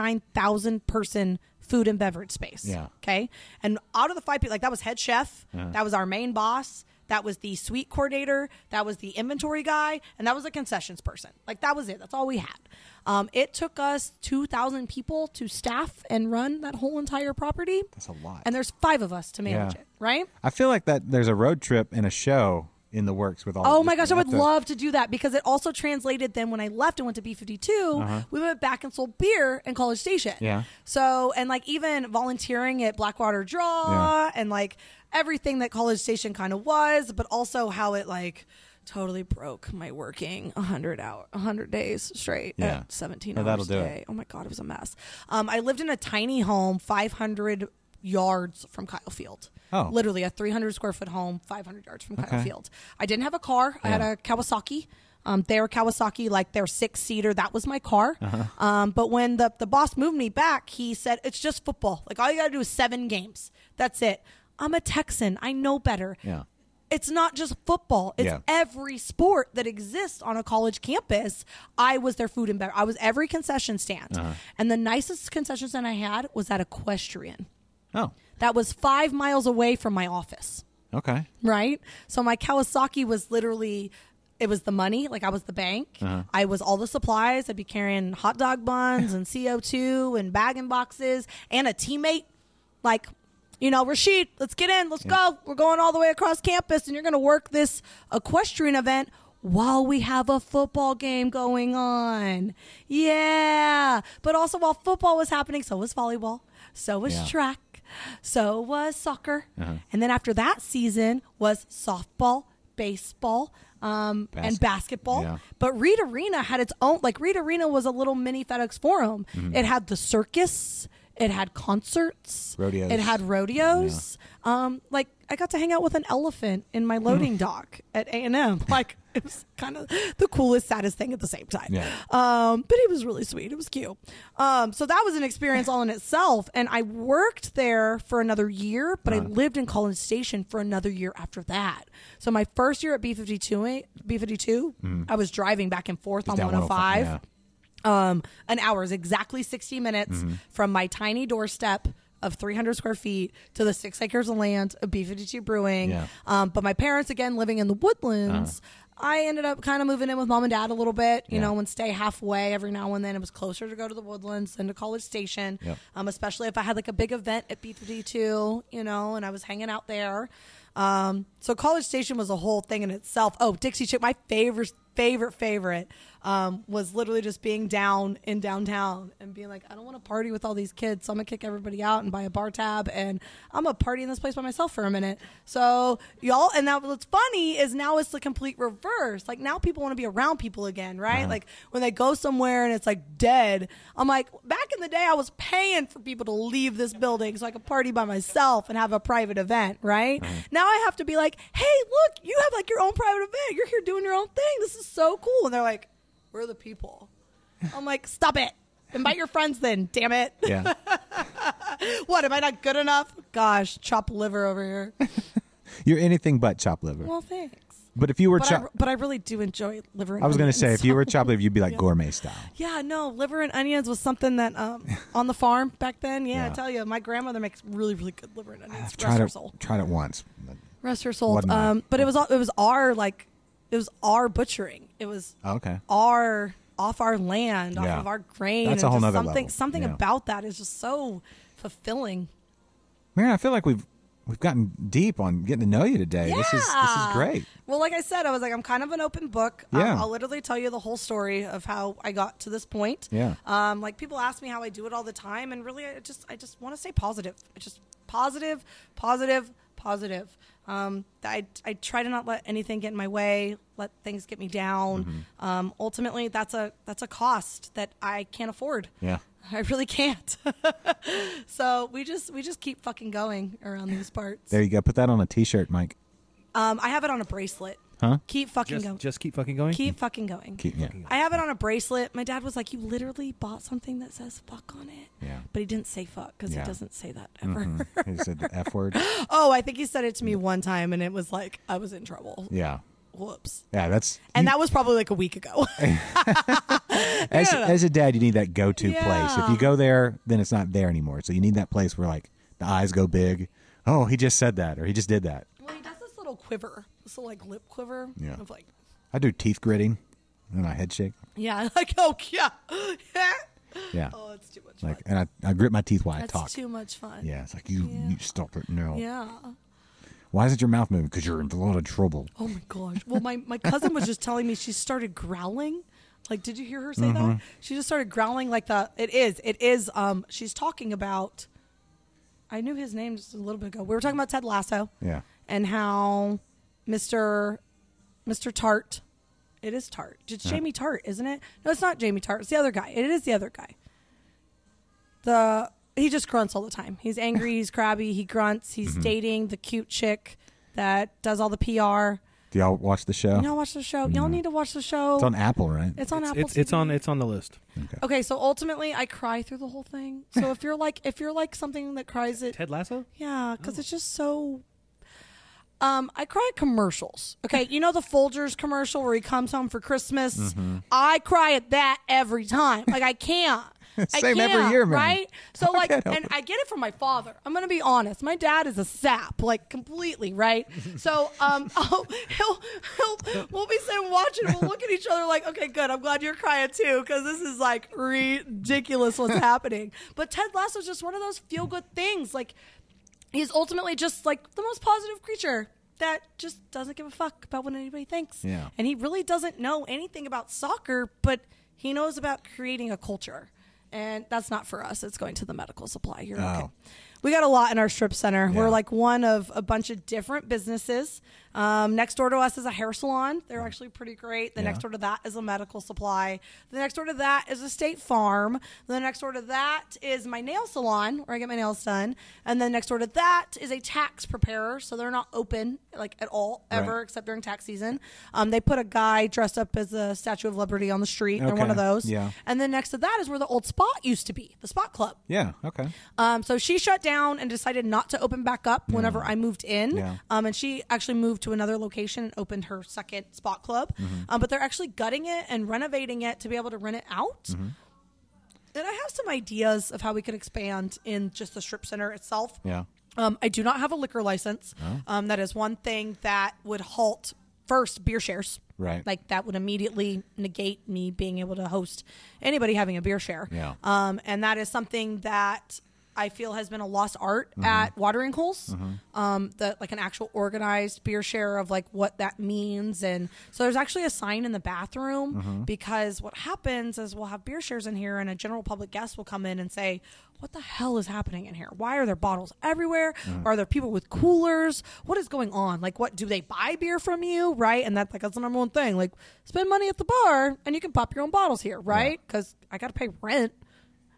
S3: 109000 person food and beverage space
S2: Yeah.
S3: Okay. And out of the five people, like that was head chef, that was our main boss, that was the suite coordinator, that was the inventory guy, and that was the concessions person. Like that was it. That's all we had. Um, it took us 2,000 people to staff and run that whole entire property.
S2: That's a lot.
S3: And there's five of us to manage
S2: Yeah.
S3: it, right?
S2: I feel like that there's a road trip and a show in the works with all.
S3: Oh
S2: of
S3: my
S2: this.
S3: gosh, I would
S2: That's a-
S3: love to do that because it also translated then when I left and went to B52, we went back and sold beer in College Station.
S2: Uh-huh. Yeah.
S3: So, and like even volunteering at Blackwater Draw
S2: Yeah.
S3: and like everything that College Station kind of was, but also how it like totally broke my working 100 hour 100 days straight
S2: Yeah.
S3: at 17
S2: Oh,
S3: hours
S2: that'll
S3: a
S2: do it.
S3: day. Oh my god, it was a mess. Um, I lived in a tiny home 500 yards from Kyle Field.
S2: Oh.
S3: Literally a 300 square foot home 500 yards from Kyle
S2: Okay.
S3: Field. I didn't have a car. I had
S2: Yeah.
S3: a Kawasaki. Um, their Kawasaki, like their six seater, that was my car.
S2: Uh-huh.
S3: Um, but when the the boss moved me back, he said it's just football. Like all you gotta do is seven games. That's it. I'm a Texan. I know better.
S2: Yeah.
S3: It's not just football. It's
S2: Yeah.
S3: every sport that exists on a college campus. I was their food and beverage. I was every concession stand.
S2: Uh-huh.
S3: And the nicest concession stand I had was at Equestrian.
S2: Oh,
S3: That was five miles away from my office
S2: okay.
S3: right? So my Kawasaki was literally it was the money, like I was the bank. I was all the supplies. I'd be carrying hot dog buns and CO2 and bagging boxes and a teammate like you know, Rashid, let's get in. Let's go. We're going all the way across campus and you're going to work this equestrian event while we have a football game going on. Yeah. But also while football was happening, so was volleyball. So was
S2: Yeah. Uh-huh.
S3: track track. So was soccer. And then after that season was softball, baseball, um, and
S2: Basket-
S3: basketball.
S2: yeah.
S3: But Reed Arena had its own, like, Reed Arena was a little mini FedEx Forum. It had the circus, it had concerts,
S2: Rodeos.
S3: it had rodeos. Um, like, I got to hang out with an elephant in my loading dock at A&M. Like, it was kind of the coolest, saddest thing at the same time.
S2: Yeah.
S3: Um, but he was really sweet. It was cute. Um, so that was an experience all in itself. And I worked there for another year, but I lived in College Station for another year after that. So my first year at B fifty two, B fifty two, I was driving back and forth on
S2: down
S3: one hundred five.
S2: 105,
S3: Um, an hour is exactly sixty minutes
S2: Mm-hmm.
S3: from my tiny doorstep. Of 300 square feet to the six acres of land of B52 Brewing.
S2: Yeah. Uh-huh.
S3: Um, but my parents, again, living in the woodlands, I ended up kind of moving in with mom and dad a little bit, you
S2: Yeah.
S3: know, and stay halfway every now and then. It was closer to go to the woodlands than to College Station,
S2: Yep.
S3: um, especially if I had like a big event at B52, you know, and I was hanging out there. Um, so College Station was a whole thing in itself. Oh, Dixie Chick, my favorite favorite favorite um, was literally just being down in downtown and being like, I don't want to party with all these kids, so I'm gonna kick everybody out and buy a bar tab, and I'm gonna party in this place by myself for a minute. So y'all, and now what's funny is now it's the complete reverse. Like now people want to be around people again, right? Like when they go somewhere and it's like dead. I'm like, back in the day, I was paying for people to leave this building so I could party by myself and have a private event, right? Now I have to be like, hey, look, you have like your own private event. You're here doing your own thing. This is so cool. And they're like, we're the people. I'm like, stop it. Invite your friends then, damn it.
S2: Yeah.
S3: what, am I not good enough? Gosh, chop liver over here.
S2: You're anything but chop liver.
S3: Well, thanks.
S2: but if you were
S3: But I,
S2: chop,
S3: but I really do enjoy liver. And
S2: I was going to
S3: onions.
S2: say, if you were chop liver, you'd be like gourmet style.
S3: Yeah, no, liver and onions was something that um, on the farm back then. Yeah, I
S2: Yeah.
S3: tell you, my grandmother makes really, really good liver and onions.
S2: I've
S3: Rest
S2: tried
S3: her
S2: it,
S3: soul.
S2: tried it once.
S3: Rest her soul.
S2: Wasn't mine.
S3: Um, but it was all- it was our like it was our butchering. It was
S2: Oh, Okay.
S3: our off our land,
S2: Yeah.
S3: off of our grain.
S2: That's
S3: and
S2: a whole
S3: just
S2: nother
S3: something
S2: level.
S3: something
S2: Yeah.
S3: about that is just so fulfilling.
S2: Marion, I feel like we've we've gotten deep on getting to know you today. This is this is
S3: Yeah.
S2: great.
S3: Well, like I said, I was like, I'm kind of an open book. Um,
S2: Yeah.
S3: I'll literally tell you the whole story of how I got to this point.
S2: Yeah.
S3: Um, like people ask me how I do it all the time, and really, I just I just want to stay positive. I just positive, positive, positive. Um, I I try to not let anything get in my way, let things get me down.
S2: Mm-hmm.
S3: Um, ultimately, that's a that's a cost that I can't afford.
S2: Yeah.
S3: I really can't. so we just we just keep fucking going around these parts.
S2: There you go. Put that on a T-shirt, Mike.
S3: Um, I have it on a bracelet.
S2: Huh?
S3: Keep fucking
S4: Just,
S3: going.
S4: just keep fucking going.
S3: Keep fucking going.
S2: Keep, yeah.
S3: I have it on a bracelet. My dad was like, "You literally bought something that says fuck on it."
S2: Yeah.
S3: But he didn't say fuck because
S2: Yeah. Mm-hmm.
S3: he doesn't say that ever.
S2: He said the F word.
S3: oh, I think he said it to me one time, and it was like I was in trouble.
S2: Yeah.
S3: Whoops.
S2: Yeah. That's
S3: And
S2: you-
S3: that was probably like a week ago.
S2: as,
S3: yeah.
S2: as a dad, you need that go-to place. If
S3: Yeah.
S2: you go there, then it's not there anymore. So you need that place where like the eyes go big. Oh, he just said that, or he just did that.
S3: well, he does this little quiver, this little like lip quiver.
S2: Yeah.
S3: Of like,
S2: I do teeth gritting and I head shake.
S3: yeah, like oh yeah,
S2: Yeah.
S3: Oh, it's too much
S2: like,
S3: fun.
S2: and I, I grit my teeth while
S3: That's
S2: I talk.
S3: too much fun.
S2: yeah. It's like you
S3: Yeah.
S2: you stop it now.
S3: Yeah.
S2: Why isn't your mouth moving? Because you're in a lot of trouble.
S3: Oh my gosh. Well, my, my cousin was just telling me she started growling. Like, did you hear her say that? She just started growling like the it is. It is um she's talking about I knew his name just a little bit ago. We were talking about Ted Lasso
S2: Yeah.
S3: and how Mr. Mr. Tart. It is Tart. It's Jamie Tart, isn't it? No, it's not Jamie Tart. It's the other guy. It is the other guy. The he just grunts all the time. He's angry. he's crabby. He grunts. He's dating the cute chick that does all the PR.
S2: Do y'all watch the show?
S3: Y'all watch the show. Y'all need to watch the show.
S2: It's on Apple, right?
S3: It's on
S4: It's,
S3: Apple.
S4: it's, it's
S3: TV.
S4: on. It's on the list.
S3: Okay, so ultimately, I cry through the whole thing. So if you're like, if you're like something that cries, it
S4: Ted Lasso.
S3: yeah,
S2: Oh.
S3: because it's just so. Um, I cry at commercials. Okay, you know the Folgers commercial where he comes home for Christmas.
S2: Mm-hmm.
S3: I cry at that every time. Like I can't. I
S2: Same every
S3: can't,
S2: year, man.
S3: right? So like,
S2: can't
S3: and
S2: help it.
S3: I get it from my father. I'm gonna be honest. My dad is a sap, like completely, right? So um, I'll, he'll he'll we'll be sitting watching. We'll look at each other like, okay, good. I'm glad you're crying too, because this is like ridiculous what's happening. But Ted Lasso is just one of those feel good things, like he's ultimately just like the most positive creature that just doesn't give a fuck about what anybody thinks.
S2: Yeah.
S3: And he really doesn't know anything about soccer, but he knows about creating a culture. And that's not for us. It's going to the medical supply. You're okay.
S2: Oh.
S3: We got a lot in our strip center.
S2: Yeah.
S3: We're like one of a bunch of different businesses. Um, next door to us is a hair salon. They're actually pretty great. The
S2: Yeah.
S3: next door to that is a medical supply. The next door to that is a state farm. The next door to that is my nail salon where I get my nails done. And then next door to that is a tax preparer. So they're not open like at all ever
S2: Right.
S3: except during tax season. Um, they put a guy dressed up as a Statue of Liberty on the street. They're one
S2: Okay.
S3: of those.
S2: Yeah.
S3: And then next to that is where the old spot used to be, the spot club.
S2: yeah. Okay.
S3: Um, so she shut down and decided not to open back up whenever I moved in.
S2: Mm. Yeah.
S3: Um, and she actually moved to another location and opened her second spot club.
S2: Mm-hmm.
S3: Um, but they're actually gutting it and renovating it to be able to rent it out.
S2: Mm-hmm.
S3: And I have some ideas of how we could expand in just the strip center itself.
S2: Yeah.
S3: Um, I do not have a liquor license. Um, that is one thing that would halt first beer shares.
S2: Right.
S3: Like that would immediately negate me being able to host anybody having a beer share.
S2: Yeah.
S3: Um, and that is something that I feel has been a lost art at watering holes. Um, the like an actual organized beer share of like what that means, and so there's actually a sign in the bathroom because what happens is we'll have beer shares in here, and a general public guest will come in and say. What the hell is happening in here? Why are there bottles everywhere? Are there people with coolers? What is going on? Like, what do they buy beer from you, right? And that's like that's the number one thing. Like, spend money at the bar, and you can pop your own bottles here, right? Because I got to pay rent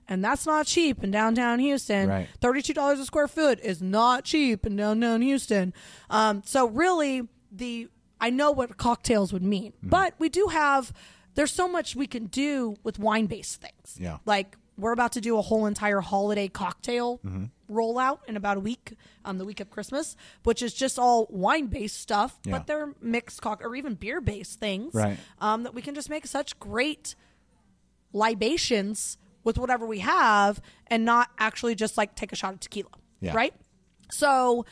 S3: and that's not cheap in downtown Houston.
S2: Right.
S3: Thirty-two dollars a square foot is not cheap in downtown Houston. Um, so really, the I know what cocktails would mean,
S2: Mm-hmm.
S3: but we do have there's so much we can do with wine-based things.
S2: Yeah.
S3: like we're about to do a whole entire holiday cocktail
S2: Mm-hmm.
S3: rollout in about a week, um, the week of Christmas, which is just all wine-based stuff,
S2: Yeah.
S3: but they're mixed cock or even beer-based things
S2: Right.
S3: um, that we can just make such great libations with whatever we have and not actually just like take a shot of tequila.
S2: Yeah.
S3: Right? So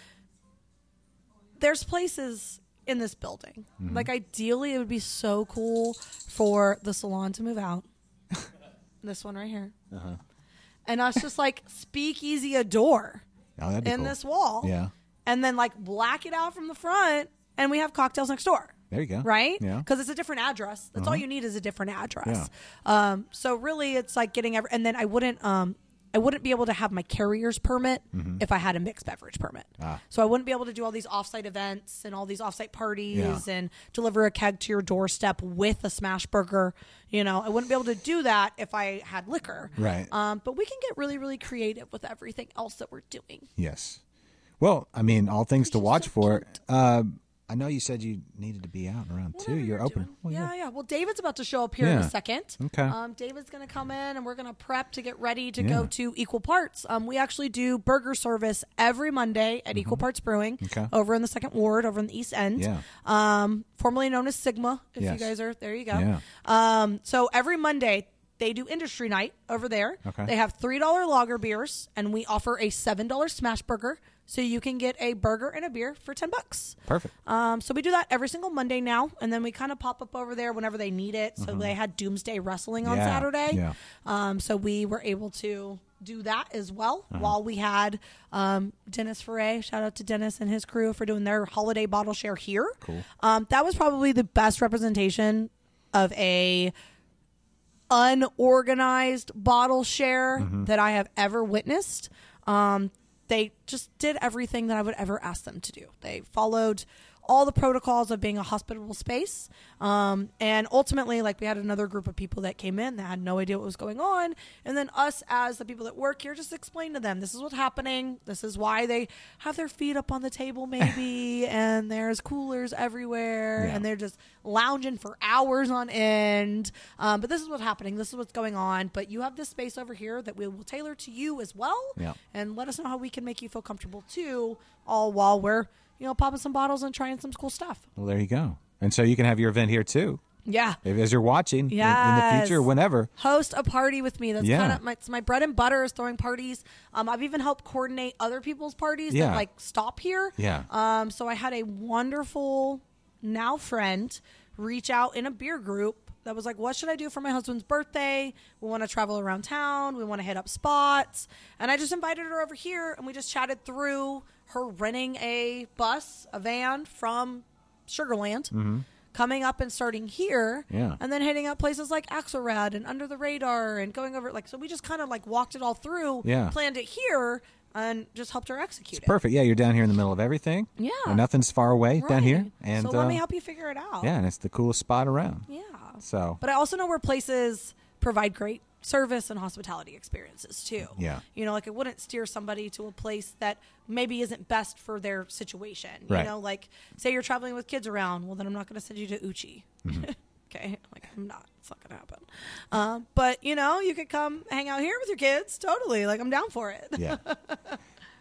S3: there's places in this building. Like ideally it would be so cool for the salon to move out. this one right here. And us just like speakeasy a door
S2: Oh, that'd be
S3: in
S2: cool.
S3: this wall.
S2: Yeah.
S3: And then like black it out from the front and we have cocktails next door.
S2: There you go.
S3: Right?
S2: Yeah. Uh-huh.
S3: Because it's a different address. That's all you need is a different address. Um, so really it's like getting every and then I wouldn't um I wouldn't be able to have my carrier's permit
S2: Mm-hmm.
S3: if I had a mixed beverage permit.
S2: Ah.
S3: So I wouldn't be able to do all these offsite events and all these offsite parties
S2: Yeah.
S3: and deliver a keg to your doorstep with a smash burger. You know, I wouldn't be able to do that if I had liquor.
S2: Right.
S3: Um, but we can get really, really creative with everything else that we're doing.
S2: Yes. Well, I mean, all things to
S3: is
S2: watch
S3: so
S2: for. Um, I know you said you needed to be out around two.
S3: Whatever
S2: You're open.
S3: doing.
S2: Well,
S3: yeah, yeah, Well, David's about to show up here in
S2: Yeah.
S3: a second.
S2: Okay.
S3: Um, David's going to come in and we're going to prep to get ready to
S2: Yeah.
S3: go to Equal Parts. Um, we actually do burger service every Monday at Equal Parts Brewing
S2: Mm-hmm. Okay.
S3: over in the second ward, over in the East End.
S2: Yeah.
S3: Um, formerly known as Sigma, if
S2: Yes.
S3: you guys are there, you go.
S2: Yeah.
S3: Um, so every Monday, they do industry night over there.
S2: Okay.
S3: They have $3 lager beers, and we offer a $7 smash burger. So you can get a burger and a beer for 10 bucks.
S2: Perfect.
S3: Um, so we do that every single Monday now, and then we kind of pop up over there whenever they need it. So they had Doomsday Wrestling on
S2: Mm-hmm. Yeah,
S3: Saturday,
S2: yeah.
S3: um, so we were able to do that as well
S2: Uh-huh.
S3: while we had um, Dennis Ferre. Shout out to Dennis and his crew for doing their holiday bottle share here. Cool. Um, that was probably the best representation of a unorganized bottle share that I have ever witnessed. Um, they just did everything that I would ever ask them to do. They followed all the protocols of being a hospitable space. Um, and ultimately, like, we had another group of people that came in that had no idea what was going on. And then us, as the people that work here, just explained to them this is what's happening. This is why they have their feet up on the table, maybe. and there's coolers everywhere.
S2: Yeah.
S3: And they're they're just lounging for hours on end. Um, but this is what's happening. This is what's going on. But you have this space over here that we will tailor to you as well.
S2: Yeah.
S3: And let us know how we can make you feel comfortable too, all while we're, you know, popping some bottles and trying some cool stuff.
S2: Well, there you go. And so you can have your event here too,
S3: Yeah.
S2: if, as you're watching in- in, the
S3: Yes.
S2: future, whenever.
S3: Host a party with me. That's
S2: Yeah.
S3: kind of my, it's my bread and butter is throwing parties. Um, I've even helped coordinate other people's parties
S2: Yeah.
S3: that like stop here.
S2: Yeah.
S3: Um, so I had a wonderful now friend reach out in a beer group that was like, "What should I do for my husband's birthday? We want to travel around town. We want to hit up spots." And I just invited her over here, and we just chatted through her renting a bus, a van from Sugarland. Coming up and starting here,
S2: Mm-hmm. Yeah.
S3: and then hitting up places like Axelrad and Under the Radar, and going over like so. We just kind of like walked it all through,
S2: Yeah.
S3: planned it here, and just helped her execute it.
S2: Perfect. Yeah, you're down here in the middle of everything.
S3: Yeah.
S2: Where nothing's far away down here.
S3: Right.
S2: And
S3: so let
S2: uh,
S3: me help you figure it out.
S2: Yeah, and it's the coolest spot around.
S3: Yeah.
S2: So
S3: But I also know where places provide great service and hospitality experiences too.
S2: Yeah.
S3: You know, like I wouldn't steer somebody to a place that maybe isn't best for their situation.
S2: Right.
S3: You know, like say you're traveling with kids around, well then I'm not gonna send you to Uchi.
S2: Mm-hmm.
S3: okay. Like I'm not. It's not gonna happen. Um, but you know, you could come hang out here with your kids. Totally. Like I'm down for it.
S2: yeah.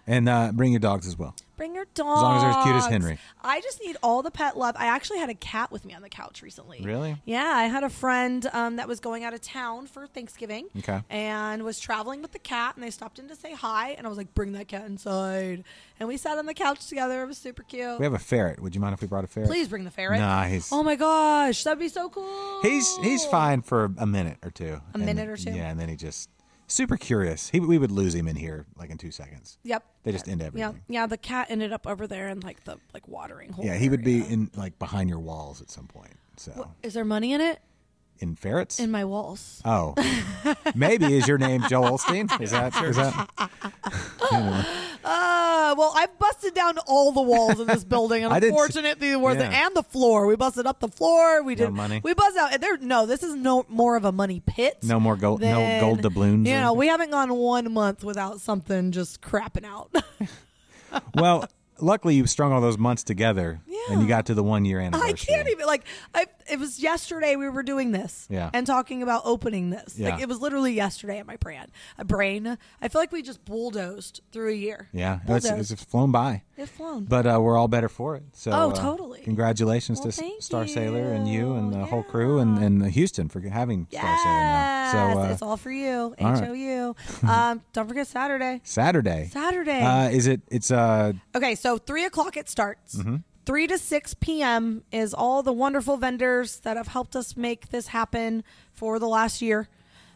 S2: and uh, bring your dogs as well.
S3: Bring your dogs.
S2: long as they're as cute as Henry.
S3: I just need all the pet love. I actually had a cat with me on the couch recently.
S2: Really?
S3: Yeah, I had a friend um, that was going out of town for Thanksgiving.
S2: Okay.
S3: And was traveling with the cat, and they stopped in to say hi, and I was like, "Bring that cat inside." And we sat on the couch together. It was super cute.
S2: We have a ferret. Would you mind if we brought a ferret?
S3: Please bring the ferret.
S2: Nah, he's-
S3: oh my gosh, that'd be so cool.
S2: He's he's fine for a minute or two. A
S3: minute or two?
S2: Yeah, and then he just Super curious. He, we would lose him in here like in two seconds.
S3: Yep.
S2: They just end everything.
S3: Yeah, yeah. The cat ended up over there in like the like watering hole.
S2: Yeah, he would be
S3: area.
S2: in like behind your walls at some point. So
S3: Is there money in it?
S2: in ferrets.
S3: In my walls.
S2: oh, maybe is your name Joe Olstein? Is that is that?
S3: Uh, well, I busted down all the walls in this building, and
S2: I did s-
S3: unfortunately, there were the,
S2: yeah.
S3: and the floor. We busted up the floor. We
S2: No
S3: did
S2: money.
S3: We buzzed out. and There, no, this is no more of a money pit.
S2: No more gold- no
S3: than-
S2: gold doubloons
S3: You
S2: or
S3: know,
S2: anything?
S3: we haven't gone one month without something just crapping out.
S2: Well, luckily you strung all those months together, and you
S3: Yeah.
S2: got to the one year anniversary.
S3: I can't even like. I it was yesterday we were doing this,
S2: Yeah.
S3: and talking about opening this.
S2: Yeah.
S3: Like it was literally yesterday in my brain. A brain. I feel like we just bulldozed through a year.
S2: Yeah, it's,
S3: bulldozed.
S2: it's just flown by.
S3: It's flown.
S2: But uh, we're all better for it. So
S3: Oh,
S2: uh,
S3: totally.
S2: Congratulations
S3: Well,
S2: to S-
S3: thank
S2: Star Sailor and you and the
S3: you.
S2: whole crew and, and Houston for having Star Sailor now.
S3: Yes,
S2: So uh,
S3: it's all for you.
S2: all right.
S3: H O U. Um, don't forget Saturday.
S2: Saturday.
S3: Saturday.
S2: Uh, is it? It's uh,
S3: Okay, so three o'clock it starts.
S2: Mm-hmm.
S3: Three to six p.m. is all the wonderful vendors that have helped us make this happen for the last year.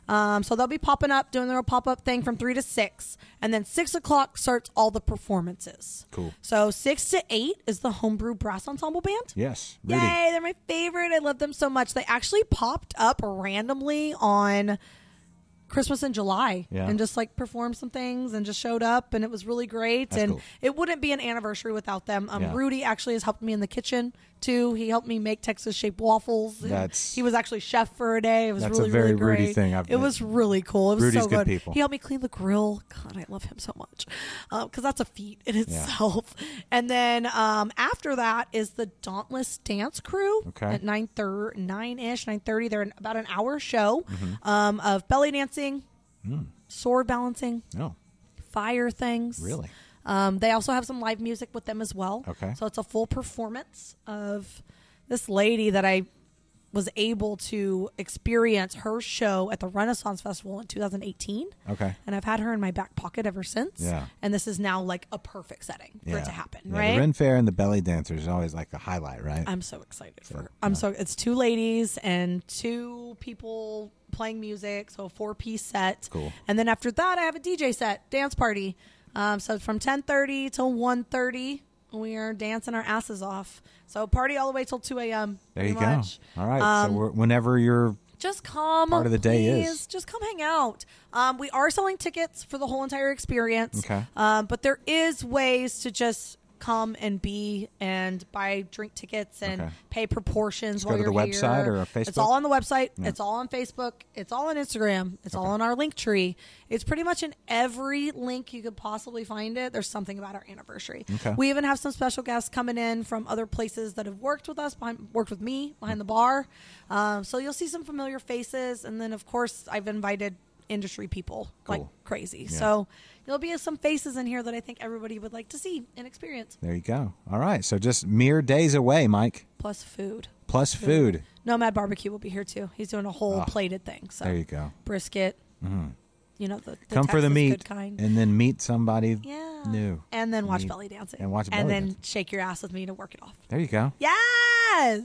S3: Um, so they'll be popping up, doing their pop up thing from three to six, and then six o'clock starts all the performances.
S2: Cool.
S3: So six to eight is the homebrew brass ensemble band.
S2: yes, Rudy.
S3: Yay, they're my favorite. I love them so much. They actually popped up randomly on Christmas in July
S2: Yeah.
S3: and just like performed some things and just showed up and it was really great.
S2: That's
S3: and
S2: cool.
S3: it wouldn't be an anniversary without them. Um,
S2: Yeah.
S3: Rudy actually has helped me in the kitchen too. He helped me make Texas shaped waffles. and
S2: That's-
S3: he was actually chef for a day. It was
S2: That's a
S3: really
S2: very
S3: really great.
S2: Rudy thing. I've-
S3: it was really cool. It was
S2: Rudy's
S3: so
S2: good
S3: good.
S2: people.
S3: He helped me clean the grill. God, I love him so much because that's a feat in itself. And then um, after that is the Dauntless Dance Crew
S2: Okay.
S3: at nine thir- nine ish, nine thirty. They're in about an hour show
S2: Mm-hmm.
S3: um, of belly dancing,
S2: Hmm.
S3: sword balancing,
S2: No,
S3: fire things.
S2: really.
S3: Um, they also have some live music with them as well.
S2: Okay.
S3: So it's a full performance of this lady that I was able to experience her show at the Renaissance Festival in 2018.
S2: Okay.
S3: And I've had her in my back pocket ever since.
S2: Yeah.
S3: And this is now like a perfect setting for
S2: Yeah.
S3: it to happen,
S2: Yeah,
S3: right?
S2: The Ren Fair and the Belly Dancers is always like the highlight, right?
S3: I'm so excited for. I'm so it's two ladies and two people playing music, so a four piece set.
S2: Cool.
S3: And then after that, I have a DJ set, dance party. Um, so from 10:30 till 1:30, we are dancing our asses off. So party all the way till 2 a.m.
S2: there you
S3: pretty much.
S2: go.
S3: Um,
S2: All right. so we're, whenever you're
S3: Just come.
S2: Part of the day is.
S3: please. just come hang out. Um, we are selling tickets for the whole entire experience.
S2: Okay.
S3: Um, but there is ways to just come and be and buy drink tickets and
S2: Okay.
S3: pay
S2: Just
S3: proportions.
S2: go
S3: while
S2: to the
S3: you're
S2: website
S3: here.
S2: or a
S3: It's all
S2: Facebook?
S3: on the website. It's all on Facebook. It's all on Instagram. It's all on our link tree. It's pretty much in every link you could possibly find it. There's something about our anniversary.
S2: Okay.
S3: We even have some special guests coming in from other places that have worked with us, behind, worked with me behind the bar. Um, so you'll see some familiar faces, and then of course I've invited industry people like
S2: Cool.
S3: crazy. So there'll be some faces in here that I think everybody would like to see and experience.
S2: there, you go. All right. So just mere days away, Mike.
S3: Plus food.
S2: Plus food. Ah,
S3: Nomad Barbecue will be here too. He's doing a whole plated thing. So
S2: There you go. Mm-hmm.
S3: brisket. You know the, the
S2: Come for the
S3: Texas
S2: meat
S3: good kind.
S2: and then meet somebody
S3: yeah.
S2: new.
S3: And then watch
S2: Meat.
S3: belly dancing.
S2: And watch belly
S3: And then
S2: dancing.
S3: shake your ass with me to work it off.
S2: There you go.
S3: Yes.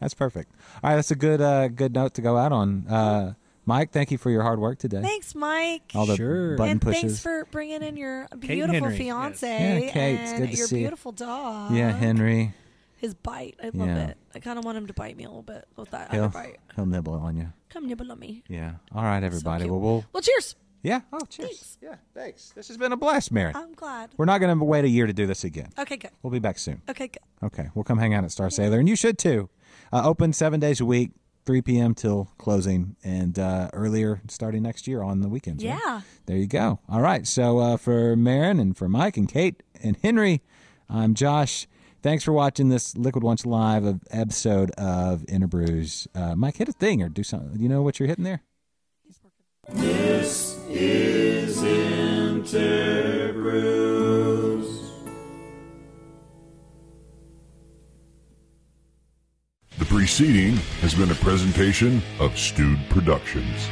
S2: That's perfect. All right, that's a good uh, good note to go out on. Uh, Mike, thank you for your hard work today.
S3: Thanks, Mike.
S2: All the
S4: Sure.
S2: button
S3: and
S2: pushes.
S3: thanks for bringing in your beautiful
S4: Henry, yes.
S3: fiance
S2: Yeah, Kate, it's
S3: and
S2: good to
S3: your
S2: see you.
S3: beautiful dog.
S2: yeah, Henry.
S3: His bite, I love
S2: Yeah.
S3: it. I kind of want him to bite me a little bit with that
S2: He'll,
S3: other bite.
S2: he'll nibble on you.
S3: Come nibble on me.
S2: Yeah. All right,
S3: So
S2: everybody.
S3: cute.
S2: well, we'll.
S3: well, cheers.
S2: Yeah. Oh, cheers.
S3: Thanks.
S2: Yeah, thanks. This has been a blast, Mary.
S3: I'm glad.
S2: We're not going to wait a year to do this again.
S3: Okay, good.
S2: We'll be back soon.
S3: Okay, good.
S2: Okay, we'll come hang out at Star Sailor, and you should too. Uh, open seven days a week, 3 p.m. till closing, and uh, earlier starting next year on the weekends. right?
S3: Yeah.
S2: There you go. All right. So uh, for Marin and for Mike and Kate and Henry, I'm Josh. Thanks for watching this Liquid Lunch Live of episode of Inner Brews. Uh, Mike, hit a thing or do something. You know what you're hitting there?
S1: The preceding has been a presentation of Stewed Productions.